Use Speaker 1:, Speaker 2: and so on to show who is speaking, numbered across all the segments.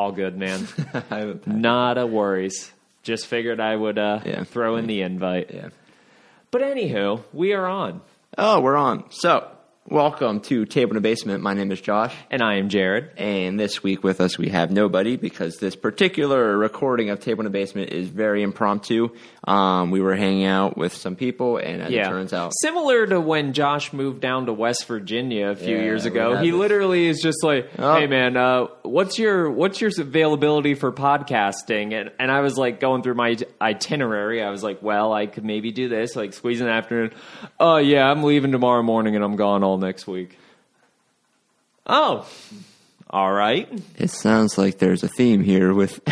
Speaker 1: All good, man.
Speaker 2: I haven't packed.
Speaker 1: Not a worries. Just figured I would uh,
Speaker 2: Yeah.
Speaker 1: throw in the invite.
Speaker 2: Yeah.
Speaker 1: But anywho, we are on.
Speaker 2: Oh, we're on. So, welcome to Table in the Basement. My name is Josh.
Speaker 1: And I am Jared.
Speaker 2: And this week with us, we have nobody because this particular recording of Table in the Basement is very impromptu. Um, we were hanging out with some people, and as it turns out,
Speaker 1: Similar to when Josh moved down to West Virginia a few
Speaker 2: Yeah,
Speaker 1: years
Speaker 2: we
Speaker 1: ago,
Speaker 2: had
Speaker 1: he
Speaker 2: this-
Speaker 1: literally is just like,
Speaker 2: Oh.
Speaker 1: "Hey man, uh, what's your what's your availability for podcasting?" And and I was like going through my itinerary. I was like, "Well, I could maybe do this, like squeeze in the afternoon." Oh yeah, I'm leaving tomorrow morning and I'm gone all next week. Oh. All right.
Speaker 2: it sounds like there's a theme here with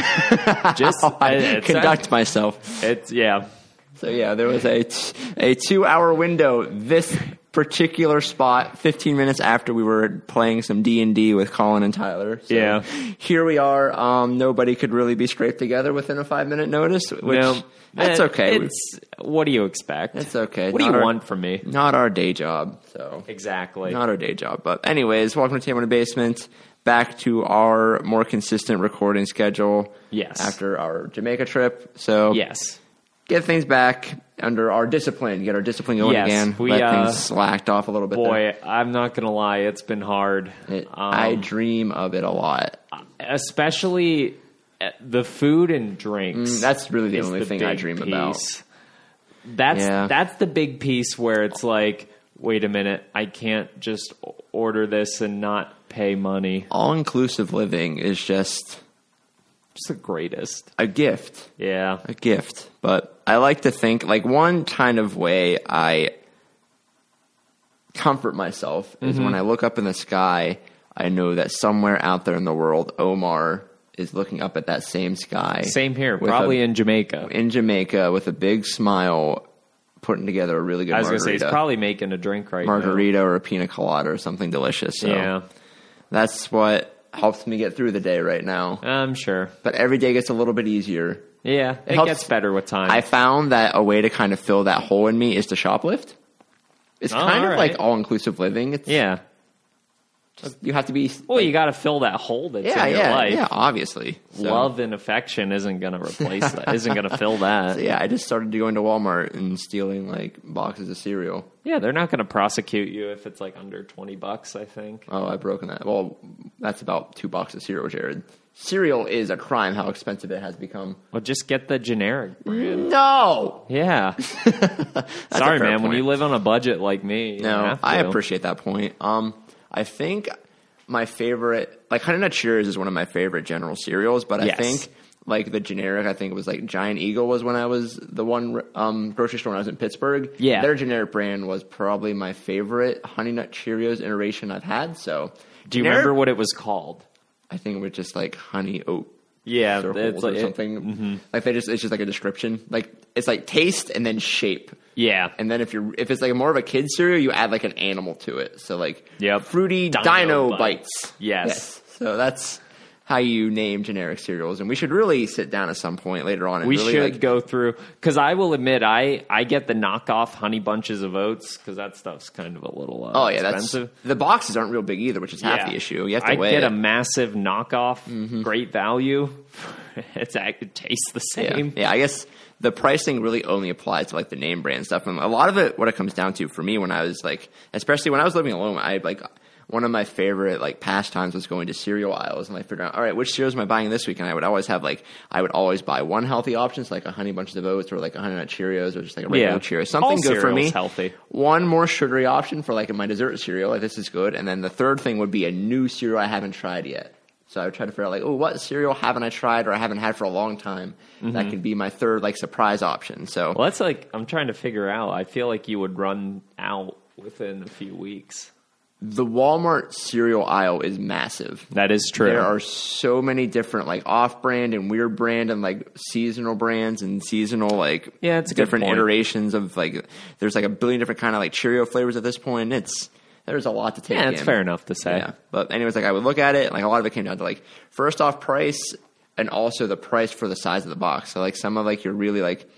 Speaker 1: Just
Speaker 2: I
Speaker 1: it- it's-
Speaker 2: conduct myself.
Speaker 1: It's yeah.
Speaker 2: So, yeah, there was a, t- a two hour window this particular spot 15 minutes after we were playing some d&d with colin and tyler So
Speaker 1: Yeah.
Speaker 2: here we are um, nobody could really be scraped together within a five minute notice which
Speaker 1: No,
Speaker 2: that's
Speaker 1: it-
Speaker 2: okay We-
Speaker 1: eh, It's what do you expect?
Speaker 2: It's okay.
Speaker 1: What do
Speaker 2: Not
Speaker 1: you
Speaker 2: our-
Speaker 1: want from me?
Speaker 2: Not our day job. So
Speaker 1: Exactly.
Speaker 2: not our day job. But anyways, welcome to Table in the Basement. Back to our more consistent recording schedule.
Speaker 1: Yes.
Speaker 2: After our Jamaica trip. So
Speaker 1: yes.
Speaker 2: get things back under our discipline. Get our discipline going
Speaker 1: Yes,
Speaker 2: again.
Speaker 1: we,
Speaker 2: Let
Speaker 1: uh,
Speaker 2: things slacked off a little bit.
Speaker 1: Boy, I'm not gonna lie, it's been hard.
Speaker 2: there. It-
Speaker 1: Um,
Speaker 2: Eh, I dream of it a lot.
Speaker 1: especially uh, the food and drinks.
Speaker 2: Mm, that's really the
Speaker 1: is
Speaker 2: only thing I
Speaker 1: big
Speaker 2: dream about.
Speaker 1: piece. That's
Speaker 2: Yeah.
Speaker 1: that's the big piece where it's like, wait a minute, I can't just o- order this and not pay money.
Speaker 2: All inclusive living is just
Speaker 1: It's the greatest.
Speaker 2: a gift.
Speaker 1: Yeah.
Speaker 2: a gift, but I like to think like one kind of way I comfort myself is
Speaker 1: Mm-hmm.
Speaker 2: when I look up in the sky, I know that somewhere out there in the world, Omar is looking up at that same sky.
Speaker 1: Same here.
Speaker 2: with
Speaker 1: Probably
Speaker 2: a-
Speaker 1: in Jamaica.
Speaker 2: in Jamaica with a big smile, putting together a really good
Speaker 1: I was gonna say
Speaker 2: margarita,
Speaker 1: he's probably making a drink right
Speaker 2: margarita or a pina colada or something delicious. So
Speaker 1: now. Yeah.
Speaker 2: that's what helps me get through the day right now.
Speaker 1: I'm sure.
Speaker 2: But every day gets a little bit easier.
Speaker 1: Yeah, it,
Speaker 2: helps-
Speaker 1: gets better with time.
Speaker 2: I found that a way to kind of fill that hole in me is to shoplift. It's
Speaker 1: Oh,
Speaker 2: kind of
Speaker 1: alright.
Speaker 2: like all inclusive living. It's
Speaker 1: yeah.
Speaker 2: just, you have to be
Speaker 1: Well, you got to fill that hole that's
Speaker 2: yeah,
Speaker 1: in your
Speaker 2: yeah,
Speaker 1: life.
Speaker 2: yeah, obviously. So-
Speaker 1: Love and affection isn't going to replace that. Isn't going to fill that.
Speaker 2: Yeah, I just started going to Walmart and stealing like boxes of cereal.
Speaker 1: Yeah, they're not going to prosecute you if it's like under twenty bucks. I think.
Speaker 2: Oh, I've broken that. Well, that's about two boxes of cereal, Jared. Cereal is a crime. How expensive it has become.
Speaker 1: Well, just get the generic brand.
Speaker 2: No,
Speaker 1: Yeah.
Speaker 2: That's a
Speaker 1: Sorry,
Speaker 2: fair
Speaker 1: man. When
Speaker 2: point.
Speaker 1: you live on a budget like me, you
Speaker 2: No,
Speaker 1: have
Speaker 2: I
Speaker 1: to.
Speaker 2: appreciate that point. Um, I think my favorite, like Honey Nut Cheerios, is one of my favorite general cereals. But
Speaker 1: Yes.
Speaker 2: I think like the generic, I think it was like Giant Eagle was when I was the one um, grocery store when I was in Pittsburgh.
Speaker 1: Yeah.
Speaker 2: their generic brand was probably my favorite Honey Nut Cheerios iteration I've had. So,
Speaker 1: Do you
Speaker 2: generic-
Speaker 1: remember what it was called?
Speaker 2: I think it was just like Honey Oat.
Speaker 1: Yeah,
Speaker 2: or,
Speaker 1: it's
Speaker 2: holes or
Speaker 1: like- Mm-hmm.
Speaker 2: something like they just it's just like a description like it's like taste and then shape
Speaker 1: Yeah.
Speaker 2: and then if you're if it's like more of a kid cereal, you add like an animal to it. So like
Speaker 1: Yep.
Speaker 2: fruity
Speaker 1: Dino
Speaker 2: dino,
Speaker 1: Bites.
Speaker 2: bites.
Speaker 1: Yes.
Speaker 2: So that's how you name generic cereals, and we should really sit down at some point later on. And
Speaker 1: we
Speaker 2: really,
Speaker 1: should
Speaker 2: like-
Speaker 1: go through because I will admit I I get the knockoff honey bunches of oats because that stuff's kind of a little uh,
Speaker 2: Oh yeah,
Speaker 1: expensive.
Speaker 2: that's the boxes aren't real big either, which is half the issue. You have to
Speaker 1: I
Speaker 2: weigh
Speaker 1: get
Speaker 2: it. Mm-hmm.
Speaker 1: a massive knockoff, great value. it's act- it tastes the
Speaker 2: yeah.
Speaker 1: same.
Speaker 2: yeah, I guess the pricing really only applies to like the name brand stuff, and a lot of it, what it comes down to for me, when I was like, especially when I was living alone, I like one of my favorite like pastimes was going to cereal aisles and like figuring out, all right, which cereals am I buying this week? And I would always have like, I would always buy one healthy option, so, like a honey bunches of oats or like a honey nut Cheerios or just like a regular
Speaker 1: Yeah.
Speaker 2: Cheerios,
Speaker 1: All
Speaker 2: something good for
Speaker 1: cereal's
Speaker 2: me,
Speaker 1: healthy.
Speaker 2: One more sugary option for like my dessert cereal, like this is good, and then the third thing would be a new cereal I haven't tried yet. So I would try to figure out like, oh, what cereal haven't I tried or I haven't had for a long time?
Speaker 1: Mm-hmm.
Speaker 2: That could be my third like surprise option. So
Speaker 1: Well, that's like I'm trying to figure out. I feel like you would run out within a few weeks.
Speaker 2: the Walmart cereal aisle is massive.
Speaker 1: That is true.
Speaker 2: There are so many different like off-brand and weird brand and like seasonal brands and seasonal like
Speaker 1: Yeah, it's a good
Speaker 2: different
Speaker 1: point.
Speaker 2: iterations of like there's like a billion different kind of like Cheerio flavors at this point. It's there's a lot to take.
Speaker 1: yeah, it's
Speaker 2: in.
Speaker 1: fair enough to say.
Speaker 2: Yeah. But anyways, like I would look at it, like a lot of it came down to like first off price and also the price for the size of the box. So like some of like your really like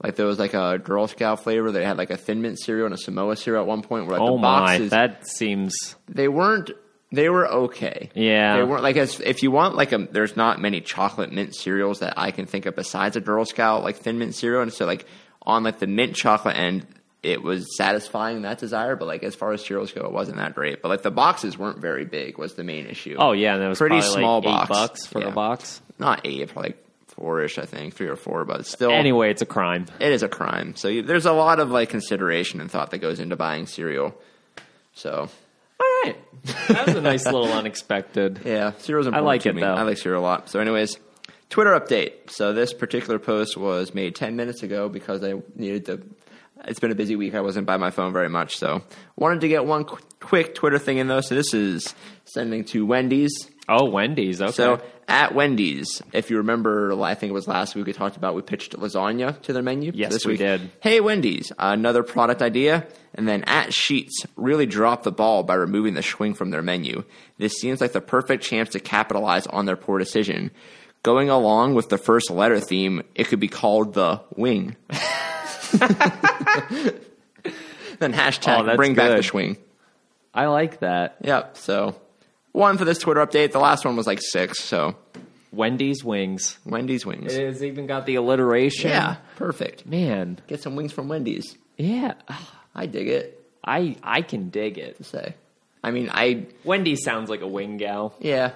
Speaker 2: like there was like a Girl Scout flavor. They had like a Thin Mint cereal and a Samoa cereal at one point. Where like
Speaker 1: Oh
Speaker 2: the
Speaker 1: my,
Speaker 2: boxes
Speaker 1: that seems
Speaker 2: they weren't They were okay.
Speaker 1: Yeah.
Speaker 2: they weren't like as if you want like a. There's not many chocolate mint cereals that I can think of besides a Girl Scout like thin mint cereal, and so like on like the mint chocolate end, it was satisfying that desire, but like as far as cereals go, it wasn't that great. But like the boxes weren't very big was the main issue.
Speaker 1: Oh yeah, and that was
Speaker 2: Pretty
Speaker 1: probably, like,
Speaker 2: small
Speaker 1: eight
Speaker 2: box.
Speaker 1: bucks for
Speaker 2: Yeah.
Speaker 1: a box.
Speaker 2: not eight, probably like four-ish, I think, three or four, but still,
Speaker 1: Anyway, it's a crime.
Speaker 2: it is a crime. So you, there's a lot of like consideration and thought that goes into buying cereal. So
Speaker 1: All right, that was a nice little unexpected.
Speaker 2: yeah, cereal's important.
Speaker 1: like
Speaker 2: to
Speaker 1: it,
Speaker 2: me.
Speaker 1: though.
Speaker 2: I like cereal a lot. So, anyways, Twitter update. So this particular post was made ten minutes ago because I needed to. It's been a busy week. I wasn't by my phone very much, so wanted to get one qu- quick Twitter thing in though. So this is sending to Wendy's.
Speaker 1: Oh, Wendy's. Okay.
Speaker 2: So at Wendy's, if you remember, I think it was last week we talked about we pitched lasagna to their menu.
Speaker 1: Yes,
Speaker 2: this
Speaker 1: we
Speaker 2: week,
Speaker 1: did.
Speaker 2: Hey Wendy's, another product idea. And then at Sheets really dropped the ball by removing the swing from their menu. This seems like the perfect chance to capitalize on their poor decision. Going along with the first letter theme, it could be called the wing. then
Speaker 1: Oh,
Speaker 2: hashtag
Speaker 1: that's
Speaker 2: bring back the
Speaker 1: good.
Speaker 2: swing.
Speaker 1: I like that.
Speaker 2: Yep. So one for this Twitter update. The last one was like six. So
Speaker 1: Wendy's wings.
Speaker 2: Wendy's wings.
Speaker 1: It has even got the alliteration.
Speaker 2: Yeah, perfect.
Speaker 1: Man.
Speaker 2: Get some wings from Wendy's.
Speaker 1: Yeah.
Speaker 2: I dig it.
Speaker 1: I I can dig it.
Speaker 2: Say, I mean, I
Speaker 1: Wendy sounds like a wing gal.
Speaker 2: yeah,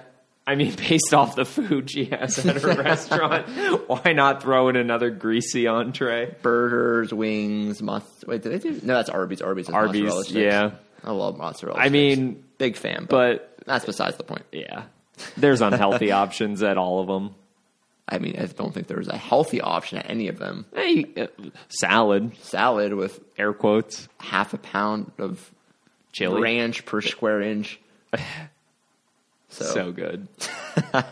Speaker 1: I mean, based off the food she has at her restaurant, why not throw in another greasy entree?
Speaker 2: burgers, wings, mozzarella. Wait, did they do? No, that's Arby's. Arby's. Is
Speaker 1: Arby's,
Speaker 2: mozzarella sticks.
Speaker 1: yeah.
Speaker 2: I love mozzarella.
Speaker 1: I
Speaker 2: sticks.
Speaker 1: mean,
Speaker 2: big fan, but,
Speaker 1: but
Speaker 2: that's besides the point.
Speaker 1: yeah, there's unhealthy options at all of them.
Speaker 2: I mean, I don't think there was a healthy option at any of them.
Speaker 1: Hey, uh, salad,
Speaker 2: Salad with
Speaker 1: air quotes,
Speaker 2: half a pound of
Speaker 1: chili,
Speaker 2: ranch per square inch. So,
Speaker 1: so good.
Speaker 2: all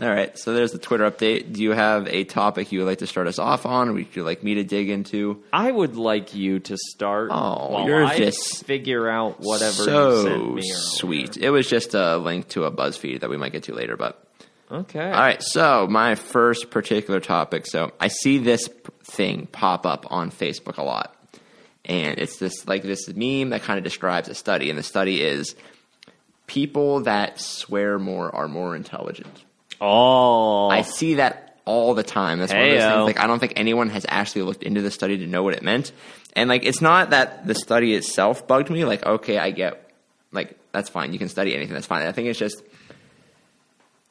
Speaker 2: right. So there's the Twitter update. Do you have a topic you would like to start us off on? Would you like me to dig into?
Speaker 1: I would like you to start
Speaker 2: Oh,
Speaker 1: while
Speaker 2: you're
Speaker 1: I
Speaker 2: just
Speaker 1: figure out whatever
Speaker 2: so
Speaker 1: you sent me. earlier.
Speaker 2: sweet. It was just a link to a BuzzFeed that we might get to later, but
Speaker 1: Okay.
Speaker 2: all right. So my first particular topic. So I see this p- thing pop up on Facebook a lot, and it's this like this meme that kind of describes a study, and the study is people that swear more are more intelligent.
Speaker 1: Oh,
Speaker 2: I see that all the time. That's one of those
Speaker 1: Heyo.
Speaker 2: things. Like I don't think anyone has actually looked into the study to know what it meant. And like it's not that the study itself bugged me. Like okay, I get like that's fine. You can study anything. That's fine. I think it's just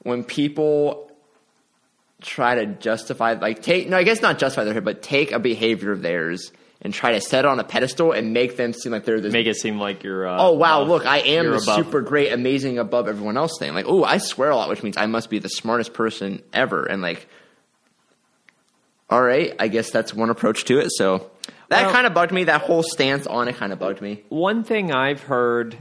Speaker 2: when people try to justify like take no, I guess not justify their but take a behavior of theirs and try to set it on a pedestal and make them seem like they're this
Speaker 1: make it seem like you're. Uh,
Speaker 2: oh wow,
Speaker 1: above-
Speaker 2: look, I am
Speaker 1: you're
Speaker 2: the
Speaker 1: above.
Speaker 2: super great, amazing, above everyone else thing. Like, oh, I swear a lot, which means I must be the smartest person ever. And like, all right, I guess that's one approach to it. So that
Speaker 1: Well-
Speaker 2: kind of bugged me. That whole stance on it kind of bugged me.
Speaker 1: One thing I've heard,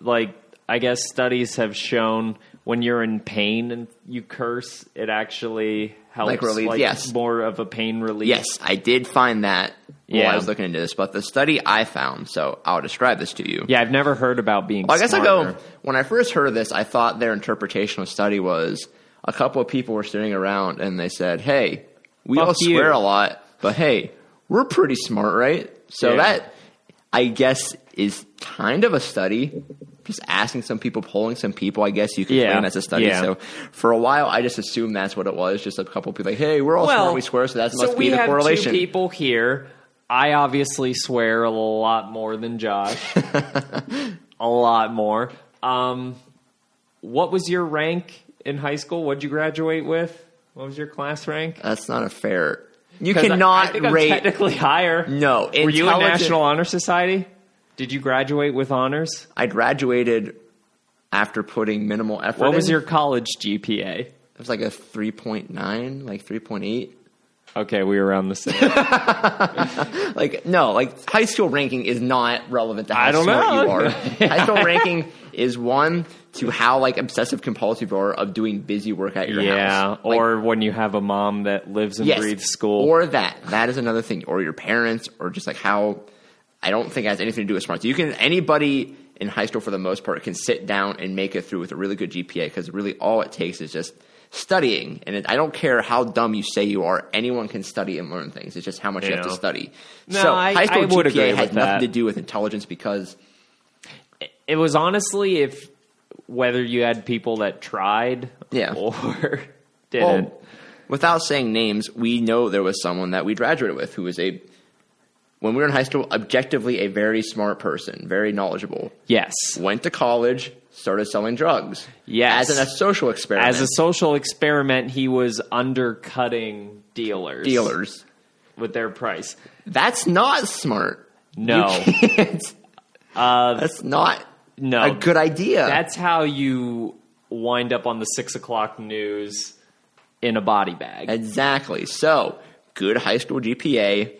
Speaker 1: like I guess studies have shown, when you're in pain and you curse, it actually helps.
Speaker 2: Like relief, yes.
Speaker 1: more of a pain relief.
Speaker 2: Yes, I did find that while
Speaker 1: Yeah.
Speaker 2: I was looking into this, but the study I found. So I'll describe this to you.
Speaker 1: Yeah, I've never heard about being.
Speaker 2: Well, I guess I
Speaker 1: smarter.
Speaker 2: go. When I first heard of this, I thought their interpretation of study was a couple of people were sitting around and they said, "Hey, we
Speaker 1: Fuck
Speaker 2: all
Speaker 1: you."
Speaker 2: swear a lot, but hey, we're pretty smart, right?" So
Speaker 1: Yeah.
Speaker 2: that I guess is kind of a study. Just asking some people, polling some people. I guess you could
Speaker 1: Yeah.
Speaker 2: claim that's a study.
Speaker 1: Yeah.
Speaker 2: So for a while, I just assumed that's what it was. Just a couple people like, "Hey, we're all smart, we swear, so that must
Speaker 1: we
Speaker 2: be the
Speaker 1: have
Speaker 2: correlation."
Speaker 1: Two people here. I obviously swear a lot more than Josh. a lot more. Um, what was your rank in high school? What'd you graduate with? What was your class rank?
Speaker 2: That's not a fair. You
Speaker 1: 'Cause I-
Speaker 2: cannot
Speaker 1: I think I'm
Speaker 2: rate.
Speaker 1: technically higher.
Speaker 2: no,
Speaker 1: Were you in
Speaker 2: intelligent-
Speaker 1: National Honor Society? Did you graduate with honors?
Speaker 2: I graduated after putting minimal effort.
Speaker 1: What was
Speaker 2: in.
Speaker 1: your college GPA?
Speaker 2: It was like a three point nine, like three point eight.
Speaker 1: Okay, we were around the same.
Speaker 2: Like no, like high school ranking is not relevant to how
Speaker 1: I don't
Speaker 2: smart
Speaker 1: know.
Speaker 2: you are. high school ranking is one to how like obsessive compulsive you are of doing busy work at your
Speaker 1: yeah,
Speaker 2: house. Like,
Speaker 1: or when you have a mom that lives and
Speaker 2: yes,
Speaker 1: breathes school.
Speaker 2: or that that is another thing, or your parents, or just like how. I don't think it has anything to do with smarts. You can anybody in high school for the most part can sit down and make it through with a really good GPA because really all it takes is just studying. And it, I don't care how dumb you say you are, anyone can study and learn things. It's just how much you have to
Speaker 1: Yeah.
Speaker 2: study.
Speaker 1: No,
Speaker 2: so
Speaker 1: I-
Speaker 2: high school
Speaker 1: I would
Speaker 2: GPA
Speaker 1: agree
Speaker 2: has
Speaker 1: with
Speaker 2: nothing
Speaker 1: that.
Speaker 2: to do with intelligence because
Speaker 1: it was honestly if whether you had people that tried
Speaker 2: Yeah.
Speaker 1: or
Speaker 2: Well,
Speaker 1: didn't.
Speaker 2: without saying names, we know there was someone that we graduated with who was a, when we were in high school, objectively a very smart person, very knowledgeable.
Speaker 1: yes.
Speaker 2: Went to college, started selling drugs.
Speaker 1: Yes.
Speaker 2: As in a social experiment.
Speaker 1: As a social experiment, he was undercutting dealers
Speaker 2: dealers.
Speaker 1: with their price.
Speaker 2: That's not smart.
Speaker 1: No. Uh,
Speaker 2: You can't. that's not
Speaker 1: no.
Speaker 2: a good idea.
Speaker 1: That's how you wind up on the six o'clock news in a body bag.
Speaker 2: Exactly. So, good high school GPA,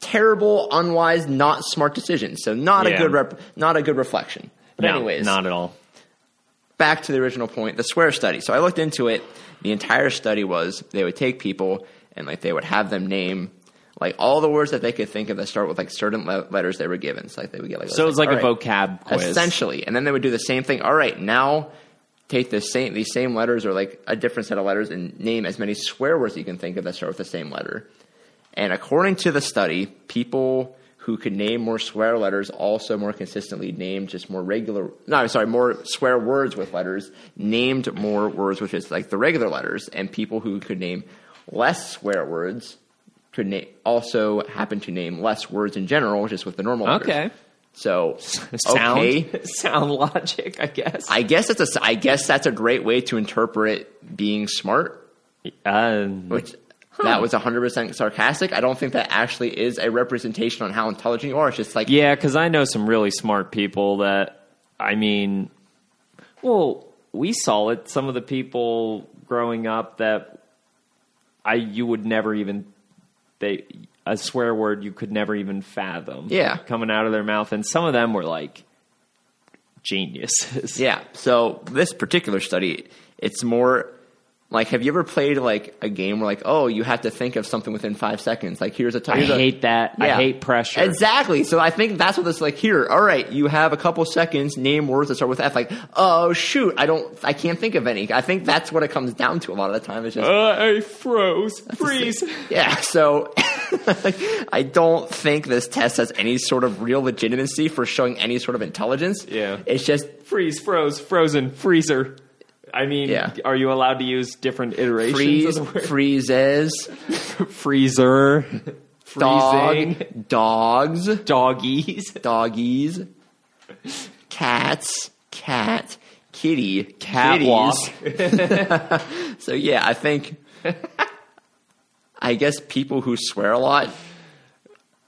Speaker 2: terrible, unwise, not smart decisions. So, not
Speaker 1: Yeah.
Speaker 2: a good rep- not a good reflection. But
Speaker 1: No,
Speaker 2: anyways,
Speaker 1: not at all.
Speaker 2: back to the original point, the swear study. So, I looked into it. The entire study was they would take people and like they would have them name like all the words that they could think of that start with like certain le- letters they were given. So, like they would get like
Speaker 1: So it was like a
Speaker 2: all right.
Speaker 1: vocab quiz.
Speaker 2: essentially. And then they would do the same thing. All right, now take the same these same letters or like a different set of letters and name as many swear words you can think of that start with the same letter. And according to the study, people who could name more swear letters also more consistently named just more regular no I'm sorry more swear words with letters named more words with just like the regular letters and people who could name less swear words could na- also happen to name less words in general just with the normal letters.
Speaker 1: Okay.
Speaker 2: So
Speaker 1: Sound,
Speaker 2: okay,
Speaker 1: sound logic, I guess.
Speaker 2: I guess that's a I guess that's a great way to interpret being smart.
Speaker 1: um,
Speaker 2: Which that was hundred percent sarcastic. I don't think that actually is a representation on how intelligent you are. It's just like
Speaker 1: Yeah, because I know some really smart people that, I mean, well, we saw it. Some of the people growing up that I you would never even they a swear word you could never even fathom.
Speaker 2: Yeah.
Speaker 1: coming out of their mouth, and some of them were like geniuses.
Speaker 2: yeah. So this particular study, it's more like have you ever played like a game where like oh you have to think of something within five seconds? Like here's a
Speaker 1: I
Speaker 2: here's a-
Speaker 1: hate that. I
Speaker 2: Yeah.
Speaker 1: hate pressure.
Speaker 2: Exactly. So I think that's what this like here. All right, you have a couple seconds. Name words that start with F. Like, oh shoot, I don't, I can't think of any. I think that's what it comes down to a lot of the time. It's just
Speaker 1: Uh, I froze. Freeze.
Speaker 2: yeah. So I don't think this test has any sort of real legitimacy for showing any sort of intelligence.
Speaker 1: Yeah.
Speaker 2: It's just
Speaker 1: Freeze, froze, frozen, freezer. I mean,
Speaker 2: Yeah.
Speaker 1: are you allowed to use different iterations
Speaker 2: freeze,
Speaker 1: of the word?
Speaker 2: freezes,
Speaker 1: freezer, freezing,
Speaker 2: dog, dogs,
Speaker 1: doggies,
Speaker 2: doggies, cats, cat, kitty,
Speaker 1: catwalk.
Speaker 2: kitties. So yeah, I think I guess people who swear a lot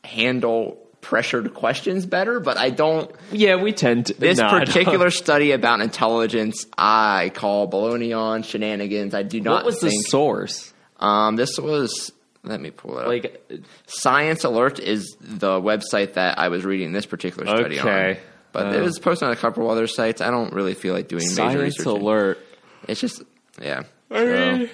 Speaker 2: handle pressured questions better, but I don't
Speaker 1: Yeah, we tend to.
Speaker 2: this
Speaker 1: no, I don't.
Speaker 2: particular study about intelligence I call baloney on shenanigans. I do not
Speaker 1: What was the
Speaker 2: think
Speaker 1: source?
Speaker 2: um this was let me pull it up.
Speaker 1: Like,
Speaker 2: Science Alert is the website that I was reading this particular study on.
Speaker 1: Okay.
Speaker 2: But
Speaker 1: Uh,
Speaker 2: it was posted on a couple other sites. I don't really feel like doing major
Speaker 1: science
Speaker 2: research.
Speaker 1: alert.
Speaker 2: It's just yeah.
Speaker 1: I
Speaker 2: So-
Speaker 1: mean,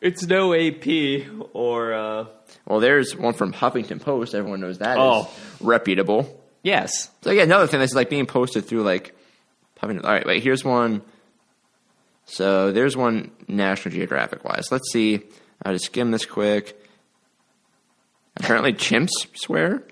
Speaker 1: it's no AP or. Uh,
Speaker 2: Well, there's one from Huffington Post. Everyone knows that is
Speaker 1: Oh.
Speaker 2: reputable.
Speaker 1: yes.
Speaker 2: So yeah, another thing that's like being posted through like Huffington. All right, wait. Here's one. So there's one National Geographic wise. Let's see. I'll just skim this quick. Apparently, chimps swear.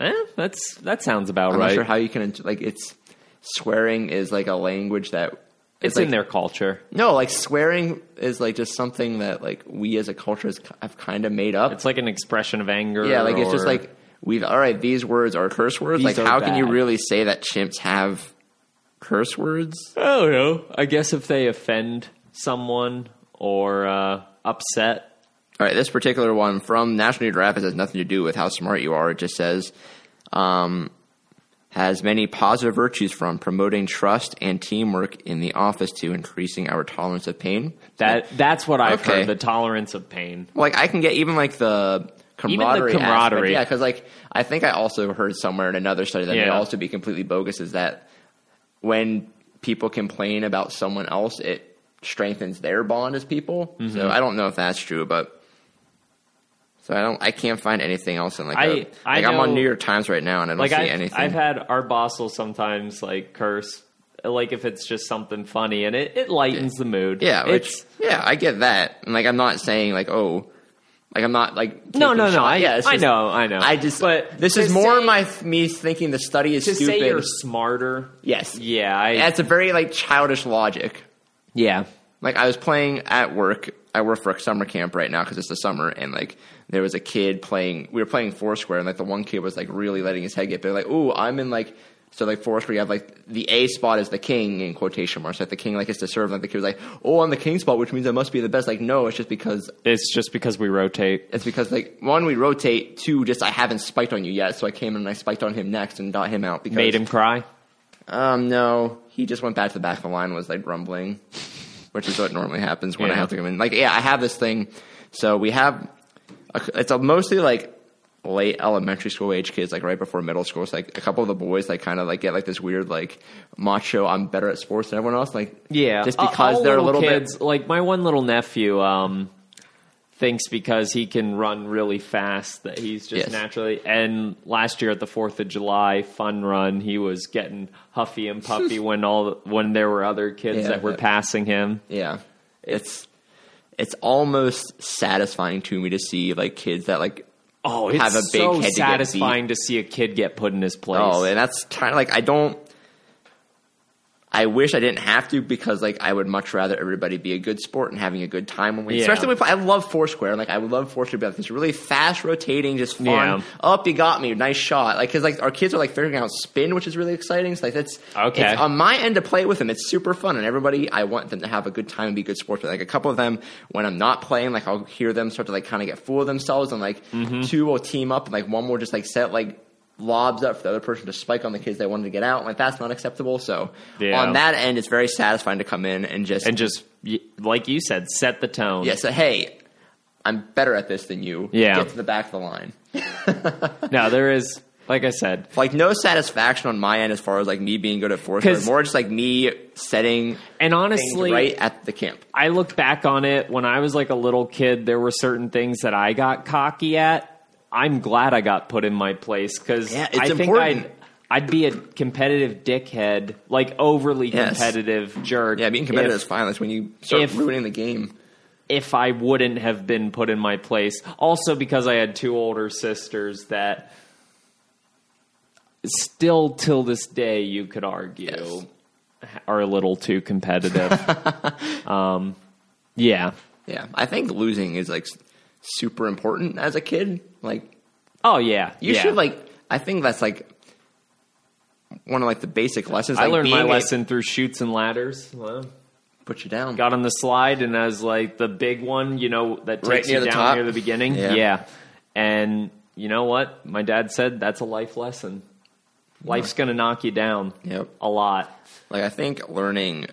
Speaker 1: Eh, that's that sounds about
Speaker 2: I'm
Speaker 1: right.
Speaker 2: not sure how you can like it's swearing is like a language that
Speaker 1: it's
Speaker 2: like,
Speaker 1: in their culture.
Speaker 2: No, like swearing is like just something that like we as a culture has, have kind of made up.
Speaker 1: It's like an expression of anger.
Speaker 2: Yeah, like it's
Speaker 1: or-
Speaker 2: just like we've all right. These words are curse words.
Speaker 1: These
Speaker 2: Like,
Speaker 1: are
Speaker 2: how can you
Speaker 1: bad.
Speaker 2: really say that chimps have curse words?
Speaker 1: I don't know. I guess if they offend someone or uh, upset.
Speaker 2: All right, this particular one from National Geographic has nothing to do with how smart you are. It just says um, has many positive virtues from promoting trust and teamwork in the office to increasing our tolerance of pain.
Speaker 1: That that's what I've
Speaker 2: Okay.
Speaker 1: heard. The tolerance of pain.
Speaker 2: Like I can get even like the camaraderie, aspect.
Speaker 1: camaraderie.
Speaker 2: yeah. Because like I think I also heard somewhere in another study that may
Speaker 1: Yeah.
Speaker 2: also be completely bogus is that when people complain about someone else, it strengthens their bond as people.
Speaker 1: Mm-hmm.
Speaker 2: So I don't know if that's true, but so I don't. I can't find anything else in like.
Speaker 1: I-
Speaker 2: a-
Speaker 1: I
Speaker 2: like I'm on
Speaker 1: know-
Speaker 2: New York Times right now and I don't
Speaker 1: like
Speaker 2: see
Speaker 1: I've,
Speaker 2: anything.
Speaker 1: I've had our boss will sometimes like curse, like if it's just something funny, and it, it lightens the mood.
Speaker 2: yeah, which
Speaker 1: it's
Speaker 2: yeah, I get that. And like I'm not saying like oh. Like I'm not like
Speaker 1: No,
Speaker 2: taking
Speaker 1: no,
Speaker 2: a
Speaker 1: no,
Speaker 2: shot.
Speaker 1: I-
Speaker 2: it's
Speaker 1: I know, I know.
Speaker 2: I just
Speaker 1: But
Speaker 2: this is
Speaker 1: to
Speaker 2: more
Speaker 1: say-
Speaker 2: my me thinking the study is
Speaker 1: to
Speaker 2: stupid.
Speaker 1: say you're smarter.
Speaker 2: yes,
Speaker 1: Yeah, I,
Speaker 2: that's a very like childish logic.
Speaker 1: yeah.
Speaker 2: Like I was playing at work. I work for a summer camp right now because it's the summer, and like there was a kid playing. We were playing Foursquare, and like the one kid was like really letting his head get big. Like, ooh, I'm in like so like Foursquare. You have like the A spot is the king in quotation marks. Like the king like is to serve. Like the kid was like, oh, I'm the king spot, which means I must be the best. Like, no, it's just because
Speaker 1: It's just because we rotate.
Speaker 2: it's because like one we rotate, two just I haven't spiked on you yet, so I came in and I spiked on him next and got him out. Because,
Speaker 1: Made him cry.
Speaker 2: Um, no, he just went back to the back of the line, was like rumbling, which is what normally happens when I
Speaker 1: Yeah.
Speaker 2: have to come in. Like, yeah, I have this thing. So we have, a, it's a mostly like late elementary school age kids, like right before middle school. So like a couple of the boys, like kind of like get like this weird like macho. I'm better at sports than everyone else. Like,
Speaker 1: Yeah,
Speaker 2: just
Speaker 1: a-
Speaker 2: because
Speaker 1: all
Speaker 2: they're a little
Speaker 1: kids,
Speaker 2: bit.
Speaker 1: Like my one little nephew um, thinks because he can run really fast that he's just
Speaker 2: Yes.
Speaker 1: naturally. And last year at the Fourth of July fun run, he was getting huffy and puffy when all when there were other kids
Speaker 2: Yeah,
Speaker 1: that were
Speaker 2: but-
Speaker 1: passing him.
Speaker 2: Yeah, it's it's almost satisfying to me to see like kids that like
Speaker 1: Oh, it's
Speaker 2: Have a big
Speaker 1: so
Speaker 2: head to get beat.
Speaker 1: satisfying to, see a kid get put in his place.
Speaker 2: Oh, and that's kind of like I don't. I wish I didn't have to because like I would much rather everybody be a good sport and having a good time when we,
Speaker 1: Yeah.
Speaker 2: especially when we play. I love Foursquare. Like I would love Foursquare to be like this really fast rotating, just fun.
Speaker 1: Yeah.
Speaker 2: Up, you got me, nice shot. Like because like our kids are like figuring out spin, which is really exciting. So like that's
Speaker 1: Okay.
Speaker 2: it's on my end to play with them. It's super fun, and everybody I want them to have a good time and be good sports. But like a couple of them, when I'm not playing, like I'll hear them start to like kind of get full of themselves, and like
Speaker 1: Mm-hmm.
Speaker 2: two will team up, and like one will just like set like lobs up for the other person to spike on the kids they wanted to get out. and, Like that's not acceptable. So
Speaker 1: Yeah.
Speaker 2: on that end, it's very satisfying to come in and just
Speaker 1: and just y- like you said, set the tone.
Speaker 2: yeah, say hey, I'm better at this than you.
Speaker 1: Yeah.
Speaker 2: get to the back of the line.
Speaker 1: No, there is, like I said,
Speaker 2: Like no satisfaction on my end as far as like me being good at force,
Speaker 1: 'Cause-
Speaker 2: more just like me setting
Speaker 1: and
Speaker 2: things
Speaker 1: honestly,
Speaker 2: right at the camp.
Speaker 1: I look back on it when I was like a little kid, there were certain things that I got cocky at. I'm glad I got put in my place because
Speaker 2: Yeah, it's
Speaker 1: I think
Speaker 2: important.
Speaker 1: I'd, I'd be a competitive dickhead, like overly
Speaker 2: Yes.
Speaker 1: competitive jerk.
Speaker 2: Yeah, being competitive is
Speaker 1: if,
Speaker 2: fine. That's when you start
Speaker 1: if-
Speaker 2: ruining the game.
Speaker 1: if I wouldn't have been put in my place. Also, because I had two older sisters that still till this day you could argue
Speaker 2: Yes.
Speaker 1: are a little too competitive. um, yeah.
Speaker 2: Yeah, I think losing is like s- super important as a kid. Like
Speaker 1: Oh yeah,
Speaker 2: you
Speaker 1: yeah.
Speaker 2: should like. I think that's like one of like the basic lessons.
Speaker 1: I
Speaker 2: like,
Speaker 1: learned my
Speaker 2: being a-
Speaker 1: lesson through shoots and ladders. Well,
Speaker 2: put you down.
Speaker 1: got on the slide and I was like the big one, you know, that takes
Speaker 2: Right near
Speaker 1: you
Speaker 2: the
Speaker 1: down
Speaker 2: top.
Speaker 1: near the beginning.
Speaker 2: Yeah.
Speaker 1: and you know what? My dad said that's a life lesson. Life's gonna knock you down.
Speaker 2: Yep.
Speaker 1: a lot.
Speaker 2: Like I think learning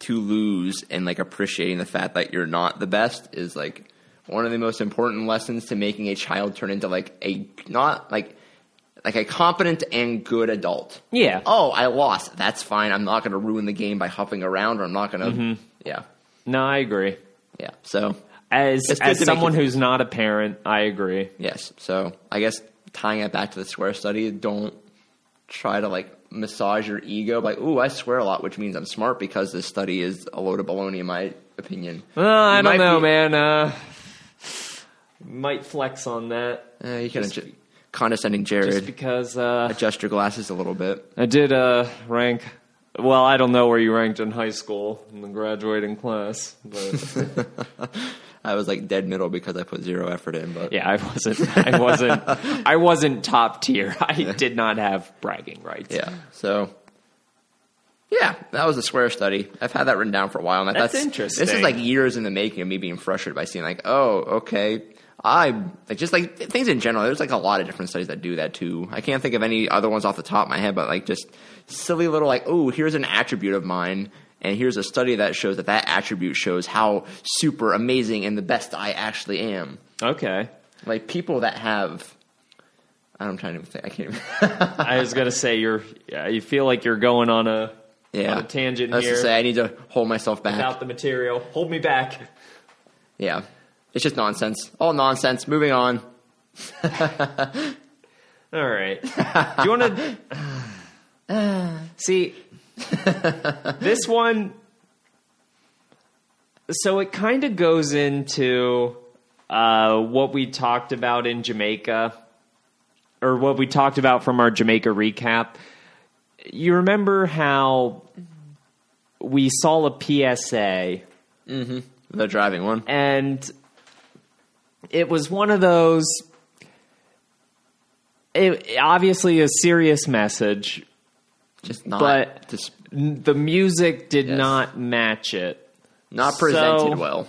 Speaker 2: to lose and like appreciating the fact that you're not the best is like one of the most important lessons to making a child turn into like a not like like a competent and good adult.
Speaker 1: Yeah.
Speaker 2: Oh, I lost. That's fine. I'm not going to ruin the game by hopping around, or I'm not going to.
Speaker 1: Mm-hmm.
Speaker 2: Yeah,
Speaker 1: No, I agree.
Speaker 2: yeah. So
Speaker 1: As
Speaker 2: It's good
Speaker 1: as
Speaker 2: to make
Speaker 1: someone
Speaker 2: it-
Speaker 1: who's not a parent, I agree.
Speaker 2: yes. So I guess tying it back to the swear study, don't try to like massage your ego. Like, ooh, I swear a lot, which means I'm smart because this study is a load of baloney, in my opinion.
Speaker 1: Uh, I
Speaker 2: You
Speaker 1: don't
Speaker 2: might
Speaker 1: know,
Speaker 2: be-
Speaker 1: man. Uh, might flex on that
Speaker 2: Eh, you can adju- condescending Jared.
Speaker 1: just because uh,
Speaker 2: adjust your glasses a little bit.
Speaker 1: I did uh, rank. Well, I don't know where you ranked in high school in the graduating class, but
Speaker 2: I was like dead middle because I put zero effort in, but
Speaker 1: yeah, I wasn't. I wasn't. I wasn't top tier. I did not have bragging rights.
Speaker 2: Yeah. So, yeah, that was a swear study. I've had that written down for a while, and
Speaker 1: That's
Speaker 2: This
Speaker 1: interesting.
Speaker 2: is like years in the making of me being frustrated by seeing like, oh, okay, I like just like th- things in general. There's like a lot of different studies that do that too. I can't think of any other ones off the top of my head, but like just silly little like, oh, here's an attribute of mine. And here's a study that shows that that attribute shows how super amazing and the best I actually am.
Speaker 1: Okay.
Speaker 2: Like people that have, I'm trying to think. I can't. Even,
Speaker 1: I was gonna say you're. yeah, You feel like you're going on a
Speaker 2: yeah.
Speaker 1: on a tangent
Speaker 2: I was to
Speaker 1: here
Speaker 2: say I need to hold myself back.
Speaker 1: about the material. Hold me back.
Speaker 2: Yeah. It's just nonsense. All nonsense. Moving on.
Speaker 1: All right. Do you want to see this one? So it kind of goes into uh, what we talked about in Jamaica, or what we talked about from our Jamaica recap. You remember how we saw a PSA
Speaker 2: The driving one.
Speaker 1: and it was one of those it obviously a serious message
Speaker 2: Just not
Speaker 1: but-
Speaker 2: just
Speaker 1: N- the music did
Speaker 2: Yes.
Speaker 1: not match it
Speaker 2: not presented
Speaker 1: So-
Speaker 2: well.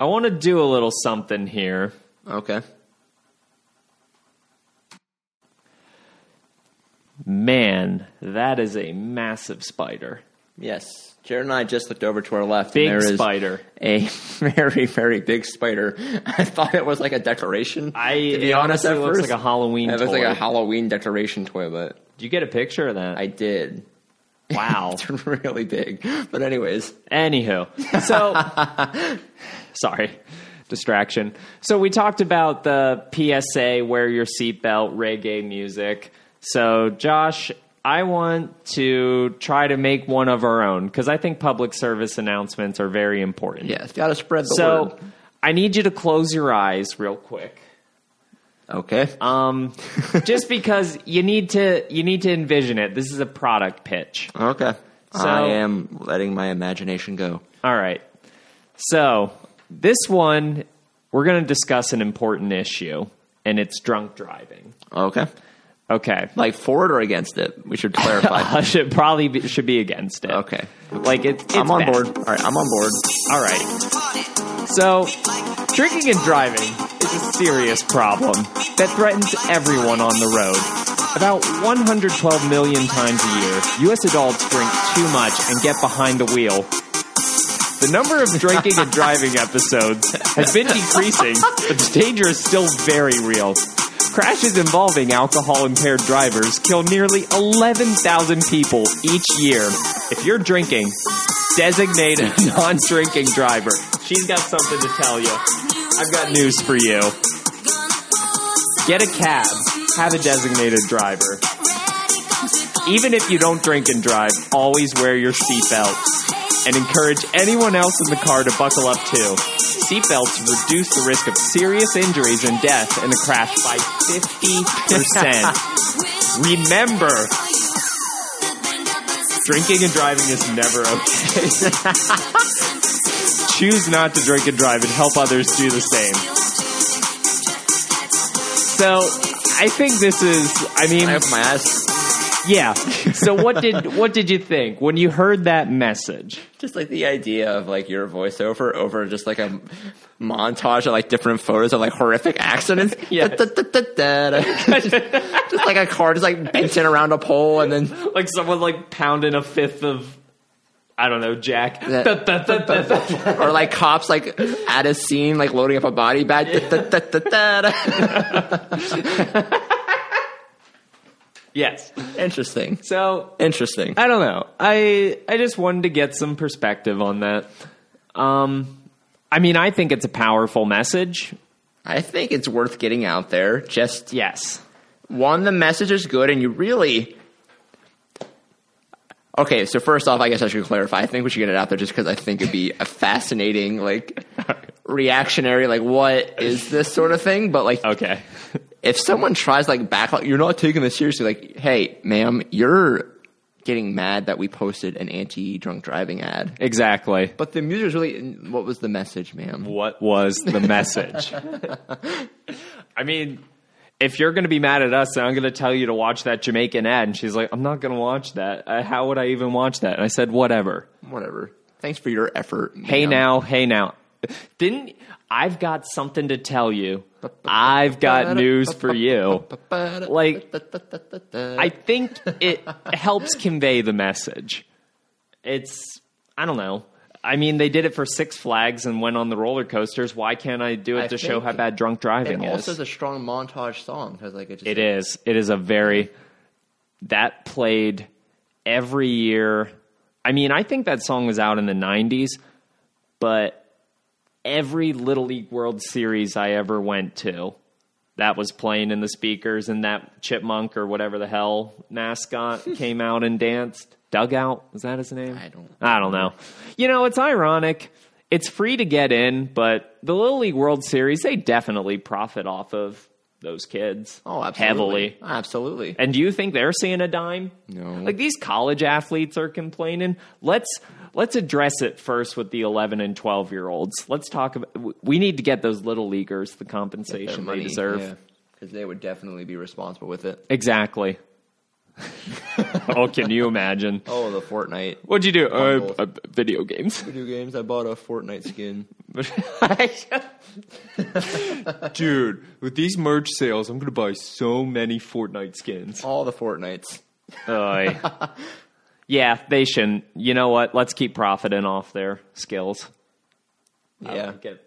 Speaker 1: i want to do a little something here
Speaker 2: Okay.
Speaker 1: man that is a massive spider
Speaker 2: Yes. Jared and I just looked over to our left
Speaker 1: big
Speaker 2: and there is
Speaker 1: spider
Speaker 2: a very, very big spider. I thought it was like a decoration.
Speaker 1: i
Speaker 2: to be
Speaker 1: it
Speaker 2: honest,
Speaker 1: honestly
Speaker 2: at
Speaker 1: looks
Speaker 2: first.
Speaker 1: like a halloween
Speaker 2: It
Speaker 1: toy.
Speaker 2: looks like a Halloween decoration toy, but
Speaker 1: Did you get a picture of that
Speaker 2: I did.
Speaker 1: wow
Speaker 2: It's really big. But anyways,
Speaker 1: Anywho, so sorry, distraction. So we talked about the PSA, wear your seatbelt, reggae music. So Josh, I want to try to make one of our own because I think public service announcements are very important.
Speaker 2: yeah, it's got to spread the
Speaker 1: So
Speaker 2: word.
Speaker 1: I need you to close your eyes real quick.
Speaker 2: Okay.
Speaker 1: Um, just because you need to, you need to envision it. This is a product pitch.
Speaker 2: okay.
Speaker 1: so-
Speaker 2: I am letting my imagination go.
Speaker 1: All right. So this one, we're going to discuss an important issue, and it's drunk driving.
Speaker 2: Okay.
Speaker 1: Okay.
Speaker 2: Like for it or against it? We should clarify.
Speaker 1: I should probably be, should be against it.
Speaker 2: okay.
Speaker 1: Like it's, it's
Speaker 2: I'm on
Speaker 1: bad.
Speaker 2: board. All right, I'm on board.
Speaker 1: All right. So drinking and driving is a serious problem that threatens everyone on the road. About 112 million times a year, US adults drink too much and get behind the wheel. The number of drinking and driving episodes has been decreasing, but the danger is still very real. Crashes involving alcohol impaired drivers kill nearly 11,000 people each year. If you're drinking, designate a non drinking driver. She's got something to tell you. I've got news for you. Get a cab, have a designated driver. Even if you don't drink and drive, always wear your seatbelt and encourage anyone else in the car to buckle up too. Seatbelts reduce the risk of serious injuries and death in a crash by 50%. Remember, drinking and driving is never okay. Choose not to drink and drive and help others do the same. So, I think this is, I mean,
Speaker 2: I open my eyes.
Speaker 1: yeah. So what did what did you think when you heard that message?
Speaker 2: Just like the idea of like your voiceover over just like a montage of like different photos of like horrific accidents.
Speaker 1: Yeah.
Speaker 2: Da-da-da-da-da. just, just like a car just like benching around a pole and then
Speaker 1: Like someone like pounding a fifth of I don't know, Jack.
Speaker 2: That- or like cops like at a scene like loading up a body bag. Da-da-da-da-da.
Speaker 1: yes.
Speaker 2: Interesting.
Speaker 1: So
Speaker 2: Interesting.
Speaker 1: I don't know. I I just wanted to get some perspective on that. Um I mean, I think it's a powerful message.
Speaker 2: I think it's worth getting out there. Just
Speaker 1: Yes.
Speaker 2: one, the message is good, and you really. Okay, so first off, I guess I should clarify. I think we should get it out there just because I think it'd be a fascinating, like, reactionary, like, what is this sort of thing? But, like,
Speaker 1: Okay.
Speaker 2: if someone tries, like, back, like, you're not taking this seriously, like, hey, ma'am, you're getting mad that we posted an anti drunk driving ad.
Speaker 1: Exactly.
Speaker 2: But the music was really, what was the message, ma'am?
Speaker 1: What was the message? I mean, if you're going to be mad at us, and I'm going to tell you to watch that Jamaican ad, and she's like, I'm not going to watch that. Uh, how would I even watch that? And I said, whatever.
Speaker 2: Whatever. Thanks for your effort.
Speaker 1: Hey
Speaker 2: ma'am.
Speaker 1: now, hey now. Didn't I've got something to tell you? I've got news for you. Like, I think it helps convey the message. It's, I don't know. I mean, they did it for Six Flags and went on the roller coasters. Why can't I do it
Speaker 2: I
Speaker 1: to show how
Speaker 2: think
Speaker 1: bad drunk driving
Speaker 2: It
Speaker 1: is?
Speaker 2: also is a strong montage song because like it just
Speaker 1: It is. It is a very that played every year. I mean, I think that song was out in the '90s, but every Little League World Series I ever went to, that was playing in the speakers, and that chipmunk or whatever the hell mascot came out and danced. Dugout was that his name?
Speaker 2: I don't-
Speaker 1: I don't know. You know, it's ironic. it's free to get in, but the Little League World Series, they definitely profit off of those kids.
Speaker 2: Oh, absolutely.
Speaker 1: Heavily.
Speaker 2: Absolutely.
Speaker 1: And do you think they're seeing a dime?
Speaker 2: No.
Speaker 1: Like these college athletes are complaining. Let's let's address it first with the 11 and 12 year olds. Let's talk about we need to get those little leaguers the compensation they deserve.
Speaker 2: Because they would definitely be responsible with it.
Speaker 1: Exactly. oh, can you imagine?
Speaker 2: Oh, the Fortnite
Speaker 1: What'd you do? Uh,
Speaker 2: Bundles.
Speaker 1: uh, video games.
Speaker 2: video games. I bought a Fortnite skin.
Speaker 1: Dude, with these merch sales, I'm going to buy so many Fortnite skins.
Speaker 2: All the Fortnites.
Speaker 1: yeah, they shouldn't. You know what? Let's keep profiting off their skills. I
Speaker 2: Yeah.
Speaker 1: like it.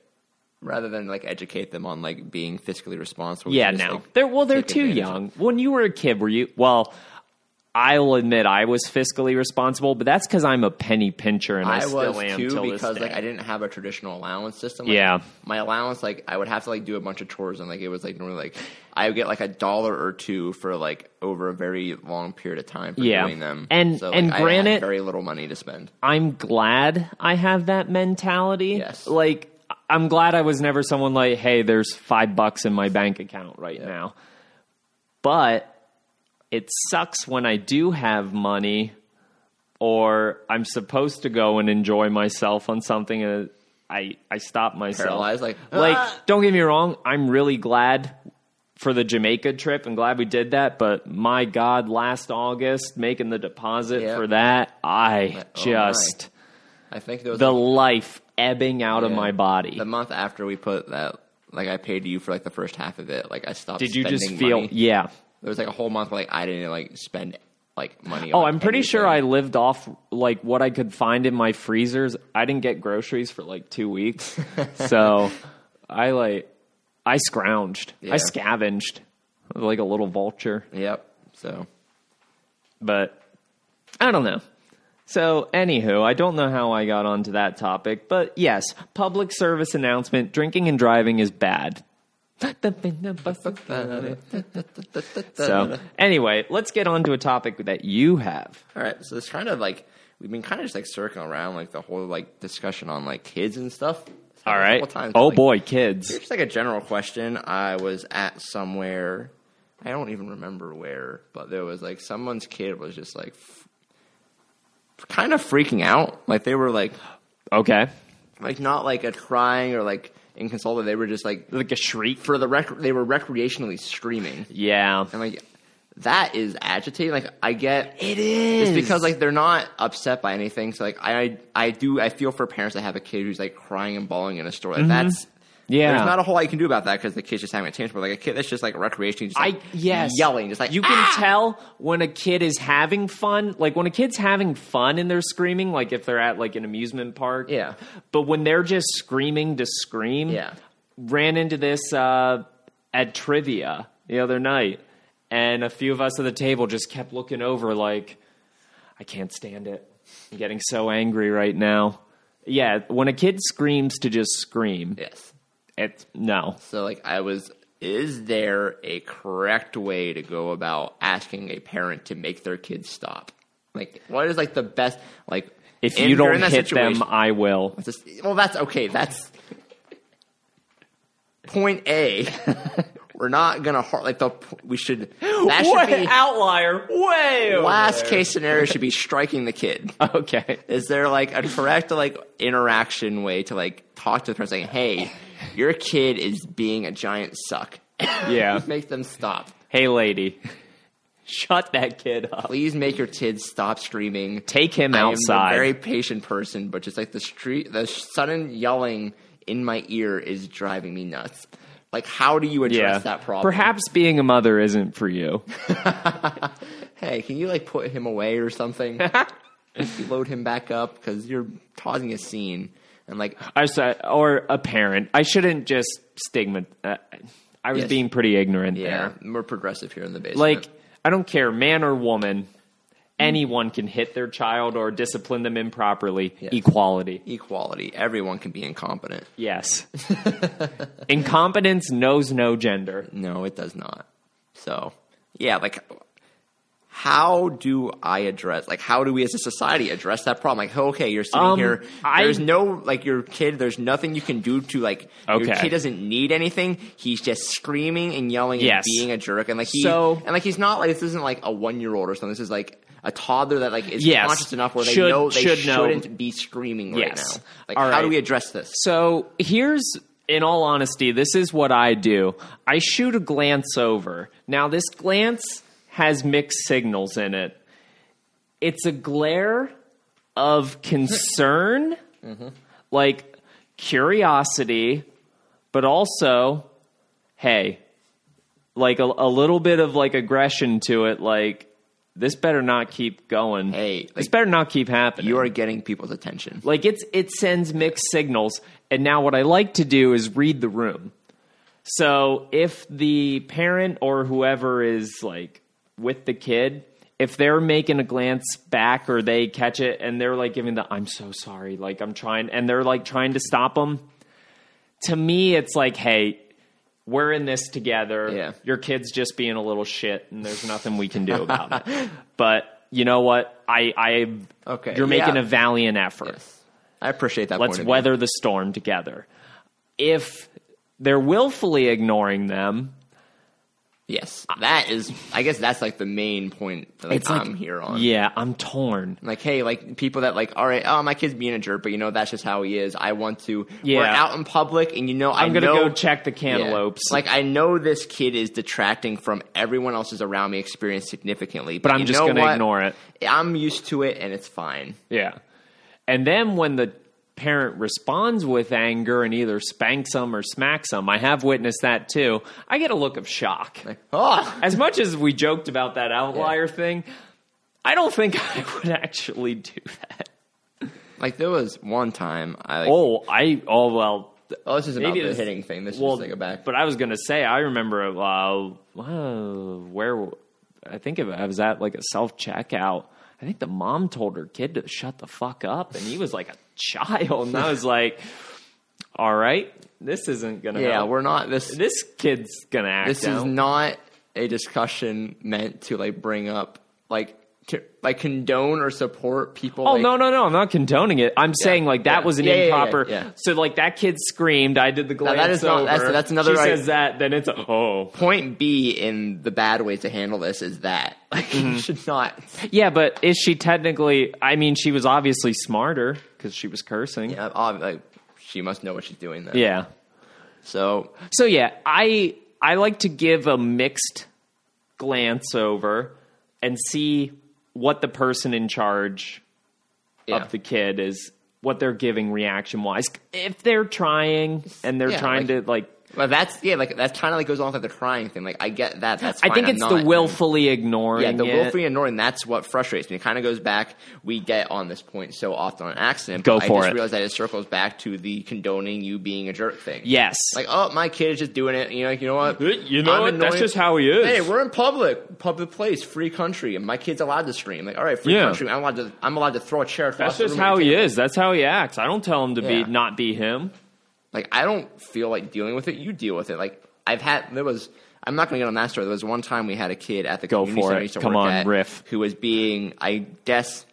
Speaker 2: Rather than like educate them on like being fiscally responsible. we
Speaker 1: Yeah,
Speaker 2: should just,
Speaker 1: no.
Speaker 2: like,
Speaker 1: they're well, they're
Speaker 2: take
Speaker 1: too
Speaker 2: advantage of-
Speaker 1: young. When you were a kid, were you? Well, I'll admit I was fiscally responsible, but that's because I'm a penny pincher and I,
Speaker 2: I
Speaker 1: still
Speaker 2: was
Speaker 1: am
Speaker 2: too
Speaker 1: till
Speaker 2: because
Speaker 1: this
Speaker 2: like
Speaker 1: day.
Speaker 2: I didn't have a traditional allowance system. Like,
Speaker 1: Yeah.
Speaker 2: my allowance like I would have to like do a bunch of chores and like it was like normally like I would get like a dollar or two for like over a very long period of time for
Speaker 1: Yeah.
Speaker 2: doing them.
Speaker 1: And-
Speaker 2: so, like,
Speaker 1: and
Speaker 2: I had
Speaker 1: granted-
Speaker 2: very little money to spend.
Speaker 1: I'm glad I have that mentality.
Speaker 2: Yes.
Speaker 1: Like I'm glad I was never someone like, hey, there's five bucks in my bank account right now. But it sucks when I do have money or I'm supposed to go and enjoy myself on something and I, I stop myself.
Speaker 2: Paralyzed, like,
Speaker 1: like
Speaker 2: "Ah!"
Speaker 1: don't get me wrong, I'm really glad for the Jamaica trip and glad we did that, but my God, last August making the deposit
Speaker 2: Yeah.
Speaker 1: for that, I
Speaker 2: Oh,
Speaker 1: just
Speaker 2: I think there was
Speaker 1: the
Speaker 2: like,
Speaker 1: life ebbing out of
Speaker 2: Yeah.
Speaker 1: my body.
Speaker 2: the month after we put that like I paid you for like the first half of it. Like I stopped.
Speaker 1: Did you just
Speaker 2: spending
Speaker 1: feel?
Speaker 2: money.
Speaker 1: Yeah.
Speaker 2: There was like a whole month like I didn't like spend like money.
Speaker 1: Oh,
Speaker 2: on
Speaker 1: I'm pretty sure I
Speaker 2: anything.
Speaker 1: lived off like what I could find in my freezers. I didn't get groceries for like two weeks, so I like I scrounged,
Speaker 2: Yeah.
Speaker 1: I scavenged I was like a little vulture.
Speaker 2: Yep. So
Speaker 1: But I don't know. So, anywho, I don't know how I got onto that topic, but yes, public service announcement: drinking and driving is bad. So, anyway, let's get on to a topic that you have.
Speaker 2: All right, so it's kind of like we've been kind of just like circling around like the whole like discussion on like kids and stuff.
Speaker 1: All right.
Speaker 2: Couple times,
Speaker 1: oh
Speaker 2: like,
Speaker 1: boy, kids.
Speaker 2: Just like a general question. I was at somewhere, I don't even remember where, but there was like someone's kid was just like f- kind of freaking out. Like they were like
Speaker 1: Okay.
Speaker 2: like not like a crying or like inconsolable. They were just like
Speaker 1: Like a shriek.
Speaker 2: for the rec- they were recreationally screaming.
Speaker 1: Yeah.
Speaker 2: And like that is agitating. Like I get
Speaker 1: It is.
Speaker 2: It's because like they're not upset by anything. So like I I do I feel for parents that have a kid who's like crying and bawling in a store. Like that's
Speaker 1: Mm-hmm. Yeah.
Speaker 2: There's not a whole lot you can do about that because the kid's just having a tantrum. But like a kid that's just like recreationally just
Speaker 1: I
Speaker 2: like,
Speaker 1: yes.
Speaker 2: yelling, just like "Ah!"
Speaker 1: You can tell when a kid is having fun. Like when a kid's having fun and they're screaming, like if they're at like an amusement park.
Speaker 2: Yeah.
Speaker 1: But when they're just screaming to scream.
Speaker 2: Yeah.
Speaker 1: Ran into this uh at trivia the other night. And a few of us at the table just kept looking over like I can't stand it. I'm getting so angry right now. Yeah, when a kid screams to just scream,
Speaker 2: yes.
Speaker 1: it's no.
Speaker 2: So like I was. Is there a correct way to go about asking a parent to make their kid stop? Like, what is like the best? Like,
Speaker 1: If
Speaker 2: in-
Speaker 1: you
Speaker 2: you're
Speaker 1: don't
Speaker 2: in that
Speaker 1: hit
Speaker 2: situation-
Speaker 1: them, I will.
Speaker 2: Just, well, that's okay. That's point A. We're not gonna har- like the. We should. That should
Speaker 1: What
Speaker 2: be
Speaker 1: outlier? Way over
Speaker 2: last
Speaker 1: there.
Speaker 2: case scenario should be striking the kid.
Speaker 1: Okay.
Speaker 2: Is there like a correct like interaction way to like talk to the parents like, hey, your kid is being a giant suck.
Speaker 1: Yeah.
Speaker 2: Make them stop.
Speaker 1: hey, lady, shut that kid up.
Speaker 2: Please make your kids stop screaming.
Speaker 1: Take him
Speaker 2: I am
Speaker 1: outside.
Speaker 2: a very patient person, but just like the street, the sudden yelling in my ear is driving me nuts. Like, how do you address
Speaker 1: yeah.
Speaker 2: that problem?
Speaker 1: Perhaps being a mother isn't for you.
Speaker 2: Hey, can you like put him away or something? Load him back up because you're causing a scene. And like,
Speaker 1: I said, or a parent. I shouldn't just stigma. Uh, I was
Speaker 2: Yes.
Speaker 1: being pretty ignorant
Speaker 2: yeah,
Speaker 1: there.
Speaker 2: we're progressive here in the basement.
Speaker 1: Like, I don't care, man or woman. Anyone can hit their child or discipline them improperly. Equality.
Speaker 2: equality. Everyone can be incompetent.
Speaker 1: Yes. Incompetence knows no gender.
Speaker 2: No, it does not. So, yeah, like, how do I address, like, how do we as a society address that problem? Like, okay, you're sitting
Speaker 1: Um,
Speaker 2: here.
Speaker 1: I-
Speaker 2: There's no, like, your kid, there's nothing you can do to, like, your
Speaker 1: Okay.
Speaker 2: kid doesn't need anything. He's just screaming and yelling
Speaker 1: Yes.
Speaker 2: and being a jerk. And, like, he,
Speaker 1: So-
Speaker 2: and, like, he's not, like, this isn't, like, a one year old or something. This is, like, a toddler that, like, is
Speaker 1: Yes.
Speaker 2: conscious enough where they
Speaker 1: Should-
Speaker 2: know they
Speaker 1: should know.
Speaker 2: shouldn't be screaming right
Speaker 1: Yes.
Speaker 2: now. Like,
Speaker 1: All
Speaker 2: how do
Speaker 1: right.
Speaker 2: we address this?
Speaker 1: So here's, in all honesty, this is what I do. I shoot a glance over. Now, this glance has mixed signals in it. It's a glare of concern,
Speaker 2: Mm-hmm.
Speaker 1: like curiosity, but also, hey, like a, a little bit of like aggression to it. Like, this better not keep going.
Speaker 2: Hey,
Speaker 1: this
Speaker 2: like-
Speaker 1: better not keep happening.
Speaker 2: You are getting people's attention.
Speaker 1: Like it's it sends mixed signals. And now what I like to do is read the room. So if the parent or whoever is like with the kid, if they're making a glance back or they catch it and they're like giving the I'm so sorry, like I'm trying and they're like trying to stop them, to me it's like, hey, we're in this together.
Speaker 2: Yeah.
Speaker 1: Your kid's just being a little shit and there's nothing we can do about it. But you know what? I I
Speaker 2: Okay,
Speaker 1: you're making
Speaker 2: yeah.
Speaker 1: a valiant effort.
Speaker 2: I appreciate that.
Speaker 1: Let's
Speaker 2: point of view.
Speaker 1: weather the storm together. If they're willfully ignoring them,
Speaker 2: Yes, that is. I guess that's like the main point that like,
Speaker 1: it's like
Speaker 2: I'm here on.
Speaker 1: Yeah, I'm torn.
Speaker 2: Like, hey, like people that like, all right, oh, my kid's being a jerk, but you know that's just how he is. I want to. We're
Speaker 1: Yeah.
Speaker 2: out in public, and you know,
Speaker 1: I'm
Speaker 2: I
Speaker 1: gonna
Speaker 2: know-
Speaker 1: go check the
Speaker 2: Yeah.
Speaker 1: cantaloupes.
Speaker 2: Like, I know this kid is detracting from everyone else's around me experience significantly, but,
Speaker 1: but I'm
Speaker 2: you
Speaker 1: just
Speaker 2: know
Speaker 1: gonna
Speaker 2: what?
Speaker 1: ignore it.
Speaker 2: I'm used to it, and it's fine.
Speaker 1: Yeah. And then when the parent responds with anger and either spanks them or smacks them, I have witnessed that too. I get a look of shock.
Speaker 2: Oh,
Speaker 1: as much as we joked about that outlier thing, I don't think I would actually do that.
Speaker 2: like there was one time I. Like, oh,
Speaker 1: Oh, I oh well.
Speaker 2: this is about
Speaker 1: maybe
Speaker 2: the
Speaker 1: this-
Speaker 2: hitting thing. This
Speaker 1: well,
Speaker 2: is like a back.
Speaker 1: But I was gonna say, I remember uh, wow, where I think if I was at like a self checkout. I think the mom told her kid to shut the fuck up, and he was like a child, and I was like, "All right, this isn't gonna.
Speaker 2: yeah,
Speaker 1: help.
Speaker 2: we're not this.
Speaker 1: this kid's gonna act
Speaker 2: this is
Speaker 1: out.
Speaker 2: not a discussion meant to like bring up like to like condone or support people.
Speaker 1: Oh
Speaker 2: like,
Speaker 1: no no no! I'm not condoning it. I'm saying like that
Speaker 2: yeah.
Speaker 1: was an
Speaker 2: Yeah, yeah, yeah,
Speaker 1: improper.
Speaker 2: yeah.
Speaker 1: So like that kid screamed. I did the glance
Speaker 2: that is not- that's-
Speaker 1: over.
Speaker 2: that's another,
Speaker 1: She
Speaker 2: like-
Speaker 1: says that, then it's a, oh
Speaker 2: Point B in the bad way to handle this is that like
Speaker 1: Mm-hmm.
Speaker 2: you should not.
Speaker 1: yeah. But is she technically? I mean, she was obviously smarter because she was cursing.
Speaker 2: Yeah, ob- like she must know what she's doing. Then.
Speaker 1: yeah.
Speaker 2: So
Speaker 1: So yeah, I I like to give a mixed glance over and see what the person in charge
Speaker 2: yeah.
Speaker 1: of the kid is, what they're giving reaction wise. If they're trying and they're
Speaker 2: Yeah,
Speaker 1: trying
Speaker 2: like-
Speaker 1: to like
Speaker 2: well, that's yeah, like that's kind of like goes on with like, the crying thing. Like I get that. That's
Speaker 1: I
Speaker 2: fine,
Speaker 1: think
Speaker 2: I'm
Speaker 1: it's
Speaker 2: not-
Speaker 1: the willfully ignoring.
Speaker 2: Yeah, the
Speaker 1: it.
Speaker 2: willfully ignoring, that's what frustrates me. It kind of goes back, we get on this point so often on accident.
Speaker 1: Go
Speaker 2: but
Speaker 1: for
Speaker 2: I just
Speaker 1: it.
Speaker 2: realized that it circles back to the condoning you being a jerk thing.
Speaker 1: Yes.
Speaker 2: Like, oh, my kid is just doing it. You know, like, you know what? I'm annoying-
Speaker 1: how he is.
Speaker 2: Hey, we're in public, public place, free country, and my kid's allowed to scream. Like, all right, free
Speaker 1: Yeah.
Speaker 2: country, I'm allowed to, I'm allowed to throw a chair.
Speaker 1: that's
Speaker 2: across the
Speaker 1: just
Speaker 2: room and
Speaker 1: how
Speaker 2: take
Speaker 1: he is. That's how he acts. I don't tell him to be
Speaker 2: Yeah.
Speaker 1: not be him.
Speaker 2: like I don't feel like dealing with it. You deal with it. Like I've had there was I'm not going to get on that story. There was one time we had a kid at the
Speaker 1: Go
Speaker 2: community
Speaker 1: for
Speaker 2: center
Speaker 1: it.
Speaker 2: I used to
Speaker 1: Come
Speaker 2: work
Speaker 1: on,
Speaker 2: at
Speaker 1: riff.
Speaker 2: who was being I guess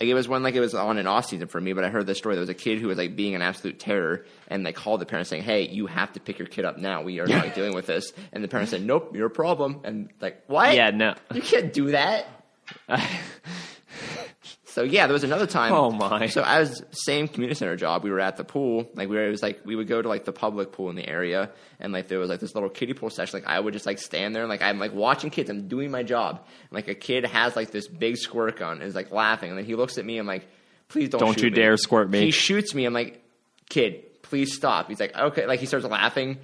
Speaker 2: like it was when like it was on and off season for me. But I heard this story. There was a kid who was like being an absolute terror, and they called the parents saying, "Hey, you have to pick your kid up now. We are not dealing with this." And the parents said, "Nope, your problem." And like what?
Speaker 1: Yeah, no.
Speaker 2: you can't do that. So yeah, there was another time.
Speaker 1: Oh, my.
Speaker 2: So I was same community center job. We were at the pool. Like we were, it was like we would go to like the public pool in the area, and like there was like this little kiddie pool session. Like I would just like stand there, and like I'm like watching kids. I'm doing my job. And, like a kid has like this big squirt gun, and is like laughing, and then he looks at me. I'm like, please don't.
Speaker 1: Don't
Speaker 2: shoot
Speaker 1: you
Speaker 2: me."
Speaker 1: dare squirt me.
Speaker 2: He shoots me. I'm like, kid, please stop. He's like, okay. Like he starts laughing,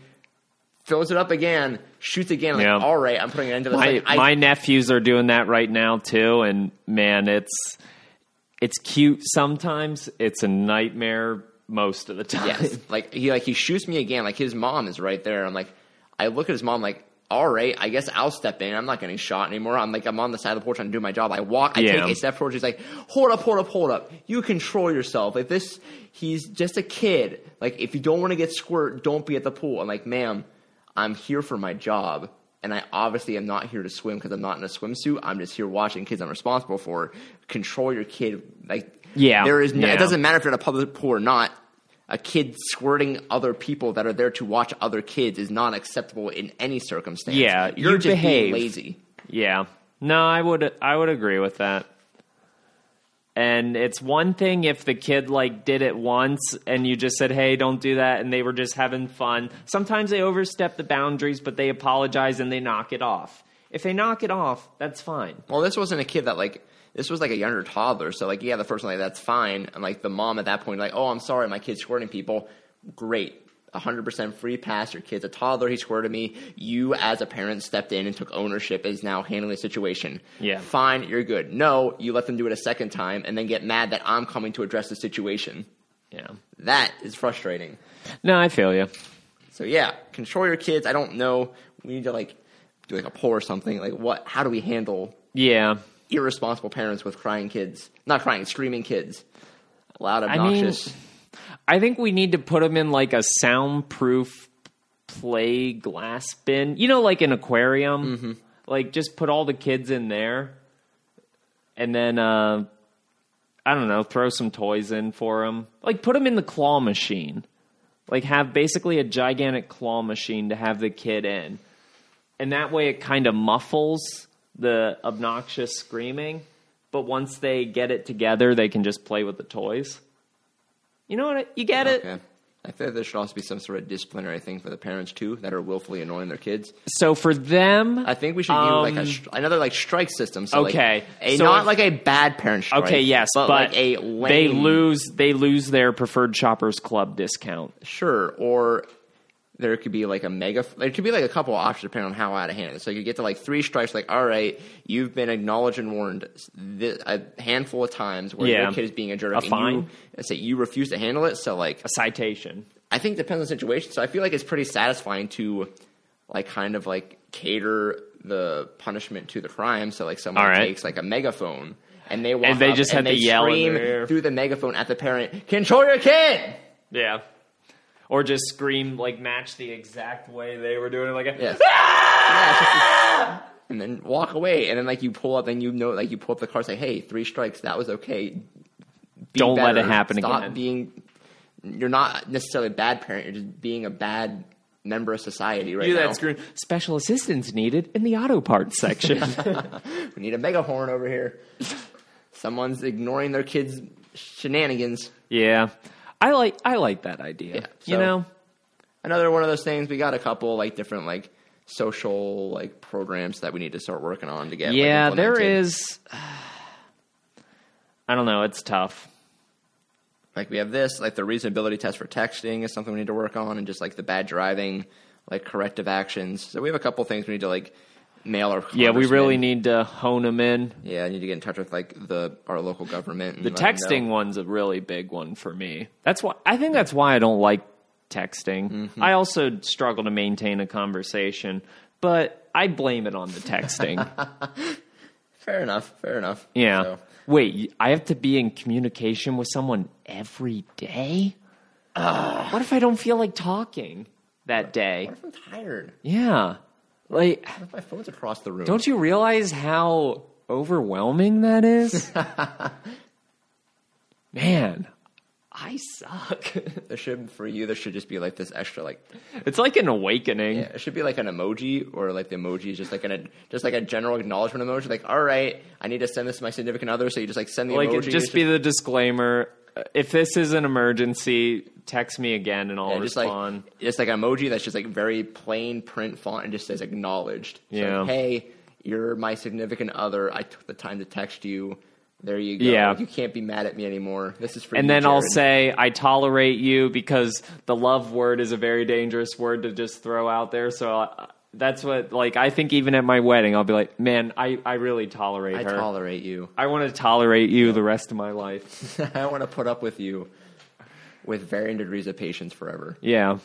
Speaker 2: fills it up again, shoots again. I'm
Speaker 1: Yeah.
Speaker 2: like, all right, I'm putting an end to this.
Speaker 1: My
Speaker 2: Like, I-
Speaker 1: my nephews are doing that right now too, and man, it's it's cute sometimes. It's a nightmare most of the time.
Speaker 2: Yes. like he like he shoots me again. Like his mom is right there. I'm like, I look at his mom like, all right, I guess I'll step in. I'm not getting shot anymore. I'm like, I'm on the side of the porch trying to do my job. I walk, I
Speaker 1: Yeah.
Speaker 2: take a step forward. She's like, hold up, hold up, hold up. You control yourself. Like this, he's just a kid. Like if you don't want to get squirt, don't be at the pool. I'm like, ma'am, I'm here for my job. and I obviously am not here to swim because I'm not in a swimsuit. I'm just here watching kids I'm responsible for. Control your kid. Like,
Speaker 1: Yeah.
Speaker 2: There is no,
Speaker 1: Yeah.
Speaker 2: It doesn't matter if you're in a public pool or not. A kid squirting other people that are there to watch other kids is not acceptable in any circumstance.
Speaker 1: Yeah,
Speaker 2: You're
Speaker 1: you
Speaker 2: just
Speaker 1: behave.
Speaker 2: being lazy.
Speaker 1: Yeah. No, I would I would agree with that. And it's one thing if the kid like did it once and you just said, "Hey, don't do that," and they were just having fun. Sometimes they overstep the boundaries, but they apologize and they knock it off. If they knock it off, that's fine.
Speaker 2: Well, this wasn't a kid that like this was like a younger toddler. So like yeah, the first one like that's fine. And like the mom at that point like oh I'm sorry my kid's squirting people. Great. 100% free pass. Your kid's a toddler. He squirted me. You, as a parent, stepped in and took ownership, is now handling the situation.
Speaker 1: Yeah.
Speaker 2: Fine, you're good. No, you let them do it a second time and then get mad that I'm coming to address the situation.
Speaker 1: Yeah.
Speaker 2: That is frustrating.
Speaker 1: No, I feel you.
Speaker 2: So yeah, control your kids. I don't know. We need to like do like a poll or something. Like what? How do we handle
Speaker 1: Yeah.
Speaker 2: irresponsible parents with crying kids, not crying, screaming kids, loud,
Speaker 1: mean-
Speaker 2: obnoxious.
Speaker 1: I think we need to put them in like a soundproof play glass bin. You know, like an aquarium.
Speaker 2: Mm-hmm.
Speaker 1: Like just put all the kids in there, and then uh, I don't know, throw some toys in for them. Like put them in the claw machine. Like have basically a gigantic claw machine to have the kid in, and that way it kind of muffles the obnoxious screaming. But once they get it together, they can just play with the toys. You know what? I- You get it.
Speaker 2: okay. I feel like there should also be some sort of disciplinary thing for the parents too that are willfully annoying their kids.
Speaker 1: So for them,
Speaker 2: I think we should
Speaker 1: Um,
Speaker 2: do like a, str- another like strike system. So like,
Speaker 1: okay.
Speaker 2: a,
Speaker 1: So
Speaker 2: not
Speaker 1: if-
Speaker 2: like a bad parent strike.
Speaker 1: okay, yes, but,
Speaker 2: but, like a
Speaker 1: they
Speaker 2: lame-
Speaker 1: lose they lose their preferred shoppers club discount.
Speaker 2: Sure, or there could be like a mega. There could be like a couple of options depending on how out of hand. it is. So you get to like three strikes. Like, all right, you've been acknowledged and warned th a handful of times where
Speaker 1: Yeah.
Speaker 2: your kid is being a jerk.
Speaker 1: A
Speaker 2: and you-
Speaker 1: fine.
Speaker 2: and say you refuse to handle it. So like,
Speaker 1: A citation.
Speaker 2: I think it depends on the situation. So I feel like it's pretty satisfying to like kind of like cater the punishment to the crime. So like someone
Speaker 1: All right.
Speaker 2: takes like a megaphone. And they walk
Speaker 1: And they
Speaker 2: up
Speaker 1: just
Speaker 2: and
Speaker 1: had
Speaker 2: they
Speaker 1: to yell in
Speaker 2: scream
Speaker 1: their ear.
Speaker 2: through the megaphone at the parent, "Control your kid!"
Speaker 1: Yeah. Or just scream like match the exact way they were doing it like a,
Speaker 2: Yes. Yeah, it's just this- and then walk away, and then like you pull up, and you know, like you pull up the car, say, "Hey, three strikes, that was okay." Be
Speaker 1: Don't let
Speaker 2: better.
Speaker 1: it happen
Speaker 2: Stop
Speaker 1: again.
Speaker 2: Being, you're not necessarily a bad parent. You're just being a bad member of society right
Speaker 1: do
Speaker 2: now.
Speaker 1: that scream. Special assistance needed in the auto parts section.
Speaker 2: We need a megahorn over here. Someone's ignoring their kids' shenanigans.
Speaker 1: yeah. I like I like that idea.
Speaker 2: Yeah,
Speaker 1: you
Speaker 2: so-
Speaker 1: know?
Speaker 2: Another one of those things. We got a couple like different like social like programs that we need to start working on to get. like,
Speaker 1: Yeah, there
Speaker 2: implemented.
Speaker 1: is I don't know, it's tough.
Speaker 2: Like we have this, like the reasonability test for texting is something we need to work on, and just like the bad driving, like corrective actions. So we have a couple things we need to like mail our.
Speaker 1: Yeah, we really
Speaker 2: congressmen.
Speaker 1: need to hone them in.
Speaker 2: Yeah, I need to get in touch with like the our local government. And
Speaker 1: The texting one's a really big one for me. That's why I think that's why I don't like texting. I also struggle to maintain a conversation, but I blame it on the texting.
Speaker 2: Fair enough. Fair enough.
Speaker 1: yeah.
Speaker 2: So,
Speaker 1: Wait, y- I have to be in communication with someone every day? what if I don't feel like talking that day?
Speaker 2: what if I'm tired?
Speaker 1: Yeah. Like
Speaker 2: What if my phone's across the room?
Speaker 1: don't you realize how overwhelming that is? Man, I suck.
Speaker 2: there should for you. There should just be like this extra like
Speaker 1: It's like an awakening.
Speaker 2: it should be like an emoji or like the emoji is just like an just like a general acknowledgement emoji. Like all right, I need to send this to my significant other, so you just like send the
Speaker 1: Like,
Speaker 2: emoji.
Speaker 1: it just be the disclaimer. uh, If this is an emergency, text me again and I'll
Speaker 2: And just like
Speaker 1: respond.
Speaker 2: it's like an emoji that's just like very plain print font and just says acknowledged. So,
Speaker 1: Yeah.
Speaker 2: hey, you're my significant other. I took the time to text you. There you go.
Speaker 1: Yeah.
Speaker 2: You can't be mad at me anymore. This is for
Speaker 1: and
Speaker 2: you.
Speaker 1: then I'll
Speaker 2: Jared.
Speaker 1: say, I tolerate you because the love word is a very dangerous word to just throw out there. So I, that's what, like, I think even at my wedding, I'll be like, man, I, I really tolerate
Speaker 2: I
Speaker 1: her.
Speaker 2: tolerate you.
Speaker 1: I want to tolerate you the rest of my life.
Speaker 2: I want to put up with you with varying degrees of patience forever.
Speaker 1: Yeah.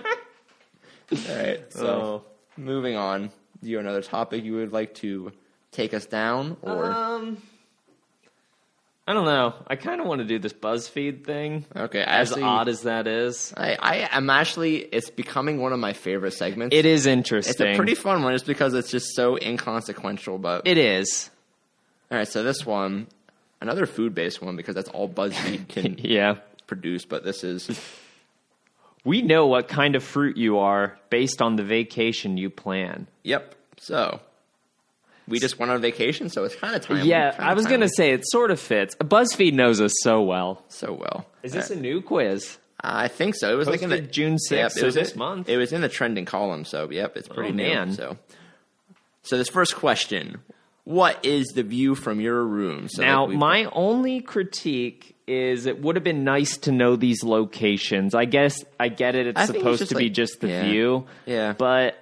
Speaker 2: All right. So
Speaker 1: So.
Speaker 2: moving on. Do you have another topic you would like to take us down or
Speaker 1: Um, I don't know. I kind of want to do this BuzzFeed thing.
Speaker 2: Okay,
Speaker 1: As
Speaker 2: actually-
Speaker 1: odd as that is,
Speaker 2: I, I am actually it's becoming one of my favorite segments.
Speaker 1: it is
Speaker 2: it's
Speaker 1: interesting.
Speaker 2: a pretty fun one just because it's just so inconsequential. But
Speaker 1: It is.
Speaker 2: all right, so this one, another food based one because that's all BuzzFeed can
Speaker 1: Yeah.
Speaker 2: produce. But this is
Speaker 1: We know what kind of fruit you are based on the vacation you plan.
Speaker 2: yep. So we just went on vacation, so it's kind of timely.
Speaker 1: Yeah,
Speaker 2: kinda
Speaker 1: I was going to
Speaker 2: timely.
Speaker 1: say it sort of fits. BuzzFeed knows us so well.
Speaker 2: so well.
Speaker 1: Is this a new quiz?
Speaker 2: I think so. It was like in the
Speaker 1: Posted June 6th,
Speaker 2: it
Speaker 1: so
Speaker 2: was
Speaker 1: this
Speaker 2: in-
Speaker 1: month.
Speaker 2: It was in the trending column. So yep, it's pretty
Speaker 1: Oh,
Speaker 2: new,
Speaker 1: man.
Speaker 2: So, so this first question: What is the view from your room? So
Speaker 1: Now,
Speaker 2: like, we've-
Speaker 1: my only critique is it would have been nice to know these locations. I guess I get it. It's
Speaker 2: I think it's
Speaker 1: supposed
Speaker 2: just
Speaker 1: to be
Speaker 2: like-
Speaker 1: just the
Speaker 2: yeah.
Speaker 1: view.
Speaker 2: Yeah.
Speaker 1: But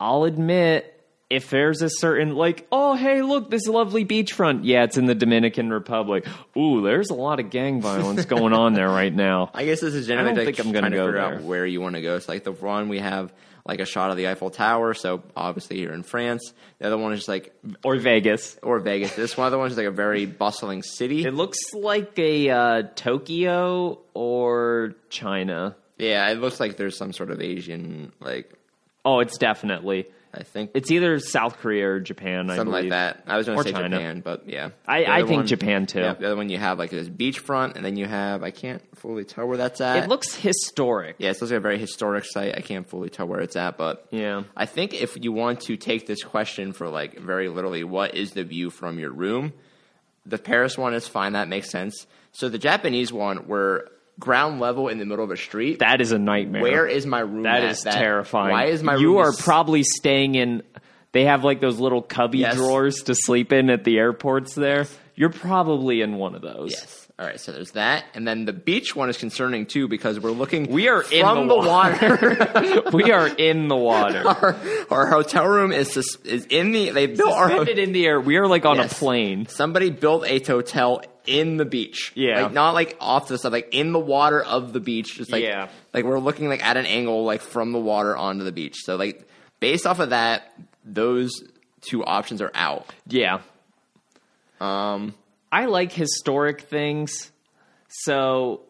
Speaker 1: I'll admit, if there's a certain, like, oh, hey, look, this lovely beachfront. Yeah, it's in the Dominican Republic. Ooh, there's a lot of gang violence going on there right now.
Speaker 2: I guess this is generally
Speaker 1: I don't
Speaker 2: like
Speaker 1: think I'm gonna
Speaker 2: trying to
Speaker 1: go
Speaker 2: figure out
Speaker 1: there.
Speaker 2: where you want to go. It's like the one we have like a shot of the Eiffel Tower. So obviously you're in France. The other one is just like
Speaker 1: Or Vegas.
Speaker 2: or Vegas. This one other one is like a very bustling city.
Speaker 1: It looks like a uh, Tokyo or China.
Speaker 2: yeah, it looks like there's some sort of Asian like
Speaker 1: Oh, it's definitely.
Speaker 2: I think
Speaker 1: It's either South Korea or Japan, I
Speaker 2: something
Speaker 1: believe.
Speaker 2: like that. I was going
Speaker 1: Or
Speaker 2: to say
Speaker 1: China.
Speaker 2: Japan, but yeah,
Speaker 1: I-
Speaker 2: The
Speaker 1: I
Speaker 2: other
Speaker 1: think Japan, too.
Speaker 2: Yeah, the other one you have like this beachfront, and then you have I can't fully tell where that's at.
Speaker 1: It looks historic.
Speaker 2: yeah, it's like a very historic site. I can't fully tell where it's at, but
Speaker 1: Yeah.
Speaker 2: I think if you want to take this question for like very literally, what is the view from your room? The Paris one is fine. That makes sense. So the Japanese one, we're ground level in the middle of a street.
Speaker 1: That is a nightmare.
Speaker 2: where is my room?
Speaker 1: that
Speaker 2: at?
Speaker 1: is terrifying.
Speaker 2: Why is my room?
Speaker 1: You are
Speaker 2: this-
Speaker 1: probably staying in they have like those little cubby
Speaker 2: Yes.
Speaker 1: drawers to sleep in at the airports there. You're probably in one of those.
Speaker 2: Yes. All right. So there's that, and then the beach one is concerning too because we're looking.
Speaker 1: We are in
Speaker 2: from
Speaker 1: the
Speaker 2: water.
Speaker 1: we are in the water.
Speaker 2: our, our hotel room is sus- is in the. They built our.
Speaker 1: Suspended in the air. We are like on
Speaker 2: Yes.
Speaker 1: a plane.
Speaker 2: Somebody built a hotel in the beach.
Speaker 1: Yeah.
Speaker 2: Like not like off to the side, like in the water of the beach. Just like
Speaker 1: Yeah.
Speaker 2: like we're looking like at an angle like from the water onto the beach. So like based off of that, those two options are out.
Speaker 1: Yeah. Um
Speaker 2: Um,
Speaker 1: I like historic things. So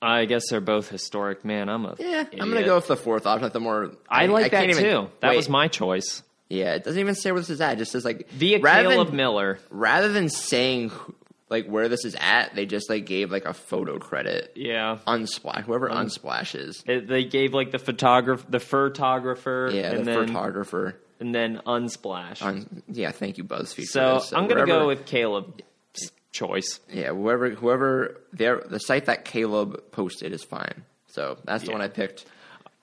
Speaker 1: I guess they're both historic. Man, I'm a
Speaker 2: Yeah. I'm gonna
Speaker 1: idiot.
Speaker 2: go with the fourth option. The more
Speaker 1: I
Speaker 2: mean,
Speaker 1: like that
Speaker 2: can't even-
Speaker 1: too. That
Speaker 2: wait.
Speaker 1: was my choice.
Speaker 2: Yeah, it doesn't even say where this is at. It just says like
Speaker 1: The
Speaker 2: rather
Speaker 1: Akale
Speaker 2: than,
Speaker 1: of Miller.
Speaker 2: rather than saying who- like where this is at, they just like gave like a photo credit.
Speaker 1: Yeah.
Speaker 2: Uh, Unsplash, whoever unsplashes.
Speaker 1: It, they gave like the photographer, the photographer,
Speaker 2: Yeah,
Speaker 1: and
Speaker 2: the
Speaker 1: then
Speaker 2: photographer.
Speaker 1: and then unsplash.
Speaker 2: On, yeah, thank you, BuzzFeed. for
Speaker 1: so
Speaker 2: this.
Speaker 1: I'm gonna
Speaker 2: whoever-
Speaker 1: go with Caleb's choice.
Speaker 2: yeah, whoever whoever their the site that Caleb posted is fine. So that's the one I picked.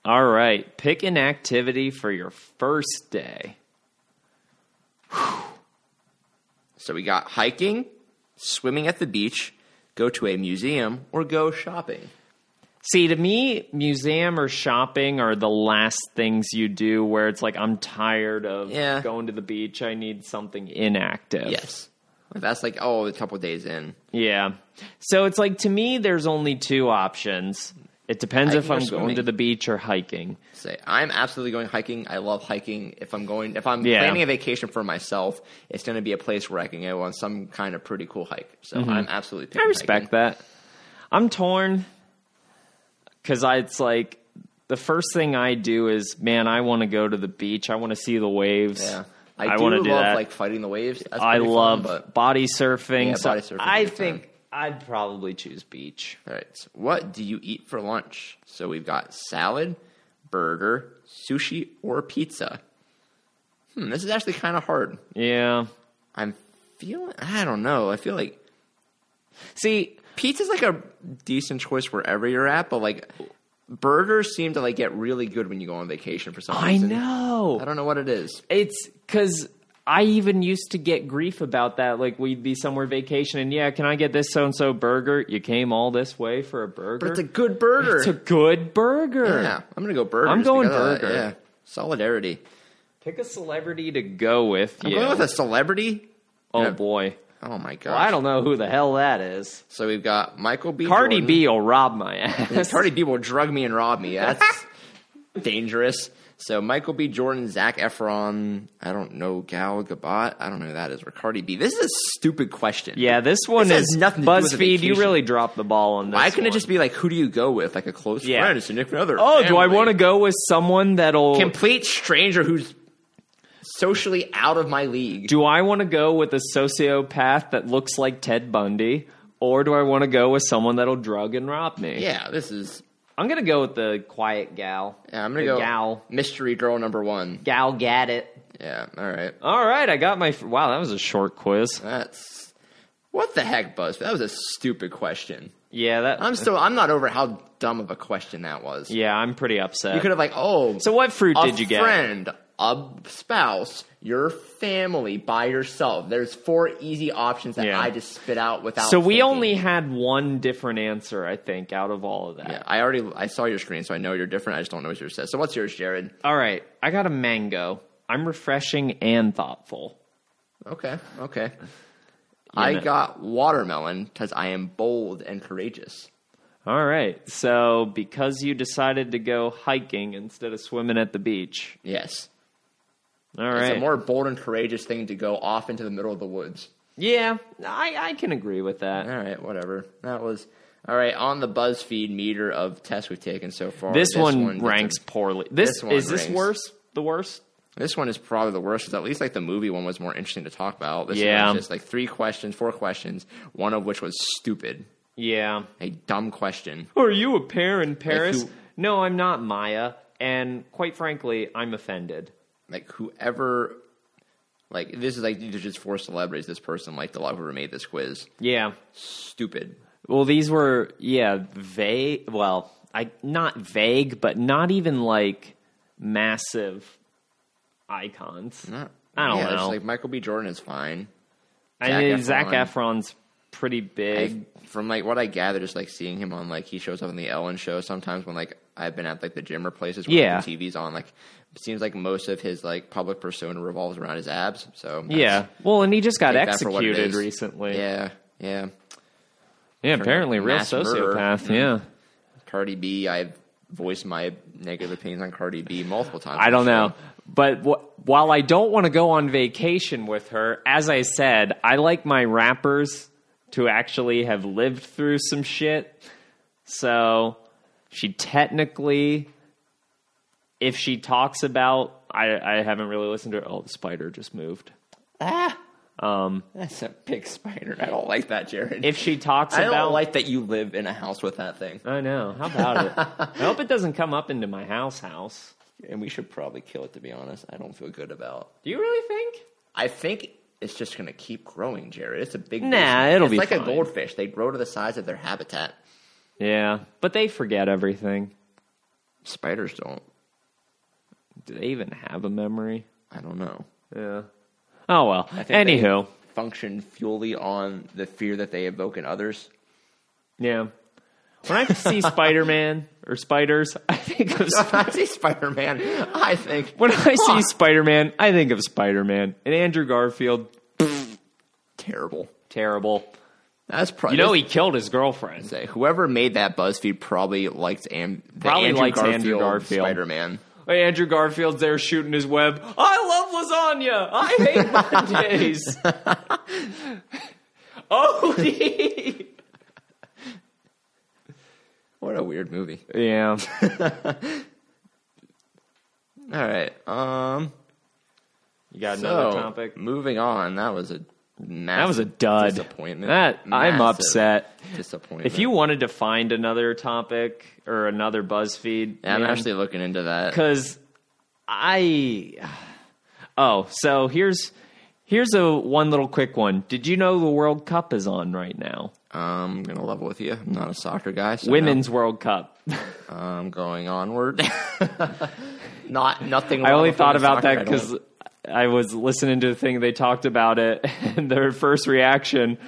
Speaker 1: All right, pick an activity for your first day.
Speaker 2: So we got hiking, swimming at the beach, go to a museum, or go shopping.
Speaker 1: See, to me, museum or shopping are the last things you do where it's like I'm tired of
Speaker 2: Yeah.
Speaker 1: going to the beach. I need something inactive.
Speaker 2: Yes, that's like oh, a couple days in.
Speaker 1: Yeah. So it's like to me, there's only two options. It depends if
Speaker 2: Hiking or
Speaker 1: I'm
Speaker 2: swimming.
Speaker 1: going to the beach or hiking.
Speaker 2: Say I'm absolutely going hiking. I love hiking. If I'm going, if I'm
Speaker 1: Yeah.
Speaker 2: planning a vacation for myself, it's going to be a place where I can go on some kind of pretty cool hike. So I'm absolutely.
Speaker 1: Mm-hmm. I
Speaker 2: picking hiking.
Speaker 1: respect that. I'm torn because it's like the first thing I do is, man, I want to go to the beach. I want to see the waves.
Speaker 2: Yeah.
Speaker 1: I,
Speaker 2: I, do
Speaker 1: want to
Speaker 2: love
Speaker 1: do that.
Speaker 2: like fighting the waves. That's
Speaker 1: I
Speaker 2: pretty fun,
Speaker 1: love
Speaker 2: but-
Speaker 1: body surfing.
Speaker 2: Yeah,
Speaker 1: so
Speaker 2: body surfing's a
Speaker 1: I
Speaker 2: good
Speaker 1: think I'd probably choose beach.
Speaker 2: All right. so what do you eat for lunch? So we've got salad, burger, sushi, or pizza. Hmm, this is actually kind of hard.
Speaker 1: Yeah.
Speaker 2: I'm feeling. I don't know. I feel like
Speaker 1: See,
Speaker 2: pizza's like a decent choice wherever you're at, but like burgers seem to like get really good when you go on vacation for some
Speaker 1: I
Speaker 2: reason.
Speaker 1: know.
Speaker 2: I don't know what it is.
Speaker 1: It's because I even used to get grief about that. Like we'd be somewhere vacation, and yeah, can I get this so and so burger? You came all this way for a burger.
Speaker 2: But it's a good burger.
Speaker 1: It's a good burger.
Speaker 2: yeah, I'm gonna go burger.
Speaker 1: I'm
Speaker 2: just
Speaker 1: going
Speaker 2: because of that,
Speaker 1: burger.
Speaker 2: Yeah, solidarity.
Speaker 1: Pick a celebrity to go with.
Speaker 2: I'm
Speaker 1: you.
Speaker 2: going with a celebrity.
Speaker 1: oh boy,
Speaker 2: Oh my god!
Speaker 1: well, I don't know who the hell that is.
Speaker 2: So we've got Michael B.
Speaker 1: Cardi
Speaker 2: Jordan.
Speaker 1: B will rob my ass.
Speaker 2: Cardi B will drug me and rob me. That's dangerous. So Michael B. Jordan, Zach Efron, I don't know Gal Gadot, I don't know who that is. Or Cardi B. This is a stupid question.
Speaker 1: Yeah, this one
Speaker 2: This has
Speaker 1: is
Speaker 2: nothing to do with the
Speaker 1: BuzzFeed. You
Speaker 2: vacation.
Speaker 1: really dropped the ball on this.
Speaker 2: Why couldn't
Speaker 1: one.
Speaker 2: it just be like, who do you go with? Like a close
Speaker 1: Yeah.
Speaker 2: friend, a significant other.
Speaker 1: Oh, do I
Speaker 2: family.
Speaker 1: want to go with someone that'll?
Speaker 2: complete stranger who's socially out of my league?
Speaker 1: do I want to go with a sociopath that looks like Ted Bundy, or do I want to go with someone that'll drug and rob me?
Speaker 2: yeah, this is.
Speaker 1: I'm gonna go with the quiet gal.
Speaker 2: Yeah, I'm gonna
Speaker 1: The
Speaker 2: go
Speaker 1: gal.
Speaker 2: mystery girl number one.
Speaker 1: Gal, gat it.
Speaker 2: Yeah, all right.
Speaker 1: All right, I got my. f- Wow, that was a short quiz.
Speaker 2: That's what the heck, Buzz? That was a stupid question.
Speaker 1: Yeah, that.
Speaker 2: I'm still I'm not over how dumb of a question that was.
Speaker 1: yeah, I'm pretty upset.
Speaker 2: You could have like, oh,
Speaker 1: so, what fruit
Speaker 2: a
Speaker 1: did you get?
Speaker 2: friend, a spouse, your family by yourself. There's four easy options that
Speaker 1: Yeah.
Speaker 2: I just spit out without.
Speaker 1: So we
Speaker 2: thinking.
Speaker 1: only had one different answer, I think, out of all of that.
Speaker 2: Yeah, I already I saw your screen, so I know you're different. I just don't know what yours says. So what's yours, Jared?
Speaker 1: All right, I got a mango. I'm refreshing and thoughtful.
Speaker 2: Okay, okay. I
Speaker 1: no.
Speaker 2: got watermelon because I am bold and courageous.
Speaker 1: All right, so because you decided to go hiking instead of swimming at the beach.
Speaker 2: Yes,
Speaker 1: All
Speaker 2: it's
Speaker 1: right.
Speaker 2: a more bold and courageous thing to go off into the middle of the woods.
Speaker 1: yeah, I, I can agree with that.
Speaker 2: All right, whatever. That was all right on the BuzzFeed meter of tests we've taken so far.
Speaker 1: This, one,
Speaker 2: gets
Speaker 1: ranks
Speaker 2: a-
Speaker 1: poorly. This,
Speaker 2: this one
Speaker 1: is this
Speaker 2: ranks-
Speaker 1: worse? The worst?
Speaker 2: this one is probably the worst. 'cause at least like the movie one was more interesting to talk about. This
Speaker 1: Yeah.
Speaker 2: one was just like three questions, four questions, one of which was stupid,
Speaker 1: Yeah.
Speaker 2: a dumb question.
Speaker 1: Are you a pair in Paris?
Speaker 2: who-
Speaker 1: no, I'm not Maya, and quite frankly, I'm offended.
Speaker 2: like whoever like this is like these are just four celebrities this person like the lot whoever made this quiz
Speaker 1: Yeah.
Speaker 2: stupid
Speaker 1: Well, these were yeah vague. Well, I not vague, but not even like massive icons. I don't
Speaker 2: yeah, it's
Speaker 1: know.
Speaker 2: like michael b jordan is fine
Speaker 1: I mean,
Speaker 2: Zac
Speaker 1: Zach
Speaker 2: Efron.
Speaker 1: Efron's pretty big.
Speaker 2: Like, from like what i gather just like seeing him on like he shows up on the ellen show sometimes when like i've been at like the gym or places where
Speaker 1: Yeah.
Speaker 2: the tv's on like it seems like most of his like public persona revolves around his abs so that's-
Speaker 1: yeah. Well, and he just got
Speaker 2: take that for what it
Speaker 1: executed
Speaker 2: is.
Speaker 1: recently.
Speaker 2: yeah yeah
Speaker 1: Yeah, apparently, real
Speaker 2: mass murderer. Mm-hmm.
Speaker 1: sociopath. Yeah.
Speaker 2: cardi b i've voiced my negative opinions on cardi b multiple times
Speaker 1: I
Speaker 2: on
Speaker 1: don't
Speaker 2: the show.
Speaker 1: know. But wh- while I don't want to go on vacation with her, as I said, I like my rappers to actually have lived through some shit. So she technically, if she talks about, I, I haven't really listened to her. Oh, the spider just moved.
Speaker 2: Ah. Um, that's a big spider. I don't like that, Jared.
Speaker 1: If she talks
Speaker 2: I don't
Speaker 1: about,
Speaker 2: like that you live in a house with that thing,
Speaker 1: I know. How about it? I hope it doesn't come up into my house. House.
Speaker 2: and we should probably kill it. To be honest, I don't feel good about.
Speaker 1: Do you really think?
Speaker 2: I think it's just gonna keep growing, Jared. It's a big.
Speaker 1: Nah,
Speaker 2: beast.
Speaker 1: it'll
Speaker 2: it's
Speaker 1: be
Speaker 2: like
Speaker 1: fine.
Speaker 2: a goldfish. They grow to the size of their habitat.
Speaker 1: Yeah, but they forget everything.
Speaker 2: Spiders don't.
Speaker 1: Do they even have a memory?
Speaker 2: I don't know.
Speaker 1: Yeah. Oh well.
Speaker 2: think they-
Speaker 1: Anywho.
Speaker 2: Function purely on the fear that they evoke in others.
Speaker 1: Yeah. When I see Spider Man or spiders, I think of
Speaker 2: When I see Spider Man, I think
Speaker 1: when I see Spider Man, I think of Spider Man and Andrew Garfield.
Speaker 2: terrible.
Speaker 1: Terrible.
Speaker 2: That's probably
Speaker 1: You know he killed his girlfriend.
Speaker 2: say whoever made that BuzzFeed probably liked Am- the
Speaker 1: Probably
Speaker 2: Andrew
Speaker 1: likes
Speaker 2: Garfield,
Speaker 1: Andrew Garfield.
Speaker 2: Spider Man.
Speaker 1: Hey, Andrew Garfield's there shooting his web. I love lasagna. I hate Mondays. oh,
Speaker 2: What a weird movie.
Speaker 1: yeah.
Speaker 2: All right, um,
Speaker 1: You got
Speaker 2: so
Speaker 1: another topic.
Speaker 2: moving on. That was a massive
Speaker 1: That was a dud.
Speaker 2: disappointment.
Speaker 1: That I'm
Speaker 2: Massive
Speaker 1: upset.
Speaker 2: Disappointment.
Speaker 1: If you wanted to find another topic or another BuzzFeed,
Speaker 2: Yeah, I'm actually looking into that.
Speaker 1: because I. Oh, so here's here's a one little quick one. Did you know the World Cup is on right now?
Speaker 2: Um, I'm gonna level with you. I'm not a soccer guy. So
Speaker 1: Women's World Cup.
Speaker 2: no. I'm going onward. not nothing.
Speaker 1: I only
Speaker 2: wrong
Speaker 1: thought
Speaker 2: with
Speaker 1: about
Speaker 2: soccer.
Speaker 1: that
Speaker 2: I don't-
Speaker 1: because I was listening to the thing they talked about it, and their first reaction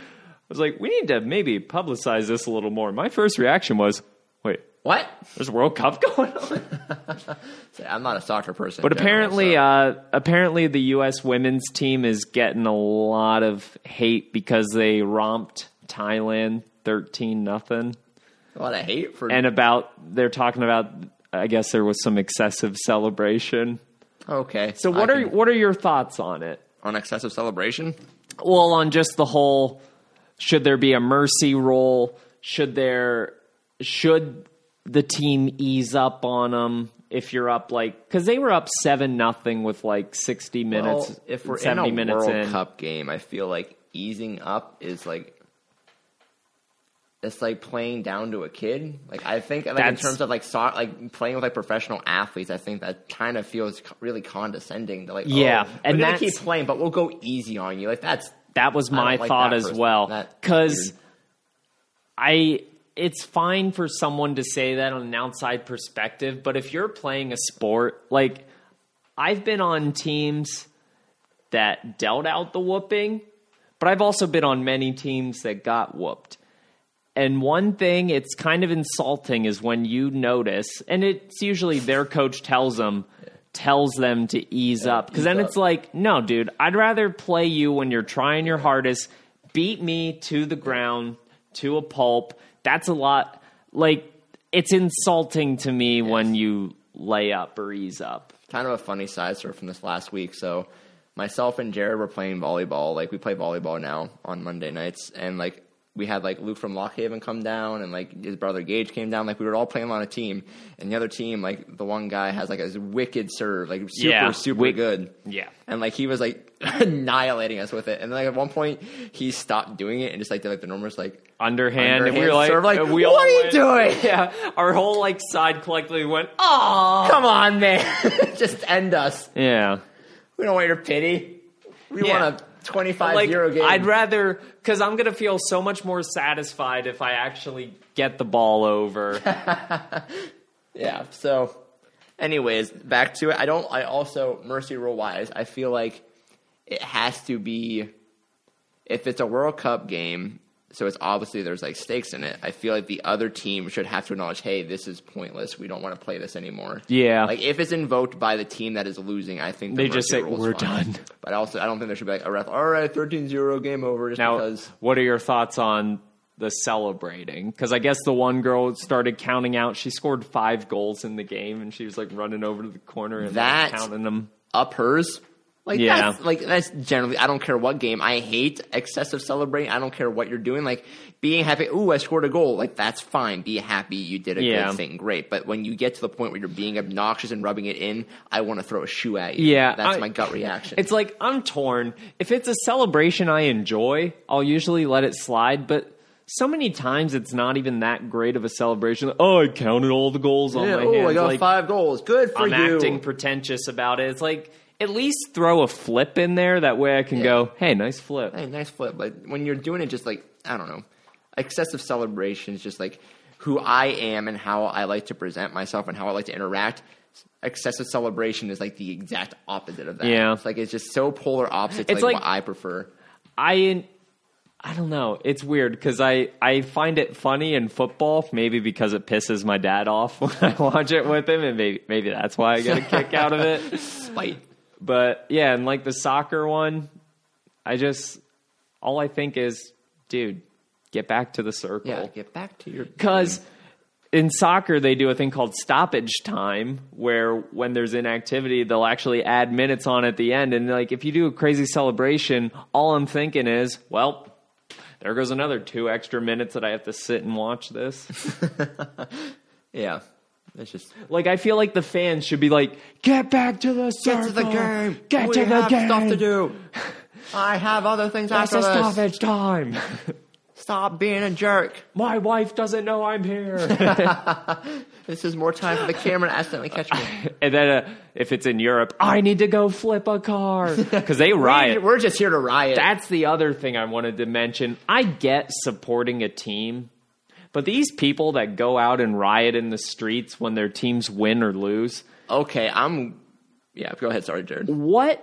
Speaker 1: was like, "We need to maybe publicize this a little more." My first reaction was, "Wait,
Speaker 2: what?
Speaker 1: there's a World Cup going on."
Speaker 2: I'm not a soccer person.
Speaker 1: But apparently, uh, apparently the U.S. women's team is getting a lot of hate because they romped Thailand thirteen nothing,
Speaker 2: a lot of hate for
Speaker 1: and about they're talking about I guess there was some excessive celebration.
Speaker 2: Okay.
Speaker 1: So what
Speaker 2: I
Speaker 1: are
Speaker 2: can-
Speaker 1: what are your thoughts on it?
Speaker 2: on excessive celebration?
Speaker 1: Well, on just the whole, should there be a mercy rule? Should there should the team ease up on them if you're up like because they were up seven nothing with like sixty minutes,
Speaker 2: Well, if we're in
Speaker 1: seventy
Speaker 2: a
Speaker 1: minutes
Speaker 2: World
Speaker 1: in.
Speaker 2: Cup game, I feel like easing up is like it's like playing down to a kid. Like I think, like in
Speaker 1: That's-
Speaker 2: terms of like so, like playing with like professional athletes, I think that kind of feels co- really condescending. To like,
Speaker 1: Yeah,
Speaker 2: oh,
Speaker 1: and
Speaker 2: we're gonna
Speaker 1: that's-
Speaker 2: keep playing, but we'll go easy on you. Like that's
Speaker 1: That was
Speaker 2: don't
Speaker 1: my
Speaker 2: like
Speaker 1: thought
Speaker 2: that
Speaker 1: as
Speaker 2: person.
Speaker 1: well.
Speaker 2: That-
Speaker 1: Because I, it's fine for someone to say that on an outside perspective, but if you're playing a sport, like I've been on teams that dealt out the whooping, but I've also been on many teams that got whooped. And one thing it's kind of insulting is when you notice, and it's usually their coach tells them, tells them to ease up. Because
Speaker 2: ease
Speaker 1: then
Speaker 2: up.
Speaker 1: it's like, no, dude, I'd rather play you when you're trying your hardest, beat me to the ground, to a pulp. That's a lot. Like, it's insulting to me when you lay up or ease up.
Speaker 2: kind of a funny side story from this last week. So myself and Jared were playing volleyball. Like we play volleyball now on Monday nights, and like we had like Luke from Lockhaven come down, and like his brother Gage came down. Like we were all playing on a team, and the other team, like the one guy has like a wicked serve, like super
Speaker 1: Yeah.
Speaker 2: super
Speaker 1: Wick-
Speaker 2: good.
Speaker 1: Yeah.
Speaker 2: And like he was like annihilating us with it, and like at one point he stopped doing it and just like did like the normal just like
Speaker 1: Underhand, and we
Speaker 2: Underhand
Speaker 1: were like,
Speaker 2: serve, like,
Speaker 1: and we
Speaker 2: "What
Speaker 1: all
Speaker 2: are you
Speaker 1: went-
Speaker 2: doing?"
Speaker 1: Yeah, our whole like side collectively went, oh,
Speaker 2: come on man, just end us.
Speaker 1: yeah.
Speaker 2: We don't want your pity. We
Speaker 1: Yeah.
Speaker 2: want a twenty five
Speaker 1: like,
Speaker 2: euro game.
Speaker 1: I'd rather because I'm gonna feel so much more satisfied if I actually get the ball over.
Speaker 2: Yeah. So, anyways, back to it. I don't. I also mercy rule wise, I feel like it has to be if it's a World Cup game. So it's obviously there's like stakes in it. I feel like the other team should have to acknowledge, hey, this is pointless. We don't want to play this anymore.
Speaker 1: Yeah.
Speaker 2: Like if it's invoked by the team that is losing, I think the
Speaker 1: They just
Speaker 2: mercy
Speaker 1: say,
Speaker 2: rule's
Speaker 1: "We're
Speaker 2: fine."
Speaker 1: done.
Speaker 2: But also, I don't think there should be like a ref. All right, 13-0 game over. Just
Speaker 1: now,
Speaker 2: because
Speaker 1: what are your thoughts on the celebrating? Because I guess the one girl started counting out. She scored five goals in the game, and she was like running over to the corner and like,
Speaker 2: That-
Speaker 1: counting them.
Speaker 2: up hers. Like
Speaker 1: Yeah.
Speaker 2: that's like that's generally I don't care what game. I hate excessive celebrating. I don't care what you're doing. Like being happy, ooh, I scored a goal. Like that's fine. Be happy you did a
Speaker 1: Yeah.
Speaker 2: good thing. Great. But when you get to the point where you're being obnoxious and rubbing it in, I want to throw a shoe at you.
Speaker 1: Yeah,
Speaker 2: That's
Speaker 1: I-
Speaker 2: my gut reaction.
Speaker 1: It's like I'm torn. If it's a celebration I enjoy, I'll usually let it slide, but so many times it's not even that great of a celebration. Oh, I counted all the goals on
Speaker 2: yeah,
Speaker 1: my
Speaker 2: oh,
Speaker 1: hands.
Speaker 2: I got
Speaker 1: Like,
Speaker 2: five goals. Good for
Speaker 1: I'm
Speaker 2: you.
Speaker 1: acting pretentious about it. It's like at least throw a flip in there. That way I can go, hey, nice flip.
Speaker 2: Hey, nice flip. But when you're doing it, just like I don't know, excessive celebrations, just like who I am and how I like to present myself and how I like to interact. Excessive celebration is like the exact opposite of that.
Speaker 1: Yeah.
Speaker 2: it's like it's just so polar opposite. To
Speaker 1: It's
Speaker 2: like,
Speaker 1: like-
Speaker 2: what I prefer.
Speaker 1: I I don't know. It's weird because I I find it funny in football. Maybe because it pisses my dad off when I watch it with him, and maybe maybe that's why I get a kick out of it.
Speaker 2: Spite.
Speaker 1: But yeah, and like the soccer one, I just all I think is, dude, get back to the circle.
Speaker 2: Yeah, get back to your.
Speaker 1: Because in soccer, they do a thing called stoppage time, where when there's inactivity, they'll actually add minutes on at the end. And like, if you do a crazy celebration, all I'm thinking is, well, there goes another two extra minutes that I have to sit and watch this.
Speaker 2: Yeah, it's just
Speaker 1: like, I feel like the fans should be like, get back to the circle, get to the game,
Speaker 2: do. I have other things
Speaker 1: That's a stoppage time.
Speaker 2: Stop being a jerk.
Speaker 1: My wife doesn't know I'm here.
Speaker 2: This is more time for the camera to accidentally catch me.
Speaker 1: and then uh, if it's in Europe, I need to go flip a car because they riot.
Speaker 2: We're just here to riot.
Speaker 1: That's the other thing I wanted to mention. I get supporting a team, but these people that go out and riot in the streets when their teams win or lose,
Speaker 2: Okay, I'm. Yeah, go ahead. Sorry, Jared.
Speaker 1: what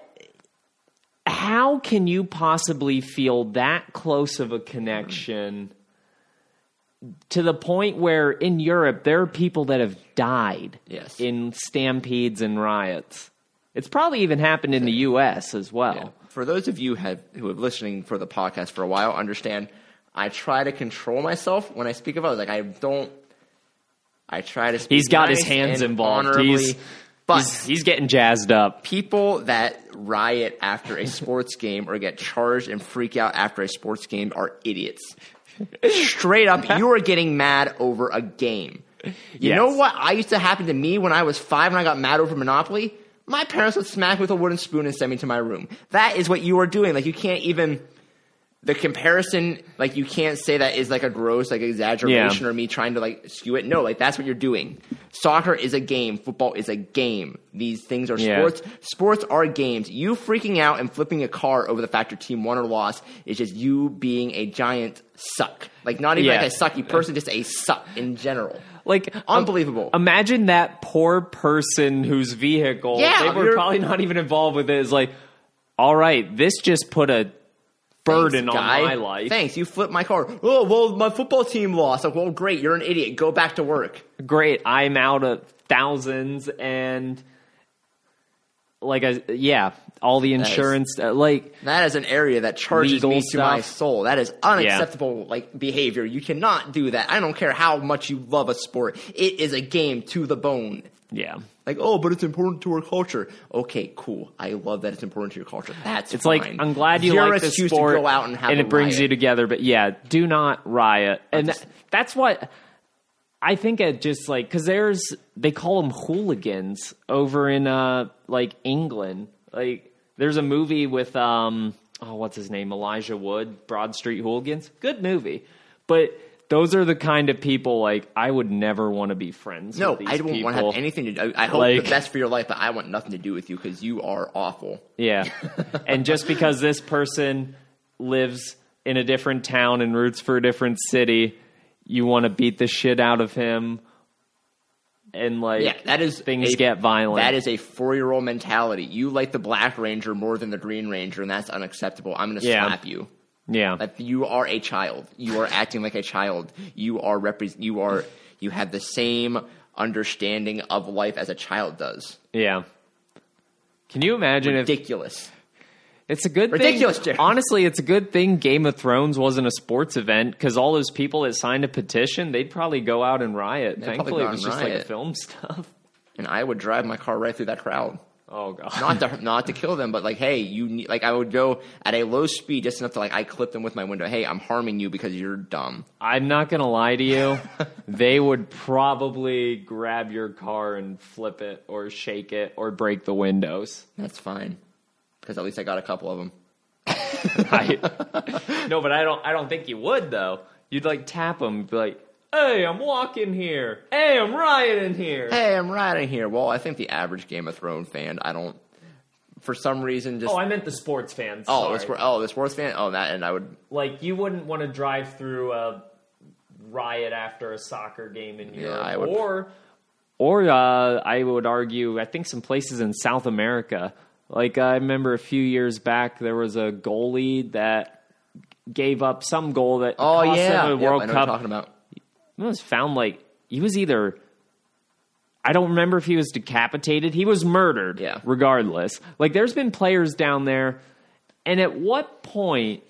Speaker 1: how can you possibly feel that close of a connection to the point where in Europe there are people that have died
Speaker 2: Yes.
Speaker 1: in stampedes and riots. It's probably even happened in the US as well.
Speaker 2: For those of you have, who have listening for the podcast for a while, understand I try to control myself when I speak about it. Like I don't. I try to. Speak
Speaker 1: He's got his
Speaker 2: nice
Speaker 1: hands
Speaker 2: and
Speaker 1: involved.
Speaker 2: honorably,
Speaker 1: He's,
Speaker 2: but
Speaker 1: he's he's getting jazzed up.
Speaker 2: people that riot after a sports game or get charged and freak out after a sports game are idiots. Straight up, you are getting mad over a game. You
Speaker 1: Yes.
Speaker 2: know what I used to happen to me when I was five and I got mad over Monopoly? My parents would smack me with a wooden spoon and send me to my room. That is what you are doing. Like you can't even the comparison, like you can't say that is like a gross like exaggeration
Speaker 1: Yeah.
Speaker 2: or me trying to like skew it. No, like that's what you're doing. Soccer is a game. Football is a game. These things are
Speaker 1: Yeah.
Speaker 2: sports. Sports are games. You freaking out and flipping a car over the fact your team won or lost is just you being a giant suck. Like not even
Speaker 1: Yeah.
Speaker 2: like a sucky person, just a suck in general.
Speaker 1: Like
Speaker 2: Unbelievable.
Speaker 1: um, imagine that poor person whose vehicle
Speaker 2: Yeah,
Speaker 1: they were
Speaker 2: you're-
Speaker 1: probably not even involved with it is like, all right, this just put a burden
Speaker 2: Thanks,
Speaker 1: on
Speaker 2: guy.
Speaker 1: my life.
Speaker 2: Thanks. You flipped my car. Oh well, my football team lost. Like well, great. You're an idiot. Go back to work.
Speaker 1: Great, I'm out of thousands and like I, yeah, all the
Speaker 2: is-
Speaker 1: insurance uh, like
Speaker 2: That is an area that charges
Speaker 1: Legal
Speaker 2: me to my
Speaker 1: stuff.
Speaker 2: soul. That is unacceptable like behavior. You cannot do that. I don't care how much you love a sport. It is a game to the bone.
Speaker 1: yeah.
Speaker 2: Like, oh, but it's important to our culture. Okay, cool. I love that it's important to your culture. That's
Speaker 1: It's like I'm glad you
Speaker 2: Zero
Speaker 1: like this
Speaker 2: excuse
Speaker 1: sport,
Speaker 2: to go out and have a
Speaker 1: it brings
Speaker 2: riot.
Speaker 1: you together. But yeah, do not riot, and
Speaker 2: just-
Speaker 1: tha- that's what I think. It just like because there's they call them hooligans over in uh like England. Like there's a movie with um oh what's his name Elijah Wood Broad Street Hooligans. Good movie, but those are the kind of people like I would never want to be friends.
Speaker 2: No,
Speaker 1: with these
Speaker 2: I don't
Speaker 1: people.
Speaker 2: want to have anything to do. I, I hope
Speaker 1: Like-
Speaker 2: the best for your life, but I want nothing to do with you because you are awful.
Speaker 1: Yeah. and just because this person lives in a different town and roots for a different city, you want to beat the shit out of him. And like
Speaker 2: Yeah, that is
Speaker 1: things
Speaker 2: a-
Speaker 1: get violent.
Speaker 2: That is a four year old mentality. You like the Black Ranger more than the Green Ranger, and that's unacceptable. I'm going to
Speaker 1: Yeah.
Speaker 2: slap you.
Speaker 1: yeah.
Speaker 2: Like Uh, you are a child. You are acting like a child. You are repre- You are. You have the same understanding of life as a child does.
Speaker 1: yeah. Can you imagine if
Speaker 2: Ridiculous.
Speaker 1: It's a good
Speaker 2: Ridiculous,
Speaker 1: thing.
Speaker 2: Jared.
Speaker 1: Honestly, it's a good thing Game of Thrones wasn't a sports event because all those people that signed a petition, they'd probably go out and riot.
Speaker 2: probably
Speaker 1: Thankfully,
Speaker 2: go
Speaker 1: it
Speaker 2: out
Speaker 1: was
Speaker 2: and
Speaker 1: just like
Speaker 2: riot.
Speaker 1: film stuff.
Speaker 2: And I would drive my car right through that crowd.
Speaker 1: Oh god.
Speaker 2: Not to not to kill them, but like, hey, you need. Like I would go at a low speed just enough to like I clip them with my window. Hey, I'm harming you because you're dumb.
Speaker 1: I'm not gonna lie to you. they would probably grab your car and flip it, or shake it, or break the windows.
Speaker 2: That's fine. Because at least I got a couple of them.
Speaker 1: I, no, but I don't. I don't think you would though. You'd like tap them, be like, "Hey, I'm walking here. Hey, I'm rioting here."
Speaker 2: Hey, I'm riding here. Well, I think the average Game of Thrones fan, I don't. For some reason, just
Speaker 1: Oh, I meant the sports fans.
Speaker 2: Oh,
Speaker 1: sorry.
Speaker 2: the sport, oh, the sports fan. Oh, that, and I would.
Speaker 1: like you wouldn't want to drive through a riot after a soccer game in Europe,
Speaker 2: I would-
Speaker 1: or or uh, I would argue. I think some places in South America, like I remember a few years back, there was a goalie that gave up some goal that
Speaker 2: Oh
Speaker 1: cost
Speaker 2: yeah,
Speaker 1: him a
Speaker 2: Yep,
Speaker 1: World
Speaker 2: I know what you're
Speaker 1: Cup.
Speaker 2: talking about.
Speaker 1: I was found like he was either. I don't remember if he was decapitated. He was murdered.
Speaker 2: Yeah.
Speaker 1: Regardless, like there's been players down there, and at what point?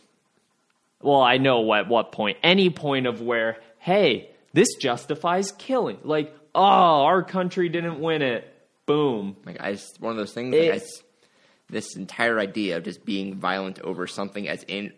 Speaker 1: Well, I know at what point. Any point of where, hey, this justifies killing. Like, oh, our country didn't win it. Boom.
Speaker 2: Like I, just- one of those things.
Speaker 1: It-
Speaker 2: like, I s this entire idea of just being violent over something as in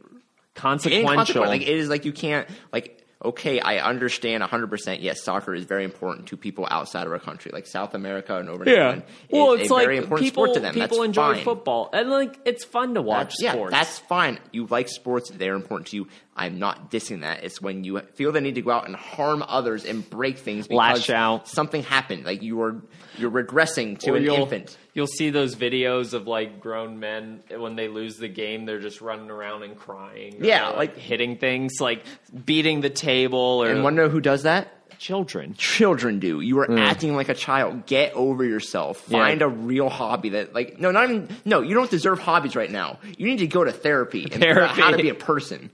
Speaker 1: Consequential.
Speaker 2: inconsequential. Like it is like you can't like. Okay, I understand 100%. Yes, soccer is very important to people outside of our country, like South America and over in England. It
Speaker 1: Well,
Speaker 2: is
Speaker 1: it's
Speaker 2: a
Speaker 1: like
Speaker 2: very important
Speaker 1: people,
Speaker 2: sport to them.
Speaker 1: people
Speaker 2: That's
Speaker 1: enjoy
Speaker 2: fine.
Speaker 1: football, and like it's fun to watch
Speaker 2: yeah,
Speaker 1: sports.
Speaker 2: that's fine. You like sports; they're important to you. I'm not dissing that. It's when you feel the need to go out and harm others and break things, because
Speaker 1: Lash out.
Speaker 2: Something happened, like you were you're regressing to
Speaker 1: Or
Speaker 2: an
Speaker 1: you'll,
Speaker 2: infant.
Speaker 1: You'll see those videos of like grown men when they lose the game, they're just running around and crying. or
Speaker 2: Yeah,
Speaker 1: they're,
Speaker 2: like-
Speaker 1: hitting things, like beating the table, or
Speaker 2: And wonder who does that?
Speaker 1: children.
Speaker 2: Children do. You are acting like a child. Get over yourself.
Speaker 1: Hmm. Yeah.
Speaker 2: Find a real hobby that, like, no, not even no. You don't deserve hobbies right now. You need to go to therapy and figure out how to
Speaker 1: Therapy.
Speaker 2: be a person.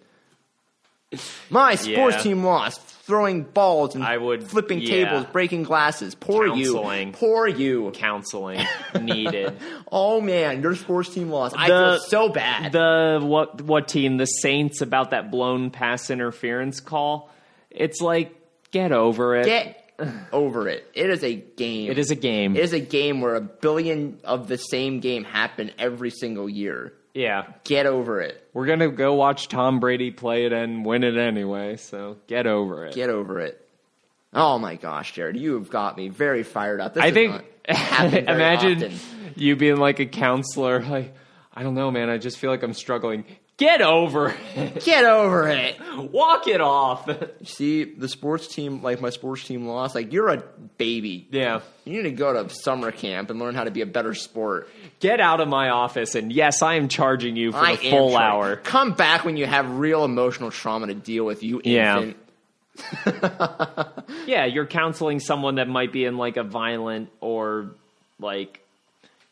Speaker 2: My sports
Speaker 1: Yeah.
Speaker 2: team lost. Throwing balls and
Speaker 1: I would-
Speaker 2: flipping
Speaker 1: yeah.
Speaker 2: tables, breaking glasses. Poor
Speaker 1: Counseling.
Speaker 2: you. Poor you.
Speaker 1: Counseling needed.
Speaker 2: Oh man, your sports team lost. I
Speaker 1: The-
Speaker 2: feel so bad.
Speaker 1: The what what team? The Saints about that blown pass interference call. It's like get over it.
Speaker 2: Get over it. It is a game.
Speaker 1: It is a game.
Speaker 2: It is a game where a billion of the same game happen every single year.
Speaker 1: yeah.
Speaker 2: Get over it.
Speaker 1: We're going to go watch Tom Brady play it and win it anyway. So get over it.
Speaker 2: Get over it. Oh my gosh, Jared, you have got me very fired up. This
Speaker 1: I
Speaker 2: does
Speaker 1: think,
Speaker 2: not happen very
Speaker 1: imagine
Speaker 2: often.
Speaker 1: you being like a counselor. Like, I don't know, man. I just feel like I'm struggling. Get over it.
Speaker 2: Get over it.
Speaker 1: Walk it off.
Speaker 2: See, the sports team, like my sports team lost. Like you're a baby.
Speaker 1: yeah.
Speaker 2: You need to go to summer camp and learn how to be a better sport.
Speaker 1: Get out of my office. And yes, I am charging you for
Speaker 2: I
Speaker 1: the full
Speaker 2: am trying-
Speaker 1: hour.
Speaker 2: Come back when you have real emotional trauma to deal with. You
Speaker 1: Yeah.
Speaker 2: infant.
Speaker 1: Yeah, you're counseling someone that might be in like a violent or like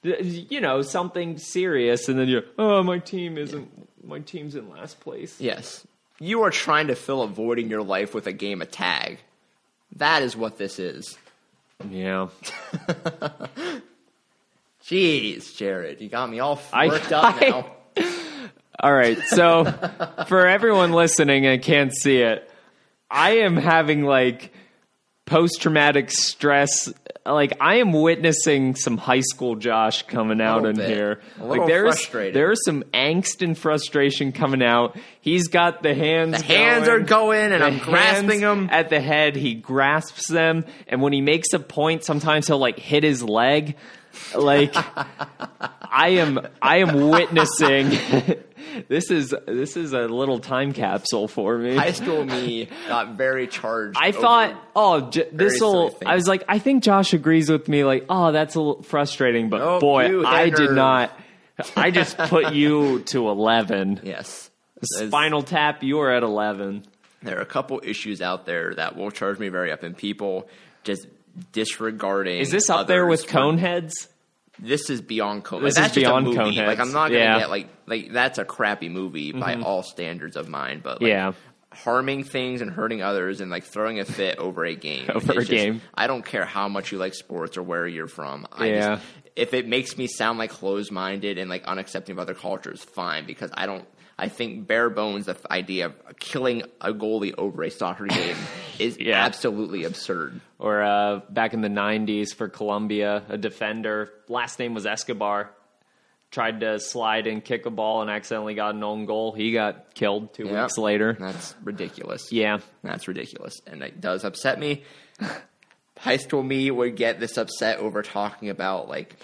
Speaker 1: th- you know something serious, and then you're oh my team isn't my team's in last place.
Speaker 2: Yes. You are trying to fill a void in your life with a game of tag. That is what this is.
Speaker 1: Yeah,
Speaker 2: Jeez, Jared, you got me all
Speaker 1: I-
Speaker 2: worked up
Speaker 1: I-
Speaker 2: now.
Speaker 1: All right. So for everyone listening and can't see it, I am having like post traumatic stress. Like I am witnessing some high school Josh coming out
Speaker 2: little
Speaker 1: in
Speaker 2: bit.
Speaker 1: here.
Speaker 2: A
Speaker 1: like
Speaker 2: little
Speaker 1: there's
Speaker 2: frustrated.
Speaker 1: there's some angst and frustration coming out. He's got the hands.
Speaker 2: The hands are going, and
Speaker 1: The
Speaker 2: I'm grasping
Speaker 1: hands
Speaker 2: them.
Speaker 1: at the head. He grasps them, and when he makes a point, sometimes he'll like hit his leg. Like I am, I am witnessing. this is this is a little time capsule for me.
Speaker 2: High
Speaker 1: I,
Speaker 2: school me got very charged. over-
Speaker 1: thought, oh, j- this
Speaker 2: silly
Speaker 1: will.
Speaker 2: thing.
Speaker 1: I was like, I think Josh agrees with me. Like, oh, that's a little frustrating, but
Speaker 2: Nope, you
Speaker 1: boy, I did
Speaker 2: hitter.
Speaker 1: not. I just put you to eleven.
Speaker 2: Yes. There's-
Speaker 1: Spinal Tap, you are at eleven.
Speaker 2: There are a couple issues out there that will charge me very up, and people just disregarding.
Speaker 1: Is this up there
Speaker 2: others
Speaker 1: with
Speaker 2: for-
Speaker 1: Coneheads?
Speaker 2: This is beyond Coneheads.
Speaker 1: This
Speaker 2: that's
Speaker 1: is
Speaker 2: just
Speaker 1: beyond
Speaker 2: a movie.
Speaker 1: Coneheads.
Speaker 2: Like I'm not gonna
Speaker 1: Yeah. Mm-hmm.
Speaker 2: get like like that's a crappy movie by all standards of mine. But like,
Speaker 1: Yeah.
Speaker 2: harming things and hurting others and like throwing a fit over a game.
Speaker 1: Over
Speaker 2: It's
Speaker 1: a game.
Speaker 2: I don't care how much you like sports or where you're from. I
Speaker 1: Yeah.
Speaker 2: just, if it makes me sound like closed minded and like unaccepting of other cultures, fine. Because I don't. I think bare bones the f- idea of killing a goalie over a soccer game is
Speaker 1: Yeah.
Speaker 2: absolutely absurd.
Speaker 1: or uh, back in the 90s for Colombia, a defender, last name was Escobar, tried to slide and kick a ball and accidentally got an own goal. He got killed two
Speaker 2: Yep.
Speaker 1: weeks later.
Speaker 2: That's ridiculous.
Speaker 1: Yeah.
Speaker 2: That's ridiculous. And it does upset me. High school me would get this upset over talking about like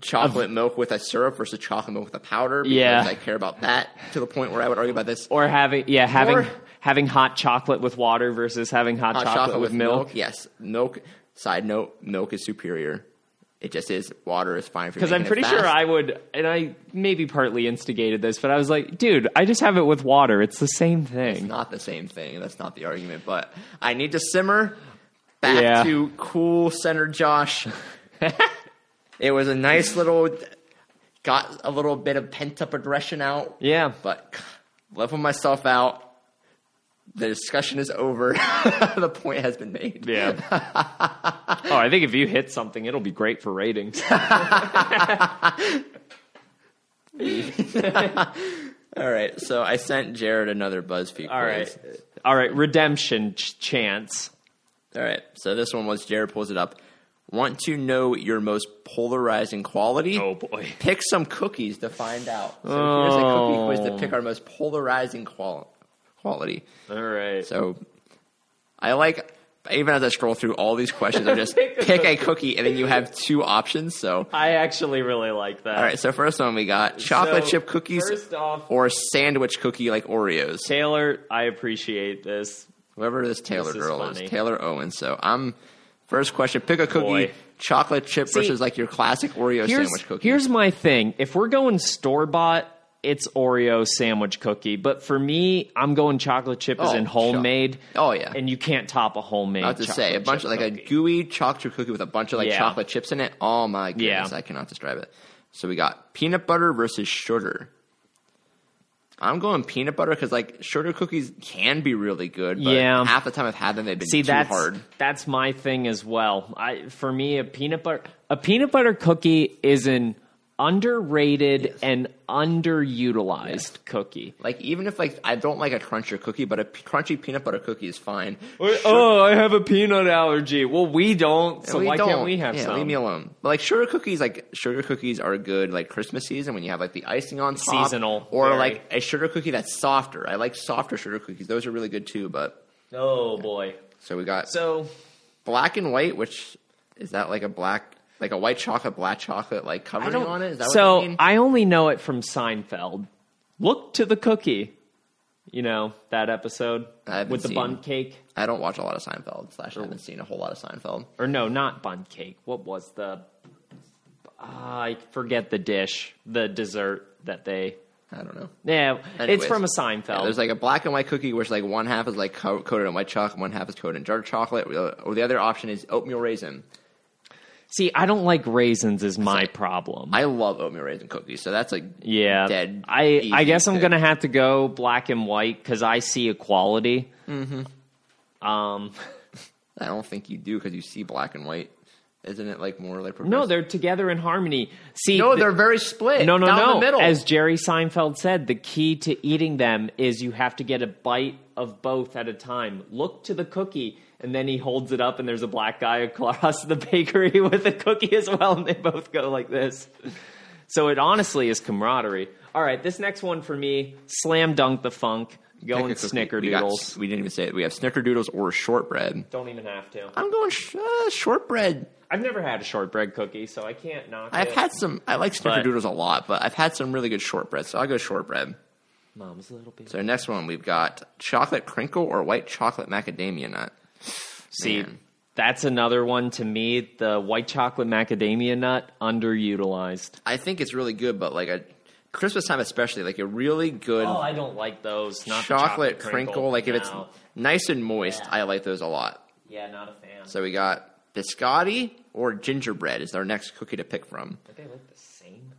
Speaker 2: chocolate milk with a syrup versus chocolate milk with a powder because
Speaker 1: Yeah.
Speaker 2: I care about that to the point where I would argue about this.
Speaker 1: Or having yeah, having
Speaker 2: Or-
Speaker 1: having hot chocolate with water versus having hot,
Speaker 2: Hot
Speaker 1: chocolate, with milk.
Speaker 2: Yes. Milk side note, milk is superior. It just is. Water is fine for
Speaker 1: Because I'm pretty sure I would, and I maybe partly instigated this, but I was like, dude, I just have it with water. It's the same thing.
Speaker 2: not the same thing. That's not the argument, but I need to simmer back
Speaker 1: Yeah.
Speaker 2: to cool center Josh. it was a nice little got a little bit of pent up aggression out,
Speaker 1: Yeah.
Speaker 2: but level myself out. The discussion is over. the point has been made.
Speaker 1: Yeah. oh, I think if you hit something, it'll be great for ratings.
Speaker 2: All right, so I sent Jared another BuzzFeed quiz.
Speaker 1: All right. All right. Redemption ch- chance.
Speaker 2: All right. So this one was Jared pulls it up. Want to know your most polarizing quality?
Speaker 1: Oh, boy.
Speaker 2: Pick some cookies to find out. So here's a cookie
Speaker 1: Oh.
Speaker 2: quiz to pick our most polarizing qual- quality.
Speaker 1: All right.
Speaker 2: So I like even as I scroll through all these questions, I just
Speaker 1: Pick a
Speaker 2: pick a cookie and then you have two options. So
Speaker 1: I actually really like that.
Speaker 2: all right. So first one we got chocolate
Speaker 1: So,
Speaker 2: chip cookies
Speaker 1: First off,
Speaker 2: or sandwich cookie like Oreos.
Speaker 1: Taylor, I appreciate this.
Speaker 2: Whoever this Taylor
Speaker 1: This is
Speaker 2: girl
Speaker 1: funny.
Speaker 2: is, Taylor Owens. So I'm first question. Pick a cookie,
Speaker 1: Boy.
Speaker 2: chocolate chip versus like your classic Oreo
Speaker 1: Here's,
Speaker 2: sandwich cookie.
Speaker 1: here's my thing. If we're going store bought, it's Oreo sandwich cookie. But for me, I'm going chocolate chip as
Speaker 2: Oh,
Speaker 1: in homemade.
Speaker 2: sure. Oh, yeah.
Speaker 1: And you can't top a homemade.
Speaker 2: I have to say a
Speaker 1: chocolate
Speaker 2: bunch
Speaker 1: chip
Speaker 2: of like a
Speaker 1: cookie.
Speaker 2: gooey chocolate chip cookie with a bunch of like
Speaker 1: Yeah.
Speaker 2: chocolate chips in it. Oh my goodness,
Speaker 1: Yeah.
Speaker 2: I cannot describe it. So we got peanut butter versus sugar. I'm going peanut butter because like sugar cookies can be really good, but
Speaker 1: Yeah.
Speaker 2: half the time I've had them, they've been
Speaker 1: See,
Speaker 2: too
Speaker 1: that's
Speaker 2: hard.
Speaker 1: that's my thing as well. I for me a peanut butter a peanut butter cookie is an underrated and underutilized cookie.
Speaker 2: Like even if like I don't like a cruncher cookie, but a p- crunchy peanut butter cookie is fine.
Speaker 1: Oh, I have a peanut allergy. Well, we don't, so
Speaker 2: We
Speaker 1: why
Speaker 2: don't-
Speaker 1: can't we have
Speaker 2: yeah,
Speaker 1: some?
Speaker 2: Leave me alone. But like sugar cookies, like sugar cookies are good like Christmas season when you have like the icing on top,
Speaker 1: Seasonal,
Speaker 2: or
Speaker 1: very.
Speaker 2: like a sugar cookie that's softer. I like softer sugar cookies; those are really good too. But
Speaker 1: oh boy.
Speaker 2: so we got
Speaker 1: So
Speaker 2: black and white, which is that like a black, like a white chocolate, black chocolate, like covering on it? Is that
Speaker 1: so
Speaker 2: what you mean?
Speaker 1: I only know it from Seinfeld. Look to the cookie. You know that episode
Speaker 2: I haven't
Speaker 1: with the
Speaker 2: seen-
Speaker 1: bun cake,
Speaker 2: I don't watch a lot of Seinfeld. Slash, I haven't
Speaker 1: Oh.
Speaker 2: seen a whole lot of Seinfeld.
Speaker 1: or no, not bun cake. What was the? Ah, I forget the dish, the dessert that they.
Speaker 2: I don't know.
Speaker 1: Yeah, it's
Speaker 2: Anyways.
Speaker 1: from a
Speaker 2: Yeah,
Speaker 1: Seinfeld.
Speaker 2: there's like a black and white cookie, which like one half is like co- coated in white chocolate, one half is coated in dark chocolate, or the other option is oatmeal raisin.
Speaker 1: See, I don't like raisins. Is my problem.
Speaker 2: I love oatmeal raisin cookies, so that's like
Speaker 1: yeah,
Speaker 2: dead.
Speaker 1: I I
Speaker 2: easy
Speaker 1: guess I'm
Speaker 2: pick.
Speaker 1: gonna have to go black and white because I see equality. Um.
Speaker 2: I don't think you do because you see black and white. Isn't it like more like
Speaker 1: No,
Speaker 2: progressive?
Speaker 1: they're together in harmony. See,
Speaker 2: no,
Speaker 1: th-
Speaker 2: they're very split.
Speaker 1: no, no,
Speaker 2: down
Speaker 1: no.
Speaker 2: The middle.
Speaker 1: As Jerry Seinfeld said, the key to eating them is you have to get a bite of both at a time. Look to the cookie, and then he holds it up, and there's a black guy across the bakery with a cookie as well, and they both go like this. So it honestly is camaraderie. All right, this next one for me, slam dunk the funk,
Speaker 2: Pick a
Speaker 1: going
Speaker 2: cookie. We,
Speaker 1: snickerdoodles.
Speaker 2: got, we didn't even say it. We have snickerdoodles or shortbread.
Speaker 1: Don't even have to.
Speaker 2: I'm going sh- uh, shortbread.
Speaker 1: I've never had a shortbread cookie, so I can't knock
Speaker 2: I've
Speaker 1: it.
Speaker 2: had some. I like snickerdoodles a lot, but I've had some really good shortbread, so I'll go shortbread.
Speaker 1: Mom's little bit.
Speaker 2: So next one we've got chocolate crinkle or white chocolate macadamia nut.
Speaker 1: See,
Speaker 2: Man.
Speaker 1: that's another one to me. The white chocolate macadamia nut underutilized.
Speaker 2: I think it's really good, but like a Christmas time especially, like a really good
Speaker 1: Oh, I don't like those. Not the
Speaker 2: chocolate, crinkle. Like if it's
Speaker 1: No.
Speaker 2: nice and moist,
Speaker 1: Yeah.
Speaker 2: I like those a lot.
Speaker 1: yeah, not a fan.
Speaker 2: So we got biscotti or gingerbread is our next cookie to pick from.
Speaker 1: Are they like the same?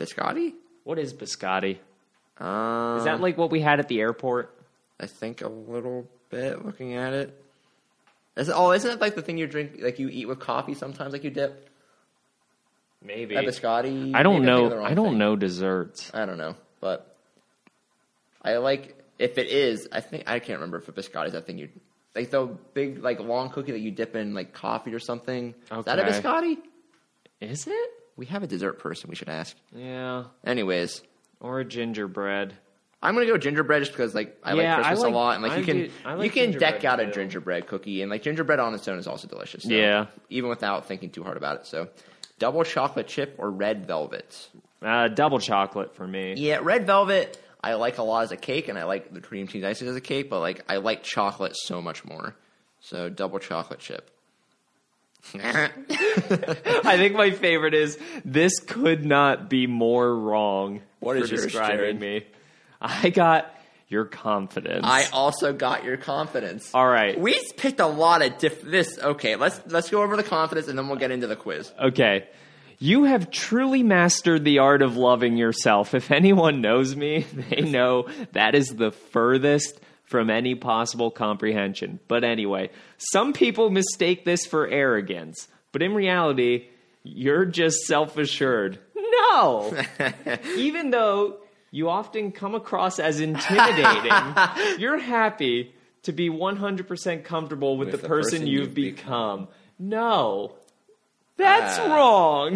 Speaker 2: Biscotti?
Speaker 1: What is biscotti?
Speaker 2: Um,
Speaker 1: Is that like what we had at the airport?
Speaker 2: I think a little bit looking at it. Is it, oh, isn't it like the thing you drink, like you eat with coffee sometimes, like you dip?
Speaker 1: Maybe.
Speaker 2: That biscotti?
Speaker 1: I don't
Speaker 2: Maybe thinking of the
Speaker 1: know.
Speaker 2: wrong
Speaker 1: I don't
Speaker 2: thing.
Speaker 1: know desserts.
Speaker 2: I don't know, but I like if it is. I think I can't remember if a biscotti is that thing you like the big like long cookie that you dip in like coffee or something. Is that a
Speaker 1: Okay.
Speaker 2: biscotti?
Speaker 1: Is it?
Speaker 2: We have a dessert person. We should ask.
Speaker 1: Yeah,
Speaker 2: Anyways,
Speaker 1: or a gingerbread.
Speaker 2: I'm gonna go gingerbread just because like I
Speaker 1: Yeah, I
Speaker 2: like Christmas
Speaker 1: like-
Speaker 2: a lot, and like
Speaker 1: I
Speaker 2: you can
Speaker 1: do- I like
Speaker 2: you can
Speaker 1: gingerbread
Speaker 2: deck out
Speaker 1: too.
Speaker 2: a gingerbread cookie, and like gingerbread on its own is also delicious. So,
Speaker 1: Yeah.
Speaker 2: even without thinking too hard about it. So, double chocolate chip or red velvet.
Speaker 1: Uh, double chocolate for me.
Speaker 2: Yeah, red velvet I like a lot as a cake, and I like the cream cheese icing as a cake, but like I like chocolate so much more. So double chocolate chip.
Speaker 1: I think my favorite is this could not be more wrong
Speaker 2: What
Speaker 1: for
Speaker 2: is yours,
Speaker 1: describing
Speaker 2: Jared?
Speaker 1: me. I got your confidence.
Speaker 2: I also got your confidence.
Speaker 1: All right.
Speaker 2: We picked a lot of diff. This okay? Let's let's go over the confidence, and then we'll get into the quiz.
Speaker 1: okay. You have truly mastered the art of loving yourself. If anyone knows me, they know that is the furthest from any possible comprehension. But anyway, some people mistake this for arrogance, but in reality, you're just self assured. No! even though you often come across as intimidating, you're happy to be 100% comfortable with, the, person, you've, become. No, that's
Speaker 2: Ah.
Speaker 1: wrong.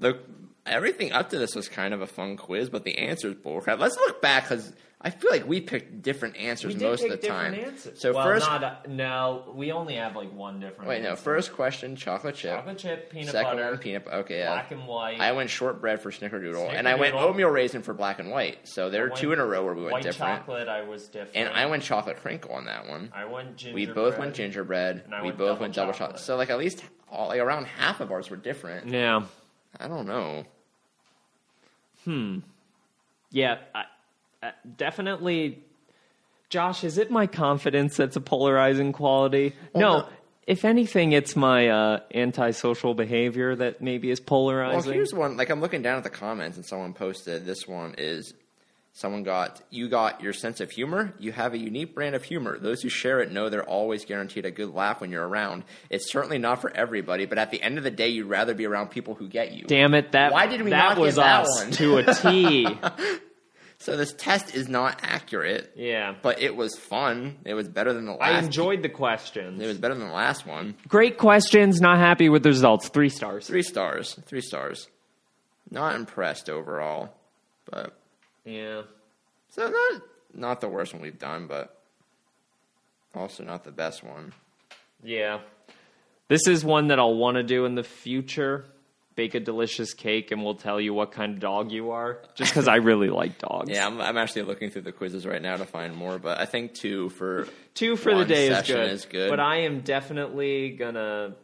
Speaker 2: The everything up to this was kind of a fun quiz, but the answers bullcrap. Let's look back because I feel like we picked different answers most of the time. So first,
Speaker 1: no, we only have like one different.
Speaker 2: wait, no. First question: chocolate chip.
Speaker 1: chip, peanut
Speaker 2: Second one, peanut. butter. Okay, yeah.
Speaker 1: and white.
Speaker 2: I went shortbread for snickerdoodle, and I went
Speaker 1: Snickerdoodle.
Speaker 2: oatmeal raisin for black and white. So there are
Speaker 1: went
Speaker 2: two in a row where we went different.
Speaker 1: I was different.
Speaker 2: And I went chocolate crinkle on that one.
Speaker 1: I went ginger.
Speaker 2: We both went gingerbread.
Speaker 1: I
Speaker 2: We
Speaker 1: went
Speaker 2: both
Speaker 1: double
Speaker 2: went double
Speaker 1: chocolate.
Speaker 2: chocolate. So like at least all, like around half of ours were different.
Speaker 1: Yeah.
Speaker 2: I don't know.
Speaker 1: Yeah, I, uh, definitely. Josh, is it my confidence that's a polarizing quality? no.
Speaker 2: Oh, no.
Speaker 1: If anything, it's my uh, antisocial behavior that maybe is
Speaker 2: Well,
Speaker 1: polarizing.
Speaker 2: here's one. Like I'm looking down at the comments, and someone posted this one is Someone got you got your sense of humor. You have a unique brand of humor. Those who share it know they're always guaranteed a good laugh when you're around. It's certainly not for everybody, but at the end of the day, you'd rather be around people who get you.
Speaker 1: Damn it! That
Speaker 2: Why did we
Speaker 1: that
Speaker 2: not get
Speaker 1: was
Speaker 2: that
Speaker 1: us
Speaker 2: one?
Speaker 1: to a T.
Speaker 2: So this test is not accurate.
Speaker 1: Yeah.
Speaker 2: But it was fun. It was better than the last.
Speaker 1: I enjoyed the questions.
Speaker 2: It was better than the last one.
Speaker 1: Great questions. Not happy with the results. Three stars.
Speaker 2: Three stars. Three stars. Not impressed overall, but
Speaker 1: Yeah.
Speaker 2: so not not the worst one we've done, but also not the best one.
Speaker 1: Yeah. This is one that I'll want to do in the future. Bake a delicious cake, and we'll tell you what kind of dog you are. Just because I really like dogs.
Speaker 2: Yeah, I'm, I'm actually looking through the quizzes right now to find more, but I think two for
Speaker 1: Two for the
Speaker 2: One
Speaker 1: day is
Speaker 2: session
Speaker 1: good,
Speaker 2: is good.
Speaker 1: But I am definitely gonna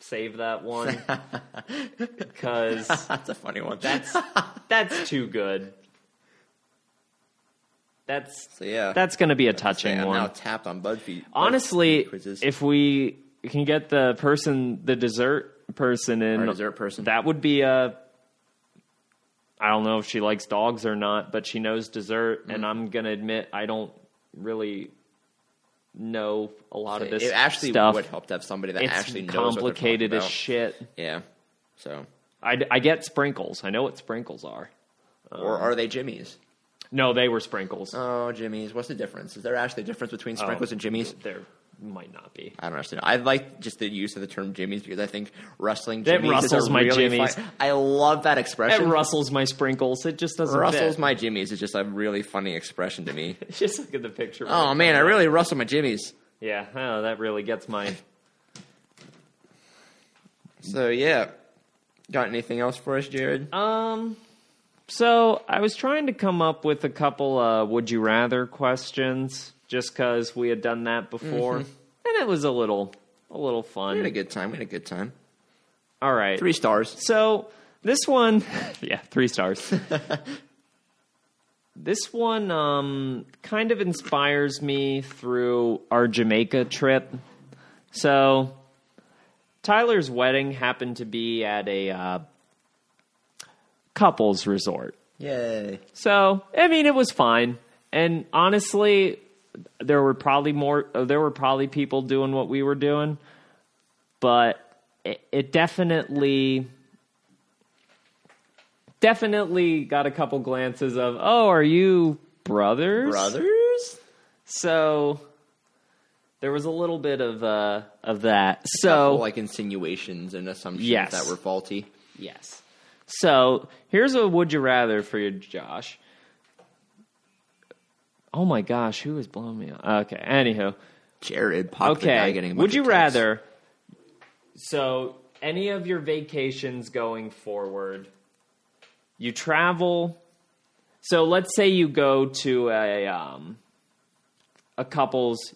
Speaker 1: save that one because
Speaker 2: that's a funny one.
Speaker 1: that's that's too good. That's
Speaker 2: so yeah.
Speaker 1: that's gonna be a
Speaker 2: Hey,
Speaker 1: touching
Speaker 2: I'm
Speaker 1: one.
Speaker 2: now tapped on BuzzFeed.
Speaker 1: Honestly,
Speaker 2: BuzzFeed quizzes.
Speaker 1: if we can get the person, the dessert person in,
Speaker 2: Our dessert person.
Speaker 1: that would be a. I don't know if she likes dogs or not, but she knows dessert,
Speaker 2: Mm-hmm.
Speaker 1: and I'm gonna admit I don't really know a lot of this
Speaker 2: it actually
Speaker 1: stuff.
Speaker 2: would help to have somebody that
Speaker 1: it's
Speaker 2: actually knows
Speaker 1: complicated
Speaker 2: what they're
Speaker 1: as
Speaker 2: talking
Speaker 1: shit.
Speaker 2: about. yeah. So,
Speaker 1: I, I get sprinkles. I know what sprinkles are.
Speaker 2: or
Speaker 1: um,
Speaker 2: are they Jimmy's?
Speaker 1: No, they were sprinkles.
Speaker 2: Oh, Jimmy's. What's the difference? Is there actually a difference between
Speaker 1: Oh.
Speaker 2: sprinkles and Jimmy's?
Speaker 1: There might not be.
Speaker 2: I don't understand. I like just the use of the term Jimmy's because I think wrestling
Speaker 1: That
Speaker 2: Jimmy's is
Speaker 1: rustles
Speaker 2: a
Speaker 1: my
Speaker 2: really
Speaker 1: Jimmy's.
Speaker 2: fun- I love that
Speaker 1: It
Speaker 2: expression.
Speaker 1: rustles my sprinkles. It just doesn't.
Speaker 2: Rustles
Speaker 1: fit.
Speaker 2: my Jimmy's is just a really funny expression to me.
Speaker 1: Just look at the picture.
Speaker 2: oh man, I really rustle my Jimmy's.
Speaker 1: Yeah, oh, that really gets my.
Speaker 2: So yeah, got anything else for us, Jared?
Speaker 1: Um, so I was trying to come up with a couple uh, "Would you rather" questions, just because we had done that before, and it was a little, a little
Speaker 2: Mm-hmm. we had a
Speaker 1: fun.
Speaker 2: good time. We had a good time.
Speaker 1: All right,
Speaker 2: Three stars.
Speaker 1: So this one, yeah, three stars. this one um, kind of inspires me through our Jamaica trip. So Tyler's wedding happened to be at a uh, couples resort.
Speaker 2: Yay.
Speaker 1: So I mean, it was fine. And honestly, there were probably more. uh, There were probably people doing what we were doing, but it, it definitely, definitely got a couple glances of, "Oh, are you brothers?"
Speaker 2: Brothers?
Speaker 1: So there was a little bit of uh, of that. So
Speaker 2: like insinuations and assumptions
Speaker 1: Yes.
Speaker 2: that were faulty.
Speaker 1: Yes. So here's a would you rather for you, Josh. Oh my gosh, who is blowing me up? Okay, anywho.
Speaker 2: Jared, pop the guy getting.
Speaker 1: Okay,
Speaker 2: a
Speaker 1: would
Speaker 2: bunch
Speaker 1: you
Speaker 2: of texts.
Speaker 1: rather? So, any of your vacations going forward, you travel. So, let's say you go to a um, a couple's.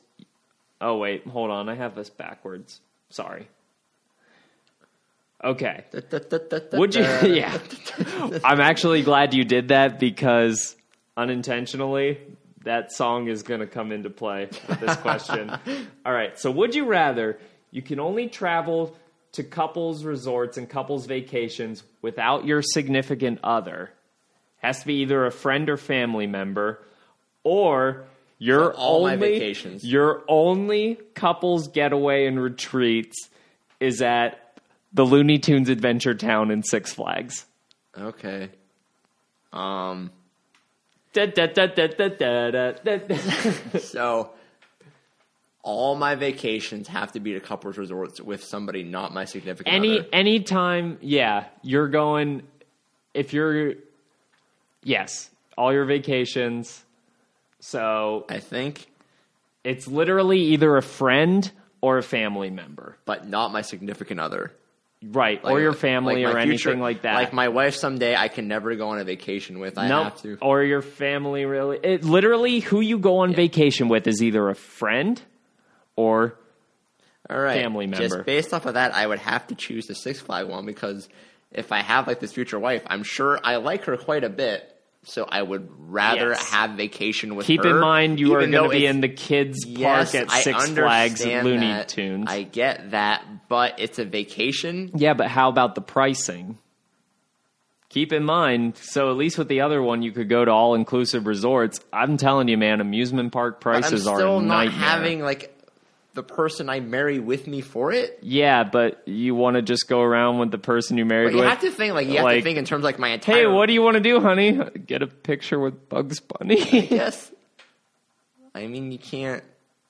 Speaker 1: Oh wait, hold on, I have this backwards. Sorry. Okay. Would you? Yeah. I'm actually glad you did that because unintentionally, that song is going to come into play with this question. All right. So, would you rather you can only travel to couples resorts and couples vacations without your significant other? Has to be either a friend or family member, or your
Speaker 2: So all my
Speaker 1: only
Speaker 2: vacations.
Speaker 1: your only couples getaway and retreats is at the Looney Tunes Adventure Town in Six Flags.
Speaker 2: Okay. Um.
Speaker 1: Da, da, da, da, da, da, da, da, da.
Speaker 2: So, all my vacations have to be to couples resorts with somebody not my significant
Speaker 1: Any
Speaker 2: other.
Speaker 1: any time, yeah, you're going. If you're, yes, all your vacations. So
Speaker 2: I think,
Speaker 1: it's literally either a friend or a family member,
Speaker 2: but not my significant other.
Speaker 1: right? or
Speaker 2: Like-
Speaker 1: your family
Speaker 2: like
Speaker 1: or
Speaker 2: my
Speaker 1: anything
Speaker 2: future-
Speaker 1: like that.
Speaker 2: Like my wife someday, I can never go on a vacation with. I
Speaker 1: Nope.
Speaker 2: have to.
Speaker 1: Or your family really it literally who you go on vacation with is either a friend or
Speaker 2: All right.
Speaker 1: family member.
Speaker 2: Just based off of that, I would have to choose the Six Flag one because if I have like this future wife, I'm sure I like her quite a bit. So I would rather
Speaker 1: Yes.
Speaker 2: have vacation with
Speaker 1: keep
Speaker 2: her.
Speaker 1: in mind you are
Speaker 2: even
Speaker 1: going
Speaker 2: though
Speaker 1: to be
Speaker 2: it's-
Speaker 1: in the kids
Speaker 2: Yes,
Speaker 1: park at
Speaker 2: I
Speaker 1: Six Flags and
Speaker 2: understand
Speaker 1: Looney
Speaker 2: that.
Speaker 1: Tunes.
Speaker 2: I get that, but it's a vacation.
Speaker 1: yeah, but how about the pricing? keep in mind. So at least with the other one, you could go to all inclusive resorts. I'm telling you, man, amusement park
Speaker 2: I'm
Speaker 1: prices are
Speaker 2: still
Speaker 1: a
Speaker 2: not
Speaker 1: nightmare.
Speaker 2: having like the person I marry with me for it.
Speaker 1: yeah, but you want to just go around with the person you married
Speaker 2: But you
Speaker 1: with.
Speaker 2: have to think like you have to
Speaker 1: like,
Speaker 2: think in terms of, like my entire.
Speaker 1: hey, what do you want to do, honey? Get a picture with Bugs Bunny.
Speaker 2: Yes. I mean, you can't.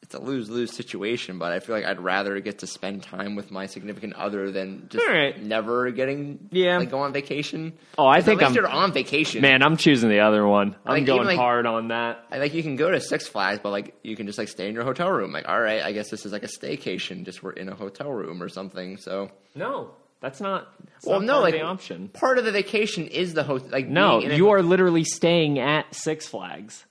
Speaker 2: It's a lose lose situation, but I feel like I'd rather get to spend time with my significant other than just
Speaker 1: All right.
Speaker 2: never getting
Speaker 1: Yeah.
Speaker 2: like go on vacation.
Speaker 1: Oh, I
Speaker 2: 'Cause
Speaker 1: think
Speaker 2: at least
Speaker 1: I'm-
Speaker 2: you're on vacation.
Speaker 1: man, I'm choosing the other one. I'm
Speaker 2: Like, even,
Speaker 1: going
Speaker 2: like-
Speaker 1: hard on that.
Speaker 2: I like you can go to Six Flags, but like you can just like stay in your hotel room. Like, all right, I guess this is like a staycation. Just we're in a hotel room or something. So
Speaker 1: No, that's not. That's
Speaker 2: well,
Speaker 1: not
Speaker 2: no,
Speaker 1: part of
Speaker 2: like
Speaker 1: the option.
Speaker 2: part of the vacation is the hotel. Like
Speaker 1: No,
Speaker 2: being in a-
Speaker 1: you are literally staying at Six Flags.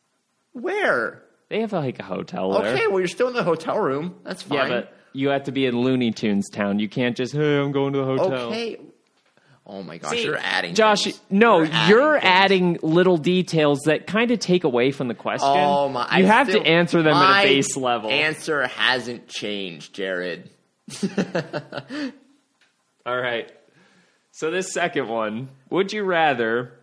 Speaker 2: where?
Speaker 1: They have like a hotel there.
Speaker 2: Okay, well you're still in the hotel room. That's fine.
Speaker 1: Yeah, but you have to be in Looney Tunes town. You can't just hey, I'm going to the hotel.
Speaker 2: Okay. Oh my gosh,
Speaker 1: See,
Speaker 2: you're adding.
Speaker 1: Josh,
Speaker 2: things.
Speaker 1: no, you're adding,
Speaker 2: things.
Speaker 1: little details that kind of take away from the question.
Speaker 2: Oh my! I
Speaker 1: you have
Speaker 2: still-
Speaker 1: to answer them
Speaker 2: my
Speaker 1: at a base level.
Speaker 2: Answer hasn't changed, Jared.
Speaker 1: All right. So this second one, would you rather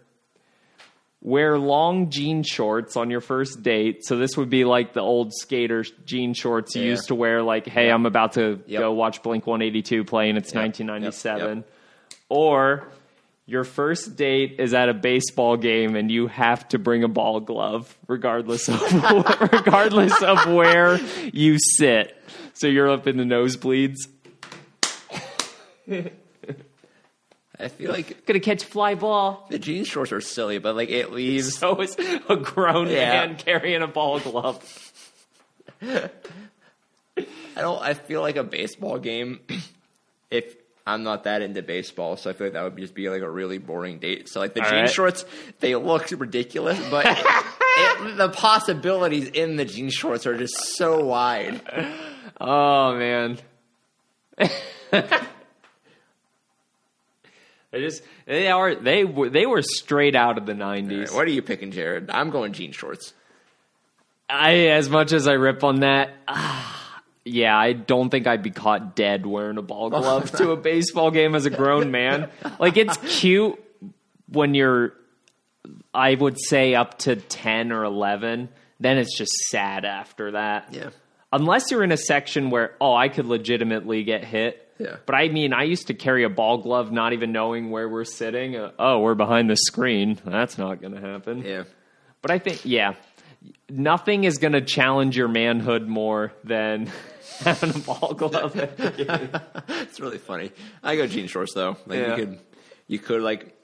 Speaker 1: wear long jean shorts on your first date? So this would be like the old skater jean shorts you
Speaker 2: Yeah.
Speaker 1: used to wear like, "Hey, I'm about to
Speaker 2: Yep.
Speaker 1: go watch Blink-182 play and it's
Speaker 2: Yep.
Speaker 1: 1997."
Speaker 2: Yep.
Speaker 1: Or your first date is at a baseball game and you have to bring a ball glove regardless of regardless of where you sit. So you're up in the nosebleeds.
Speaker 2: I feel like
Speaker 1: Gonna catch a fly ball.
Speaker 2: the jean shorts are silly, but like it leaves.
Speaker 1: So is a grown
Speaker 2: Yeah.
Speaker 1: man carrying a ball glove.
Speaker 2: I don't. I feel like a baseball game. if I'm not that into baseball, so I feel like that would just be like a really boring date. So like the
Speaker 1: All
Speaker 2: jean
Speaker 1: right.
Speaker 2: shorts, they look ridiculous, but it, the possibilities in the jean shorts are just so wide.
Speaker 1: Oh man. they just they are they were they were straight out of the nineties.
Speaker 2: What are you picking, Jared? I'm going jean shorts.
Speaker 1: I as much as I rip on that, ah, yeah, I don't think I'd be caught dead wearing a ball glove to a baseball game as a grown man. Like it's cute when you're I would say up to 10 or 11, then it's just sad after that.
Speaker 2: Yeah.
Speaker 1: Unless you're in a section where oh, I could legitimately get hit.
Speaker 2: Yeah.
Speaker 1: But I mean, I used to carry a ball glove not even knowing where we're sitting. Uh, oh, we're behind the screen. That's not going to happen.
Speaker 2: Yeah.
Speaker 1: But I think, yeah, nothing is going to challenge your manhood more than having a ball glove.
Speaker 2: It's really funny. I go jean shorts though. Like
Speaker 1: Yeah.
Speaker 2: you could, you could like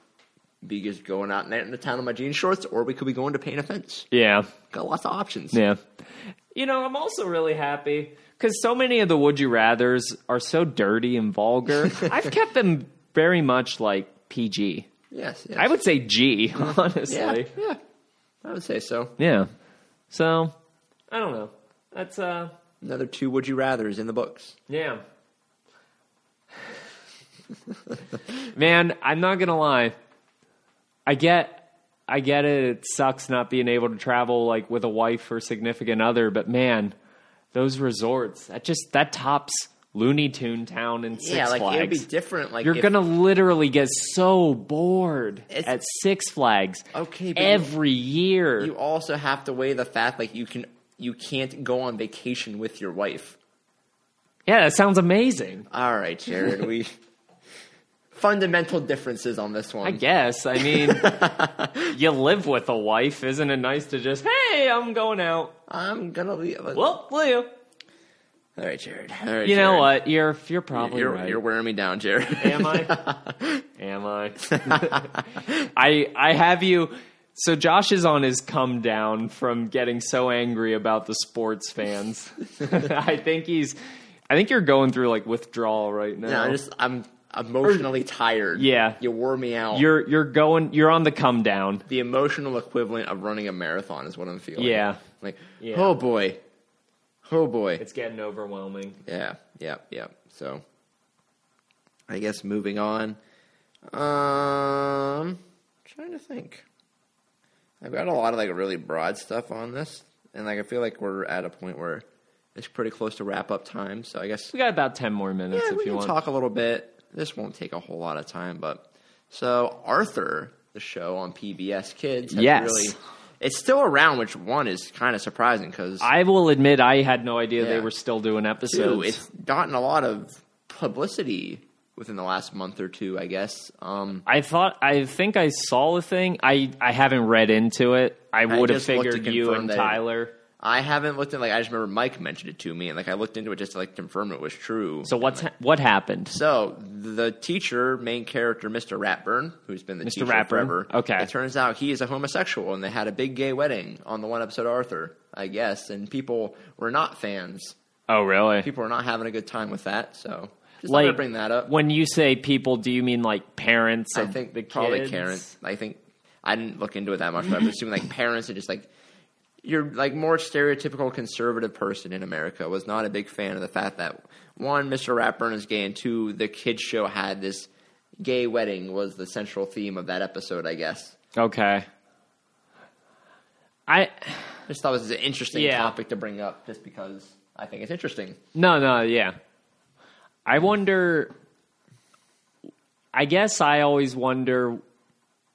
Speaker 2: be just going out in the town in my jean shorts, or we could be going to paint a fence.
Speaker 1: yeah,
Speaker 2: Got lots of options.
Speaker 1: yeah. You know, I'm also really happy because so many of the would you rather's are so dirty and vulgar. I've kept them very much like PG.
Speaker 2: Yes. yes.
Speaker 1: I would say G, honestly.
Speaker 2: Yeah. Yeah. I would say so.
Speaker 1: Yeah. So, I don't know. That's, uh,
Speaker 2: Another two would you rather's in the books.
Speaker 1: Yeah. Man, I'm not gonna lie. I get I get it, it sucks not being able to travel like with a wife or significant other, but man, those resorts, that just that tops Looney Tune Town and Six
Speaker 2: yeah, like
Speaker 1: Flags.
Speaker 2: it'd be different. Like
Speaker 1: You're
Speaker 2: if-
Speaker 1: gonna literally get so bored
Speaker 2: It's-
Speaker 1: at Six Flags
Speaker 2: Okay, but you-
Speaker 1: every year.
Speaker 2: You also have to weigh the fact like you can you can't go on vacation with your wife.
Speaker 1: yeah, that sounds amazing.
Speaker 2: All right, Jared. we fundamental differences on this one.
Speaker 1: I guess. I mean, you live with a wife. Isn't it nice to just, hey, I'm going out.
Speaker 2: I'm gonna leave.
Speaker 1: Well, see you.
Speaker 2: All right, Jared. All right,
Speaker 1: You know
Speaker 2: Jared.
Speaker 1: what? You're you're probably
Speaker 2: You're,
Speaker 1: right.
Speaker 2: you're wearing me down, Jared.
Speaker 1: Am I? Am I? I I have you. So Josh is on his come down from getting so angry about the sports fans. I think he's. I think you're going through like withdrawal right now.
Speaker 2: No, I just I'm emotionally tired.
Speaker 1: Yeah.
Speaker 2: you wore me out.
Speaker 1: you're you're going. You're on the come down.
Speaker 2: the emotional equivalent of running a marathon is what I'm feeling.
Speaker 1: Yeah.
Speaker 2: like
Speaker 1: Yeah.
Speaker 2: oh boy, oh boy.
Speaker 1: It's getting overwhelming.
Speaker 2: yeah, yeah, yeah. So, I guess moving on. Um, trying to think. I've got a lot of like really broad stuff on this, and like I feel like we're at a point where it's pretty close to wrap up time. So I guess
Speaker 1: We got about ten more minutes
Speaker 2: Yeah,
Speaker 1: if
Speaker 2: we
Speaker 1: you
Speaker 2: can
Speaker 1: want.
Speaker 2: talk a little bit. This won't take a whole lot of time, but So Arthur, the show on PBS Kids, has
Speaker 1: Yes.
Speaker 2: really it's still around, which one is kind of surprising because
Speaker 1: I will admit I had no idea
Speaker 2: Yeah.
Speaker 1: they were still doing
Speaker 2: too,
Speaker 1: episodes.
Speaker 2: it's gotten a lot of publicity within the last month or two, I guess. Um,
Speaker 1: I thought I think I saw a thing. I I haven't read into it. I would have
Speaker 2: just looked to
Speaker 1: figured you
Speaker 2: confirm
Speaker 1: and
Speaker 2: that-
Speaker 1: Tyler.
Speaker 2: I haven't looked in like I just remember Mike mentioned it to me, and like I looked into it just to like confirm it was true.
Speaker 1: So what's ha- what happened?
Speaker 2: So the teacher, main character, Mr. Ratburn, who's been the
Speaker 1: Mr.
Speaker 2: teacher
Speaker 1: Ratburn,
Speaker 2: forever.
Speaker 1: okay.
Speaker 2: It turns out he is a homosexual, and they had a big gay wedding on the one episode of Arthur, I guess. And people were not fans.
Speaker 1: Oh really?
Speaker 2: People were not having a good time with that. So just like,
Speaker 1: Like
Speaker 2: bring that up.
Speaker 1: When you say people, do you mean like parents?
Speaker 2: I
Speaker 1: of
Speaker 2: think
Speaker 1: the
Speaker 2: probably
Speaker 1: kids?
Speaker 2: Karen. I think I didn't look into it that much, but I'm assuming like parents are just like you're like more stereotypical conservative person in America was not a big fan of the fact that one, Mr. Ratburn is gay, and two, the kids show had this gay wedding was the central theme of that episode. I guess
Speaker 1: Okay. I
Speaker 2: just thought it was an interesting
Speaker 1: Yeah.
Speaker 2: topic to bring up, just because I think it's interesting.
Speaker 1: no no yeah. I wonder. I guess I always wonder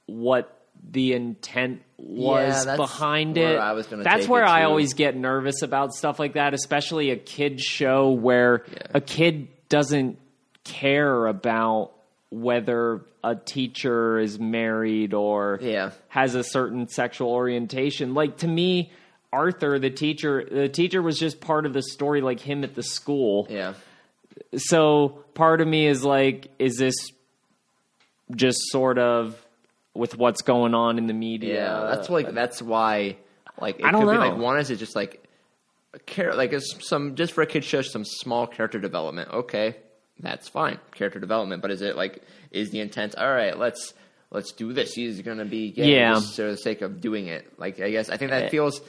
Speaker 1: what the intent was
Speaker 2: that's
Speaker 1: behind
Speaker 2: where
Speaker 1: it.
Speaker 2: I was gonna
Speaker 1: that's
Speaker 2: take
Speaker 1: where
Speaker 2: it,
Speaker 1: I
Speaker 2: too.
Speaker 1: always get nervous about stuff like that, especially a kid show where
Speaker 2: Yeah.
Speaker 1: a kid doesn't care about whether a teacher is married or
Speaker 2: Yeah.
Speaker 1: has a certain sexual orientation. Like to me, Arthur, the teacher, the teacher was just part of the story, like him at the school.
Speaker 2: Yeah,
Speaker 1: So part of me is like, is this just sort of with what's going on in the media?
Speaker 2: yeah, that's like that's why like it
Speaker 1: Uh, I don't
Speaker 2: could be
Speaker 1: know.
Speaker 2: like one is it just like a char- like it's some just for a kid show some small character development okay that's fine character development but is it like is the intent all right let's let's do this he's gonna be gay
Speaker 1: Yeah. Eh.
Speaker 2: just for the sake of doing it like I guess I think that feels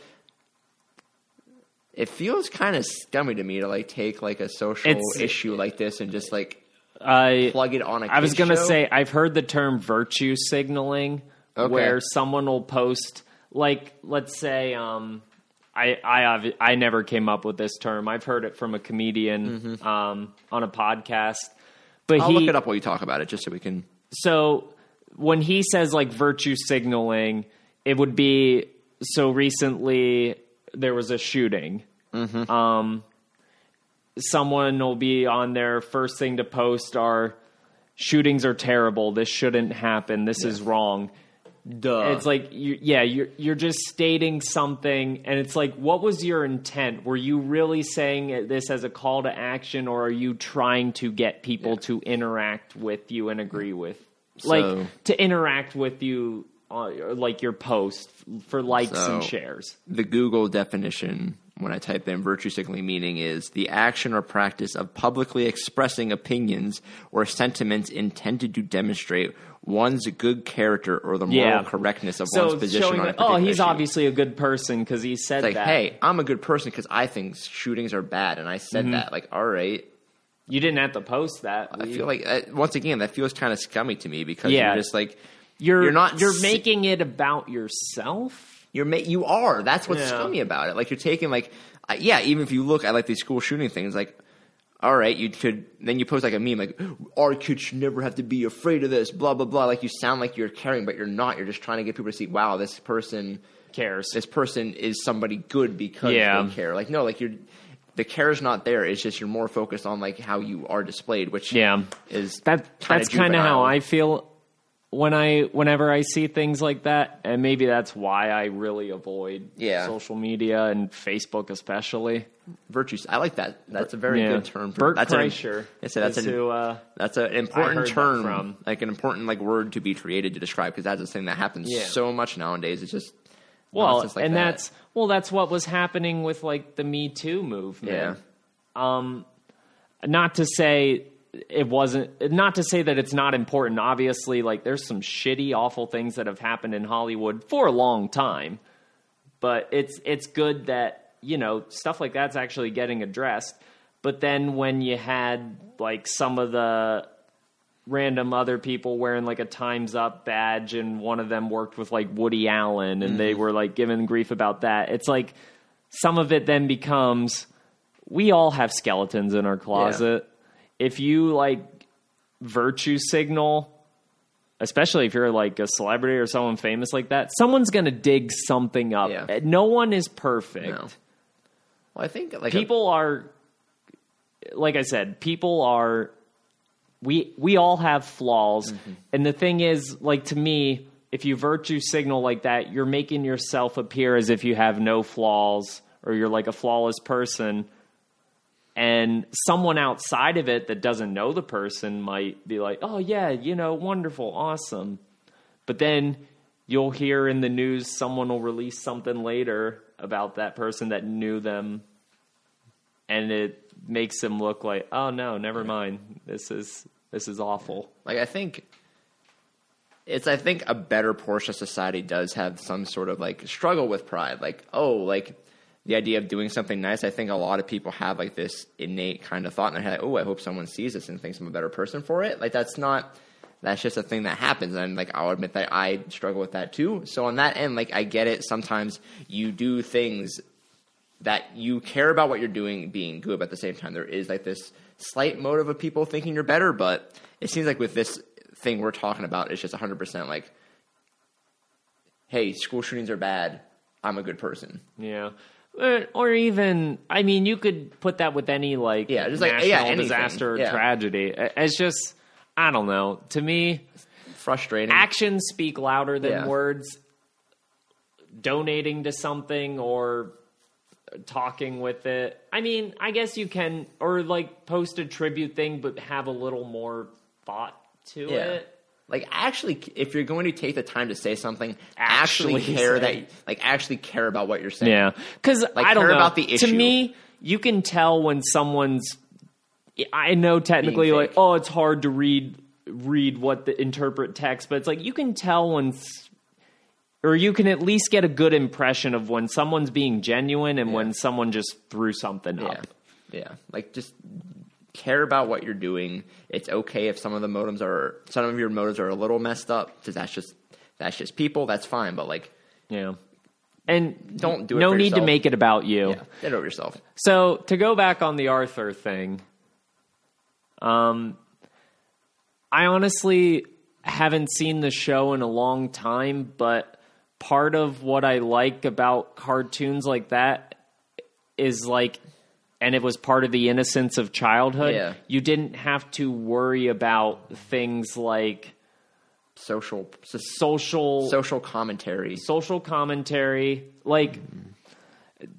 Speaker 2: it feels kind of scummy to me to like take like a social
Speaker 1: It's-
Speaker 2: issue like this and just like
Speaker 1: I
Speaker 2: plug it on a
Speaker 1: I was
Speaker 2: kid's
Speaker 1: gonna
Speaker 2: show.
Speaker 1: say I've heard the term virtue signaling,
Speaker 2: Okay.
Speaker 1: where someone will post like let's say um, I I obvi- I never came up with this term. I've heard it from a comedian um, on a podcast, but
Speaker 2: Mm-hmm. I'll
Speaker 1: he
Speaker 2: look it up while you talk about it just so we can
Speaker 1: so when he says like virtue signaling, it would be so recently there was a shooting. Um, someone will be on their first thing to post are shootings are terrible. This shouldn't happen. This is wrong.
Speaker 2: duh
Speaker 1: It's like you, yeah, you're you're just stating something, and it's like, what was your intent? Were you really saying this as a call to action, or are you trying to get people to interact with you and agree with,
Speaker 2: So-
Speaker 1: like to interact with you, on, like your post for likes and
Speaker 2: So-
Speaker 1: shares?
Speaker 2: the Google definition when I type in virtue signaling meaning is the action or practice of publicly expressing opinions or sentiments intended to demonstrate one's good character or the moral
Speaker 1: Yeah.
Speaker 2: correctness of
Speaker 1: So
Speaker 2: one's position
Speaker 1: showing
Speaker 2: on a
Speaker 1: that, oh,
Speaker 2: particular
Speaker 1: he's
Speaker 2: issue.
Speaker 1: obviously a good person because he said
Speaker 2: like,
Speaker 1: that.
Speaker 2: hey, I'm a good person because I think shootings are bad, and I said
Speaker 1: Mm-hmm.
Speaker 2: that. Like, all right,
Speaker 1: you didn't have to post that.
Speaker 2: I feel like that, once again that feels kind of scummy to me because
Speaker 1: Yeah.
Speaker 2: you're just like
Speaker 1: You're
Speaker 2: you're not
Speaker 1: you're
Speaker 2: s-
Speaker 1: making it about yourself.
Speaker 2: You're ma- you are. That's what's
Speaker 1: Yeah.
Speaker 2: scummy about it. Like you're taking like uh, yeah. Even if you look at like these school shooting things, like all right, you could then you post like a meme like our kids should never have to be afraid of this. Blah blah blah. Like you sound like you're caring, but you're not. You're just trying to get people to see wow, this person,
Speaker 1: Cares.
Speaker 2: this person is somebody good because
Speaker 1: Yeah.
Speaker 2: they care. Like no, like you're. The care is not there. It's just you're more focused on like how you are displayed, which
Speaker 1: Yeah.
Speaker 2: is
Speaker 1: that
Speaker 2: kinda
Speaker 1: that's kind of how
Speaker 2: juvenile.
Speaker 1: I feel when I whenever I see things like that, and maybe that's why I really avoid
Speaker 2: Yeah.
Speaker 1: social media and Facebook especially.
Speaker 2: virtues. I like that. That's a very
Speaker 1: Yeah.
Speaker 2: good term. for-
Speaker 1: Bert
Speaker 2: that's an-
Speaker 1: Kreischer.
Speaker 2: I said that's
Speaker 1: is
Speaker 2: an-
Speaker 1: who, uh,
Speaker 2: That's an
Speaker 1: I heard
Speaker 2: important
Speaker 1: that
Speaker 2: term,
Speaker 1: from.
Speaker 2: like an important like word to be created to describe because that's a thing that happens
Speaker 1: Yeah.
Speaker 2: so much nowadays. It's just
Speaker 1: well,
Speaker 2: nonsense like
Speaker 1: and
Speaker 2: that.
Speaker 1: that's well, that's what was happening with like the Me Too movement.
Speaker 2: yeah,
Speaker 1: not to say it wasn't not to say that it's not important obviously like there's some shitty awful things that have happened in hollywood for a long time but it's it's good that you know stuff like that's actually getting addressed but then when you had like some of the random other people wearing like a times up badge and one of them worked with like woody allen and they were like given grief about that it's like some of it then becomes we all have skeletons in our closet. If you like virtue signal, especially if you're like a celebrity or someone famous like that, someone's going to dig something up.
Speaker 2: Yeah.
Speaker 1: No one is perfect.
Speaker 2: No. Well, I think like a-
Speaker 1: People are like I said, people are we we all have flaws.
Speaker 2: Mm-hmm.
Speaker 1: And the thing is like to me, if you virtue signal like that, you're making yourself appear as if you have no flaws or you're like a flawless person. And someone outside of it that doesn't know the person might be like, "Oh yeah, you know, wonderful, awesome." But then you'll hear in the news someone will release something later about that person that knew them and it makes them look like, "Oh no, never mind. This is this is awful."
Speaker 2: Like I think it's I think a better portion of society does have some sort of like struggle with pride. Like, oh, like the idea of doing something nice, I think a lot of people have like this innate kind of thought in their head, oh, I hope someone sees this and thinks I'm a better person for it. Like that's not that's just a thing that happens and like I'll admit that I struggle with that too. So on that end, like I get it sometimes you do things that you care about what you're doing being good, but at the same time, there is like this slight motive of people thinking you're better. But it seems like with this thing we're talking about, it's just 100% like, hey, school shootings are bad. I'm a good person.
Speaker 1: Yeah. Or, or even, I mean, you could put that with any like
Speaker 2: Yeah, just, like,
Speaker 1: national
Speaker 2: yeah, anything.
Speaker 1: disaster or
Speaker 2: Yeah.
Speaker 1: tragedy. I- It's just, I don't know. To me,
Speaker 2: Frustrating.
Speaker 1: actions speak louder than
Speaker 2: Yeah.
Speaker 1: words. Donating to something or talking with it. I mean, I guess you can, or like post a tribute thing, but have a little more thought to
Speaker 2: yeah.
Speaker 1: it.
Speaker 2: Like actually, if you're going to take the time to say something, actually,
Speaker 1: Actually
Speaker 2: care
Speaker 1: say.
Speaker 2: that like actually care about what you're saying.
Speaker 1: Yeah, because I don't
Speaker 2: care
Speaker 1: know.
Speaker 2: about the issue.
Speaker 1: To me, you can tell when someone's. I know technically,
Speaker 2: Being
Speaker 1: like,
Speaker 2: fake.
Speaker 1: oh, it's hard to read read what the interpret text, but it's like you can tell when, s- or you can at least get a good impression of when someone's being genuine and when someone just threw something
Speaker 2: Yeah.
Speaker 1: up.
Speaker 2: Yeah. Like just care about what you're doing. It's okay if some of the modems are some of your motives are a little messed up because that's just that's just people. That's fine. But like,
Speaker 1: Yeah, and
Speaker 2: Don't do it
Speaker 1: No
Speaker 2: for
Speaker 1: need to
Speaker 2: yourself.
Speaker 1: make it about you.
Speaker 2: yeah, get over yourself.
Speaker 1: So to go back on the Arthur thing, um, I honestly haven't seen the show in a long time, but part of what I like about cartoons like that is like, and it was part of the innocence of childhood.
Speaker 2: Yeah.
Speaker 1: You didn't have to worry about things like
Speaker 2: Social s-
Speaker 1: social
Speaker 2: social commentary.
Speaker 1: social commentary. Like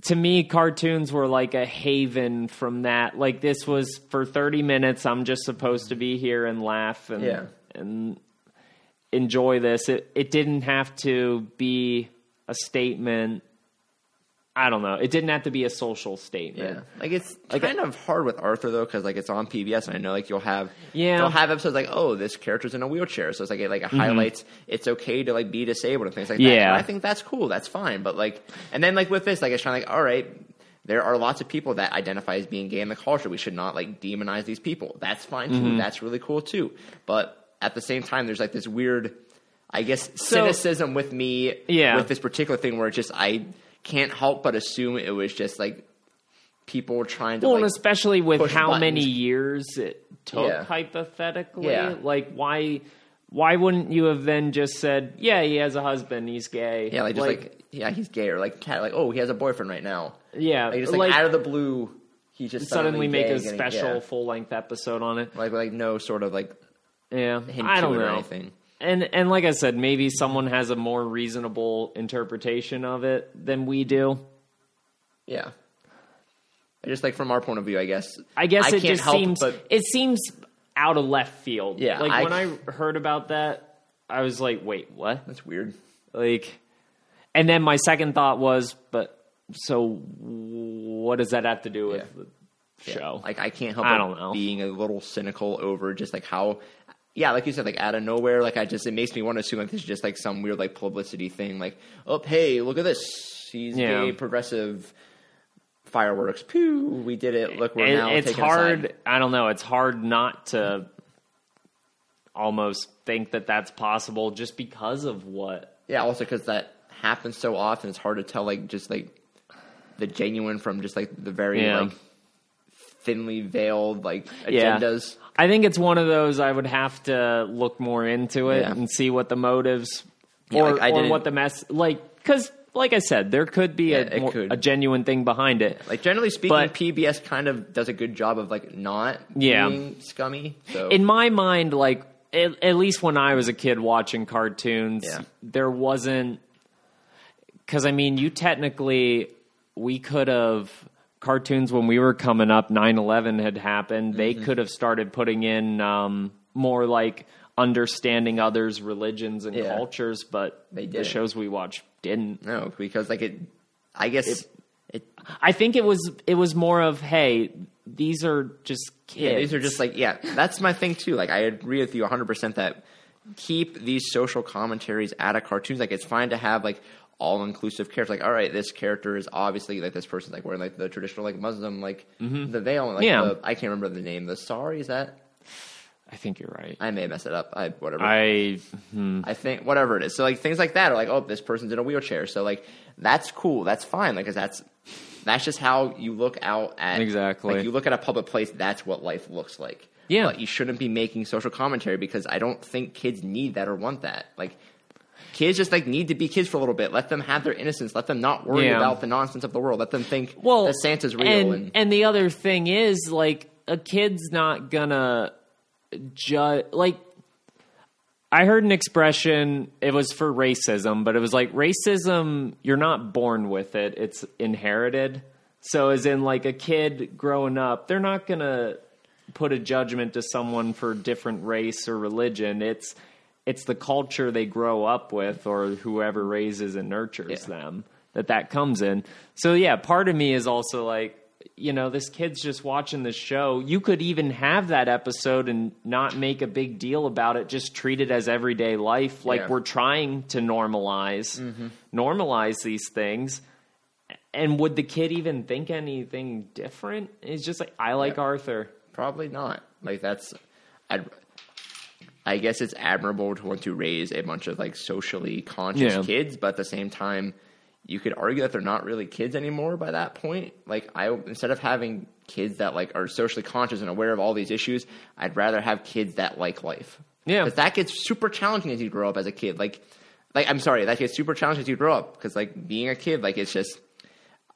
Speaker 1: to me, cartoons were like a haven from that. Like this was for thirty minutes. I'm just supposed to be here and laugh and
Speaker 2: Yeah.
Speaker 1: and enjoy this. It it didn't have to be a statement. I don't know. It didn't have to be a social statement.
Speaker 2: Yeah, like it's kind of hard with Arthur though, because like it's on PBS, and I know like you'll have
Speaker 1: Yeah. Mm-hmm.
Speaker 2: they'll have episodes like oh this character's in a wheelchair, so it's like it like highlights it's okay to like be disabled and things like that.
Speaker 1: Yeah.
Speaker 2: And I think that's cool, that's fine, but like and then like with this, like it's kind of like all right, there are lots of people that identify as being gay in the culture. We should not like demonize these people. That's fine too.
Speaker 1: Mm-hmm.
Speaker 2: That's really cool too. But at the same time, there's like this weird, I guess, cynicism with me
Speaker 1: Yeah.
Speaker 2: with this particular thing where it's just I can't help but assume it was just like people trying to
Speaker 1: Well,
Speaker 2: like,
Speaker 1: and especially with
Speaker 2: push
Speaker 1: how
Speaker 2: buttons.
Speaker 1: many years it took,
Speaker 2: Yeah.
Speaker 1: hypothetically,
Speaker 2: Yeah.
Speaker 1: like why why wouldn't you have then just said, "Yeah, he has a husband, he's gay."
Speaker 2: yeah like just like, yeah he's gay or like cat like oh he has a boyfriend right now
Speaker 1: yeah,
Speaker 2: like
Speaker 1: like,
Speaker 2: just like, out of the blue he just
Speaker 1: suddenly
Speaker 2: suddenly,
Speaker 1: make
Speaker 2: gay
Speaker 1: a
Speaker 2: and getting-
Speaker 1: special
Speaker 2: yeah.
Speaker 1: full length episode on it.
Speaker 2: like like no sort of like
Speaker 1: Yeah,
Speaker 2: hint
Speaker 1: I
Speaker 2: to
Speaker 1: don't
Speaker 2: it or
Speaker 1: know.
Speaker 2: anything
Speaker 1: And and like I said, maybe someone has a more reasonable interpretation of it than we do.
Speaker 2: yeah just like from our point of view I guess
Speaker 1: I guess it
Speaker 2: can't
Speaker 1: just
Speaker 2: help
Speaker 1: seems
Speaker 2: but
Speaker 1: it seems out of left field.
Speaker 2: Yeah,
Speaker 1: like
Speaker 2: I-
Speaker 1: when I heard about that, I was like, "Wait, what?"
Speaker 2: that's weird
Speaker 1: Like, and then my second thought was, but so what does that have to do with
Speaker 2: Yeah.
Speaker 1: the show?
Speaker 2: Like I can't help
Speaker 1: I
Speaker 2: but
Speaker 1: don't know.
Speaker 2: being a little cynical over just like how yeah, like you said, like out of nowhere, like I just it makes me want to assume like this is just like some weird like publicity thing, like, oh hey, look at this. He's
Speaker 1: Yeah.
Speaker 2: gay progressive fireworks. Pew, we did it. Look, we're
Speaker 1: It-
Speaker 2: now
Speaker 1: it's
Speaker 2: taking a side.
Speaker 1: hard. I don't know. It's hard not to almost think that that's possible just because of what.
Speaker 2: Yeah, also because that happens so often, it's hard to tell like just like the genuine from just like the very
Speaker 1: Yeah.
Speaker 2: like thinly veiled like
Speaker 1: Yeah.
Speaker 2: agendas.
Speaker 1: I think it's one of those I would have to look more into it
Speaker 2: Yeah.
Speaker 1: and see what the motives
Speaker 2: Yeah,
Speaker 1: or,
Speaker 2: like, I
Speaker 1: or
Speaker 2: didn't-
Speaker 1: what the mess like because like I said, there could be
Speaker 2: Yeah,
Speaker 1: a,
Speaker 2: it
Speaker 1: more,
Speaker 2: could.
Speaker 1: a genuine thing behind it.
Speaker 2: Like generally speaking,
Speaker 1: But-
Speaker 2: PBS kind of does a good job of like not
Speaker 1: Yeah.
Speaker 2: being scummy. So
Speaker 1: in my mind, like at, at least when I was a kid watching cartoons,
Speaker 2: Yeah.
Speaker 1: there wasn't because I mean, you technically we could have cartoons when we were coming up. 9-11 had happened; they
Speaker 2: Mm-hmm.
Speaker 1: could have started putting in um, more like understanding others' religions and
Speaker 2: Yeah.
Speaker 1: cultures, but
Speaker 2: They
Speaker 1: the
Speaker 2: didn't.
Speaker 1: shows we watched didn't.
Speaker 2: no, because like it, I guess it.
Speaker 1: I think it was it was more of hey, these are just kids.
Speaker 2: yeah, these are just like yeah. That's my thing too. Like I agree with you 100 percent that keep these social commentaries out of cartoons. Like it's fine to have like all inclusive characters. Like all right, this character is obviously like this person's like wearing like the traditional like Muslim like the veil. Like,
Speaker 1: Mm-hmm. Yeah.
Speaker 2: the- I can't remember the name. The sorry is that
Speaker 1: I think you're right.
Speaker 2: I may mess it up. I whatever.
Speaker 1: I
Speaker 2: I think whatever it is. So like things like that are like, oh, this person's in a wheelchair. So like that's cool. That's fine. Like 'cause that's that's just how you look out at
Speaker 1: Exactly.
Speaker 2: Like you look at a public place. That's what life looks like.
Speaker 1: Yeah.
Speaker 2: But you shouldn't be making social commentary because I don't think kids need that or want that. Like kids just like need to be kids for a little bit. Let them have their innocence. Let them not worry
Speaker 1: Yeah.
Speaker 2: about the nonsense of the world. Let them think
Speaker 1: well
Speaker 2: that Santa's real.
Speaker 1: and,
Speaker 2: and
Speaker 1: and the other thing is like a kid's not gonna judge like i heard an expression it was for racism but it was like racism you're not born with it it's inherited so as in like a kid growing up they're not gonna put a judgment to someone for different race or religion it's it's the culture they grow up with or whoever raises and nurtures
Speaker 2: Yeah.
Speaker 1: them that that comes in so yeah part of me is also like you know this kid's just watching the show you could even have that episode and not make a big deal about it just treat it as everyday life like
Speaker 2: Yeah. Mm-hmm.
Speaker 1: we're trying to normalize normalize these things and would the kid even think anything different it's just like i like
Speaker 2: Yeah.
Speaker 1: arthur
Speaker 2: Probably not. Like that's, I, I guess it's admirable to want to raise a bunch of like socially conscious
Speaker 1: Yeah.
Speaker 2: kids, but at the same time, you could argue that they're not really kids anymore by that point. Like I, instead of having kids that like are socially conscious and aware of all these issues, I'd rather have kids that like life.
Speaker 1: Yeah.
Speaker 2: because that gets super challenging as you grow up as a kid. Like, like I'm sorry, that gets super challenging as you grow up because like being a kid, like it's just.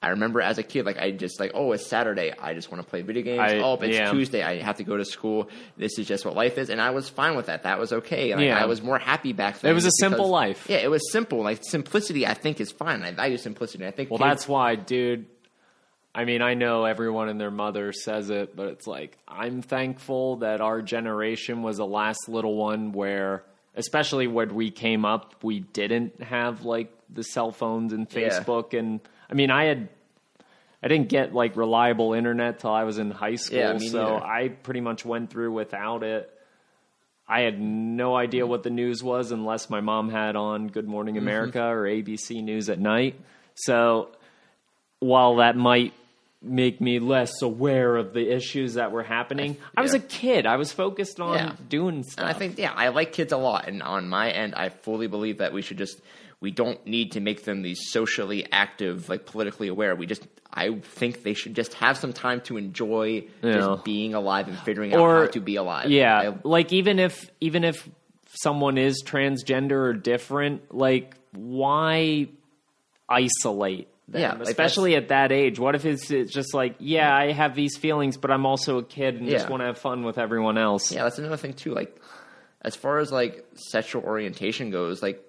Speaker 2: I remember as a kid, like I just like, oh, it's Saturday. I just want to play video games.
Speaker 1: I-
Speaker 2: oh, it's
Speaker 1: yeah.
Speaker 2: Tuesday. I have to go to school. This is just what life is, and I was fine with that. That was okay. Like,
Speaker 1: Yeah.
Speaker 2: I was more happy back then.
Speaker 1: was a
Speaker 2: just
Speaker 1: simple life.
Speaker 2: Yeah, it was simple. Like simplicity, I think is fine. I value simplicity. I think.
Speaker 1: Well,
Speaker 2: kids-
Speaker 1: that's why, dude. I mean, I know everyone and their mother says it, but it's like I'm thankful that our generation was the last little one where, especially when we came up, we didn't have like the cell phones and
Speaker 2: Yeah.
Speaker 1: Facebook. And I mean, I had, I didn't get like reliable internet till I was in high school,
Speaker 2: Yeah, me
Speaker 1: so
Speaker 2: neither.
Speaker 1: I pretty much went through without it. I had no idea what the news was unless my mom had on Good Morning
Speaker 2: Mm-hmm.
Speaker 1: America or ABC News at night. So while that might make me less aware of the issues that were happening, I was
Speaker 2: yeah.
Speaker 1: a kid. I was focused on
Speaker 2: Yeah.
Speaker 1: doing stuff.
Speaker 2: And I think, yeah, I like kids a lot. And on my end, I fully believe that we should just, we don't need to make them these socially active, like politically aware. We just, I think they should just have some time to enjoy
Speaker 1: Yeah.
Speaker 2: just being alive and figuring
Speaker 1: Or-
Speaker 2: out how to be alive.
Speaker 1: Yeah,
Speaker 2: I-
Speaker 1: like even if even if someone is transgender or different, like why isolate them?
Speaker 2: Yeah, like,
Speaker 1: especially at that age. What if it's, it's just like, yeah, I have these feelings, but I'm also a kid and just
Speaker 2: Yeah.
Speaker 1: want to have fun with everyone else.
Speaker 2: Yeah, that's another thing too. Like, as far as like sexual orientation goes, like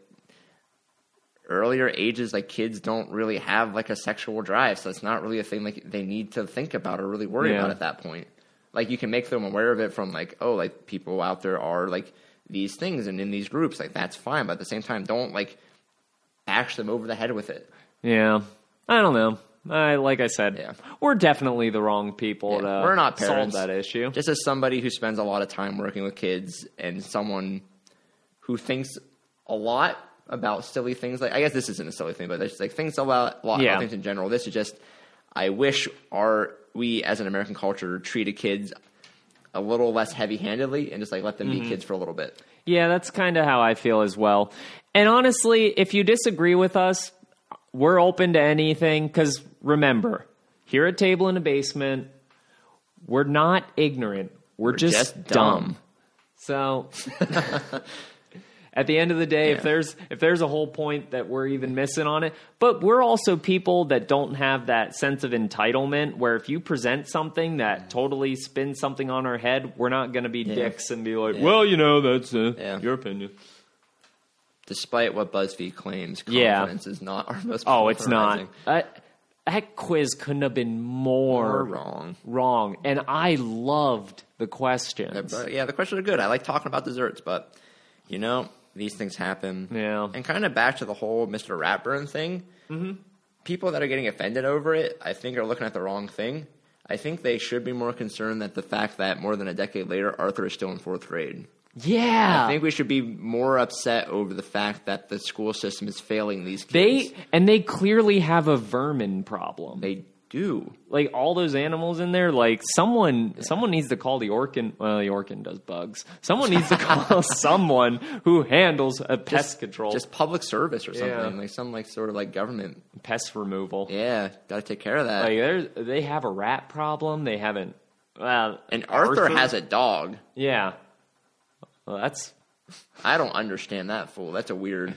Speaker 2: earlier ages, like kids don't really have like a sexual drive, so it's not really a thing like they need to think about or really worry
Speaker 1: Yeah.
Speaker 2: about at that point. Like, you can make them aware of it from like, oh, like people out there are like these things and in these groups, like that's fine. But at the same time, don't like bash them over the head with it.
Speaker 1: Yeah. I don't know. I like I said,
Speaker 2: Yeah.
Speaker 1: we're definitely the wrong people
Speaker 2: Yeah,
Speaker 1: to
Speaker 2: we're not
Speaker 1: solve
Speaker 2: parents.
Speaker 1: that issue.
Speaker 2: Just as somebody who spends a lot of time working with kids and someone who thinks a lot about silly things, like I guess this isn't a silly thing, but there's like things about a lot
Speaker 1: Yeah.
Speaker 2: about things in general. This is just I wish our we as an American culture treated kids a little less heavy handedly and just like let them
Speaker 1: Mm-hmm.
Speaker 2: be kids for a little bit.
Speaker 1: Yeah, that's kind of how I feel as well. And honestly, if you disagree with us, we're open to anything because remember, here at Table in the Basement, We're not ignorant. We're, just, dumb. So at the end of the day,
Speaker 2: Yeah.
Speaker 1: if there's if there's a whole point that we're even missing on it, but we're also people that don't have that sense of entitlement where if you present something that totally spins something on our head, we're not going to be dicks and be like, "Well, you know, that's uh,
Speaker 2: Yeah.
Speaker 1: your opinion."
Speaker 2: Despite what BuzzFeed claims,
Speaker 1: Yeah.
Speaker 2: confidence is not our most.
Speaker 1: Oh, it's not.
Speaker 2: polarizing.
Speaker 1: Uh, that quiz couldn't have been
Speaker 2: We're
Speaker 1: more
Speaker 2: wrong.
Speaker 1: wrong, and I loved the questions.
Speaker 2: But yeah, the questions are good. I like talking about desserts, but you know, these things happen.
Speaker 1: Yeah.
Speaker 2: And kind of back to the whole Mr. Ratburn thing. Mm-hmm. People that are getting offended over it, I think, are looking at the wrong thing. I think they should be more concerned that the fact that more than a decade later, Arthur is still in fourth grade.
Speaker 1: Yeah,
Speaker 2: I think we should be more upset over the fact that the school system is failing these kids.
Speaker 1: They and they clearly have a vermin problem.
Speaker 2: they do.
Speaker 1: Like all those animals in there, like someone someone needs to call the Orkin well the Orkin does bugs. Someone needs to call someone who handles a pest control
Speaker 2: Just public service or something,
Speaker 1: Yeah.
Speaker 2: like some like sort of like government.
Speaker 1: pest removal.
Speaker 2: Yeah, gotta take care of that.
Speaker 1: Like there's they have a rat problem. They haven't well
Speaker 2: and Arthur, has a dog.
Speaker 1: Yeah. Well that's
Speaker 2: I don't understand that fool. That's a weird.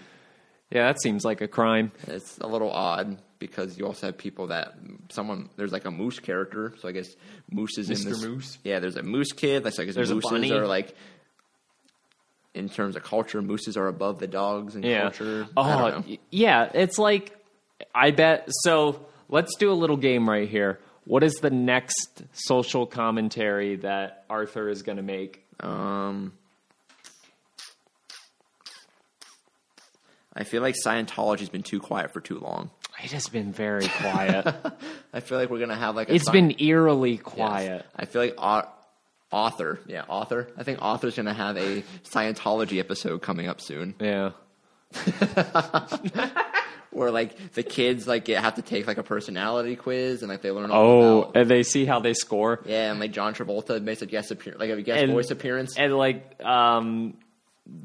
Speaker 1: yeah, that seems like a crime.
Speaker 2: It's a little odd because you also have people that someone there's like a moose character. So I guess moose is
Speaker 1: Mr.
Speaker 2: in this.
Speaker 1: Moose?
Speaker 2: Yeah, there's a moose kid. That's like
Speaker 1: There's a
Speaker 2: mooses
Speaker 1: bunny.
Speaker 2: are like. In terms of culture, mooses are above the dogs in
Speaker 1: yeah.
Speaker 2: culture.
Speaker 1: Oh,
Speaker 2: I don't know.
Speaker 1: y- yeah. It's like I bet. So let's do a little game right here. What is the next social commentary that Arthur is going to make?
Speaker 2: Um, I feel like Scientology's been too quiet for too long.
Speaker 1: It has been very quiet.
Speaker 2: I feel like we're gonna have like a
Speaker 1: it's
Speaker 2: Sci-
Speaker 1: been eerily
Speaker 2: Yes.
Speaker 1: quiet.
Speaker 2: I feel like au- author, yeah, author. I think author's gonna have a Scientology episode coming up soon,
Speaker 1: Yeah.
Speaker 2: where like the kids like get, have to take like a personality quiz and like they learn all
Speaker 1: Oh,
Speaker 2: about.
Speaker 1: and they see how they score.
Speaker 2: Yeah, and like John Travolta makes a guest appearance, like a guest
Speaker 1: And-
Speaker 2: voice appearance.
Speaker 1: And like, um,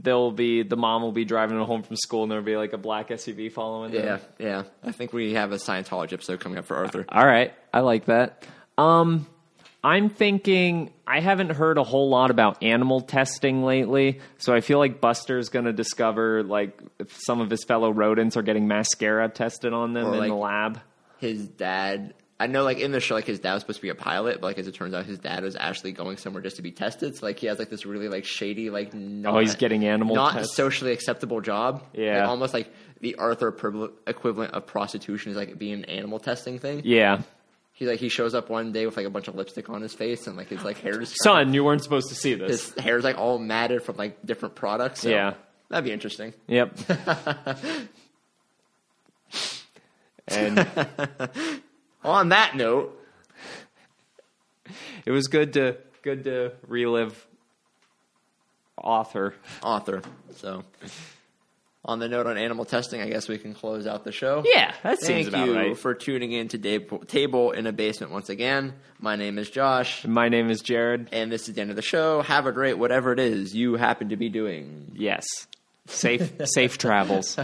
Speaker 1: they'll be the mom will be driving home from school, and there'll be like a black SUV following. them.
Speaker 2: yeah, yeah. I think we have a Scientology episode coming up for Arthur.
Speaker 1: All right, I like that. Um, I'm thinking I haven't heard a whole lot about animal testing lately, so I feel like Buster's going to discover like if some of his fellow rodents are getting mascara tested on them
Speaker 2: Or,
Speaker 1: in
Speaker 2: like-
Speaker 1: the lab.
Speaker 2: his dad I know like in the show like his dad was supposed to be a pilot, but like as it turns out his dad was actually going somewhere just to be tested. So like he has like this really like shady like not,
Speaker 1: Oh, he's getting animal
Speaker 2: not
Speaker 1: tests.
Speaker 2: socially acceptable job.
Speaker 1: Yeah.
Speaker 2: Like, almost like the Arthur priv- equivalent of prostitution is like being an animal testing thing.
Speaker 1: Yeah,
Speaker 2: He like he shows up one day with like a bunch of lipstick on his face and like his
Speaker 1: Oh,
Speaker 2: like hair is
Speaker 1: son, you weren't supposed to see this.
Speaker 2: his hair's like all matted from like different products. So
Speaker 1: Yeah.
Speaker 2: That'd be interesting.
Speaker 1: Yep. and
Speaker 2: On that note,
Speaker 1: it was good to good to relive author.
Speaker 2: author. So on the note on animal testing, I guess we can close out the show.
Speaker 1: Yeah, that seems about
Speaker 2: Thank you
Speaker 1: right.
Speaker 2: for tuning in to Dab- Table in a Basement once again. My name is Josh,
Speaker 1: My name is Jared.
Speaker 2: and this is the end of the show. Have a great whatever it is you happen to be doing.
Speaker 1: Yes. Safe safe travels.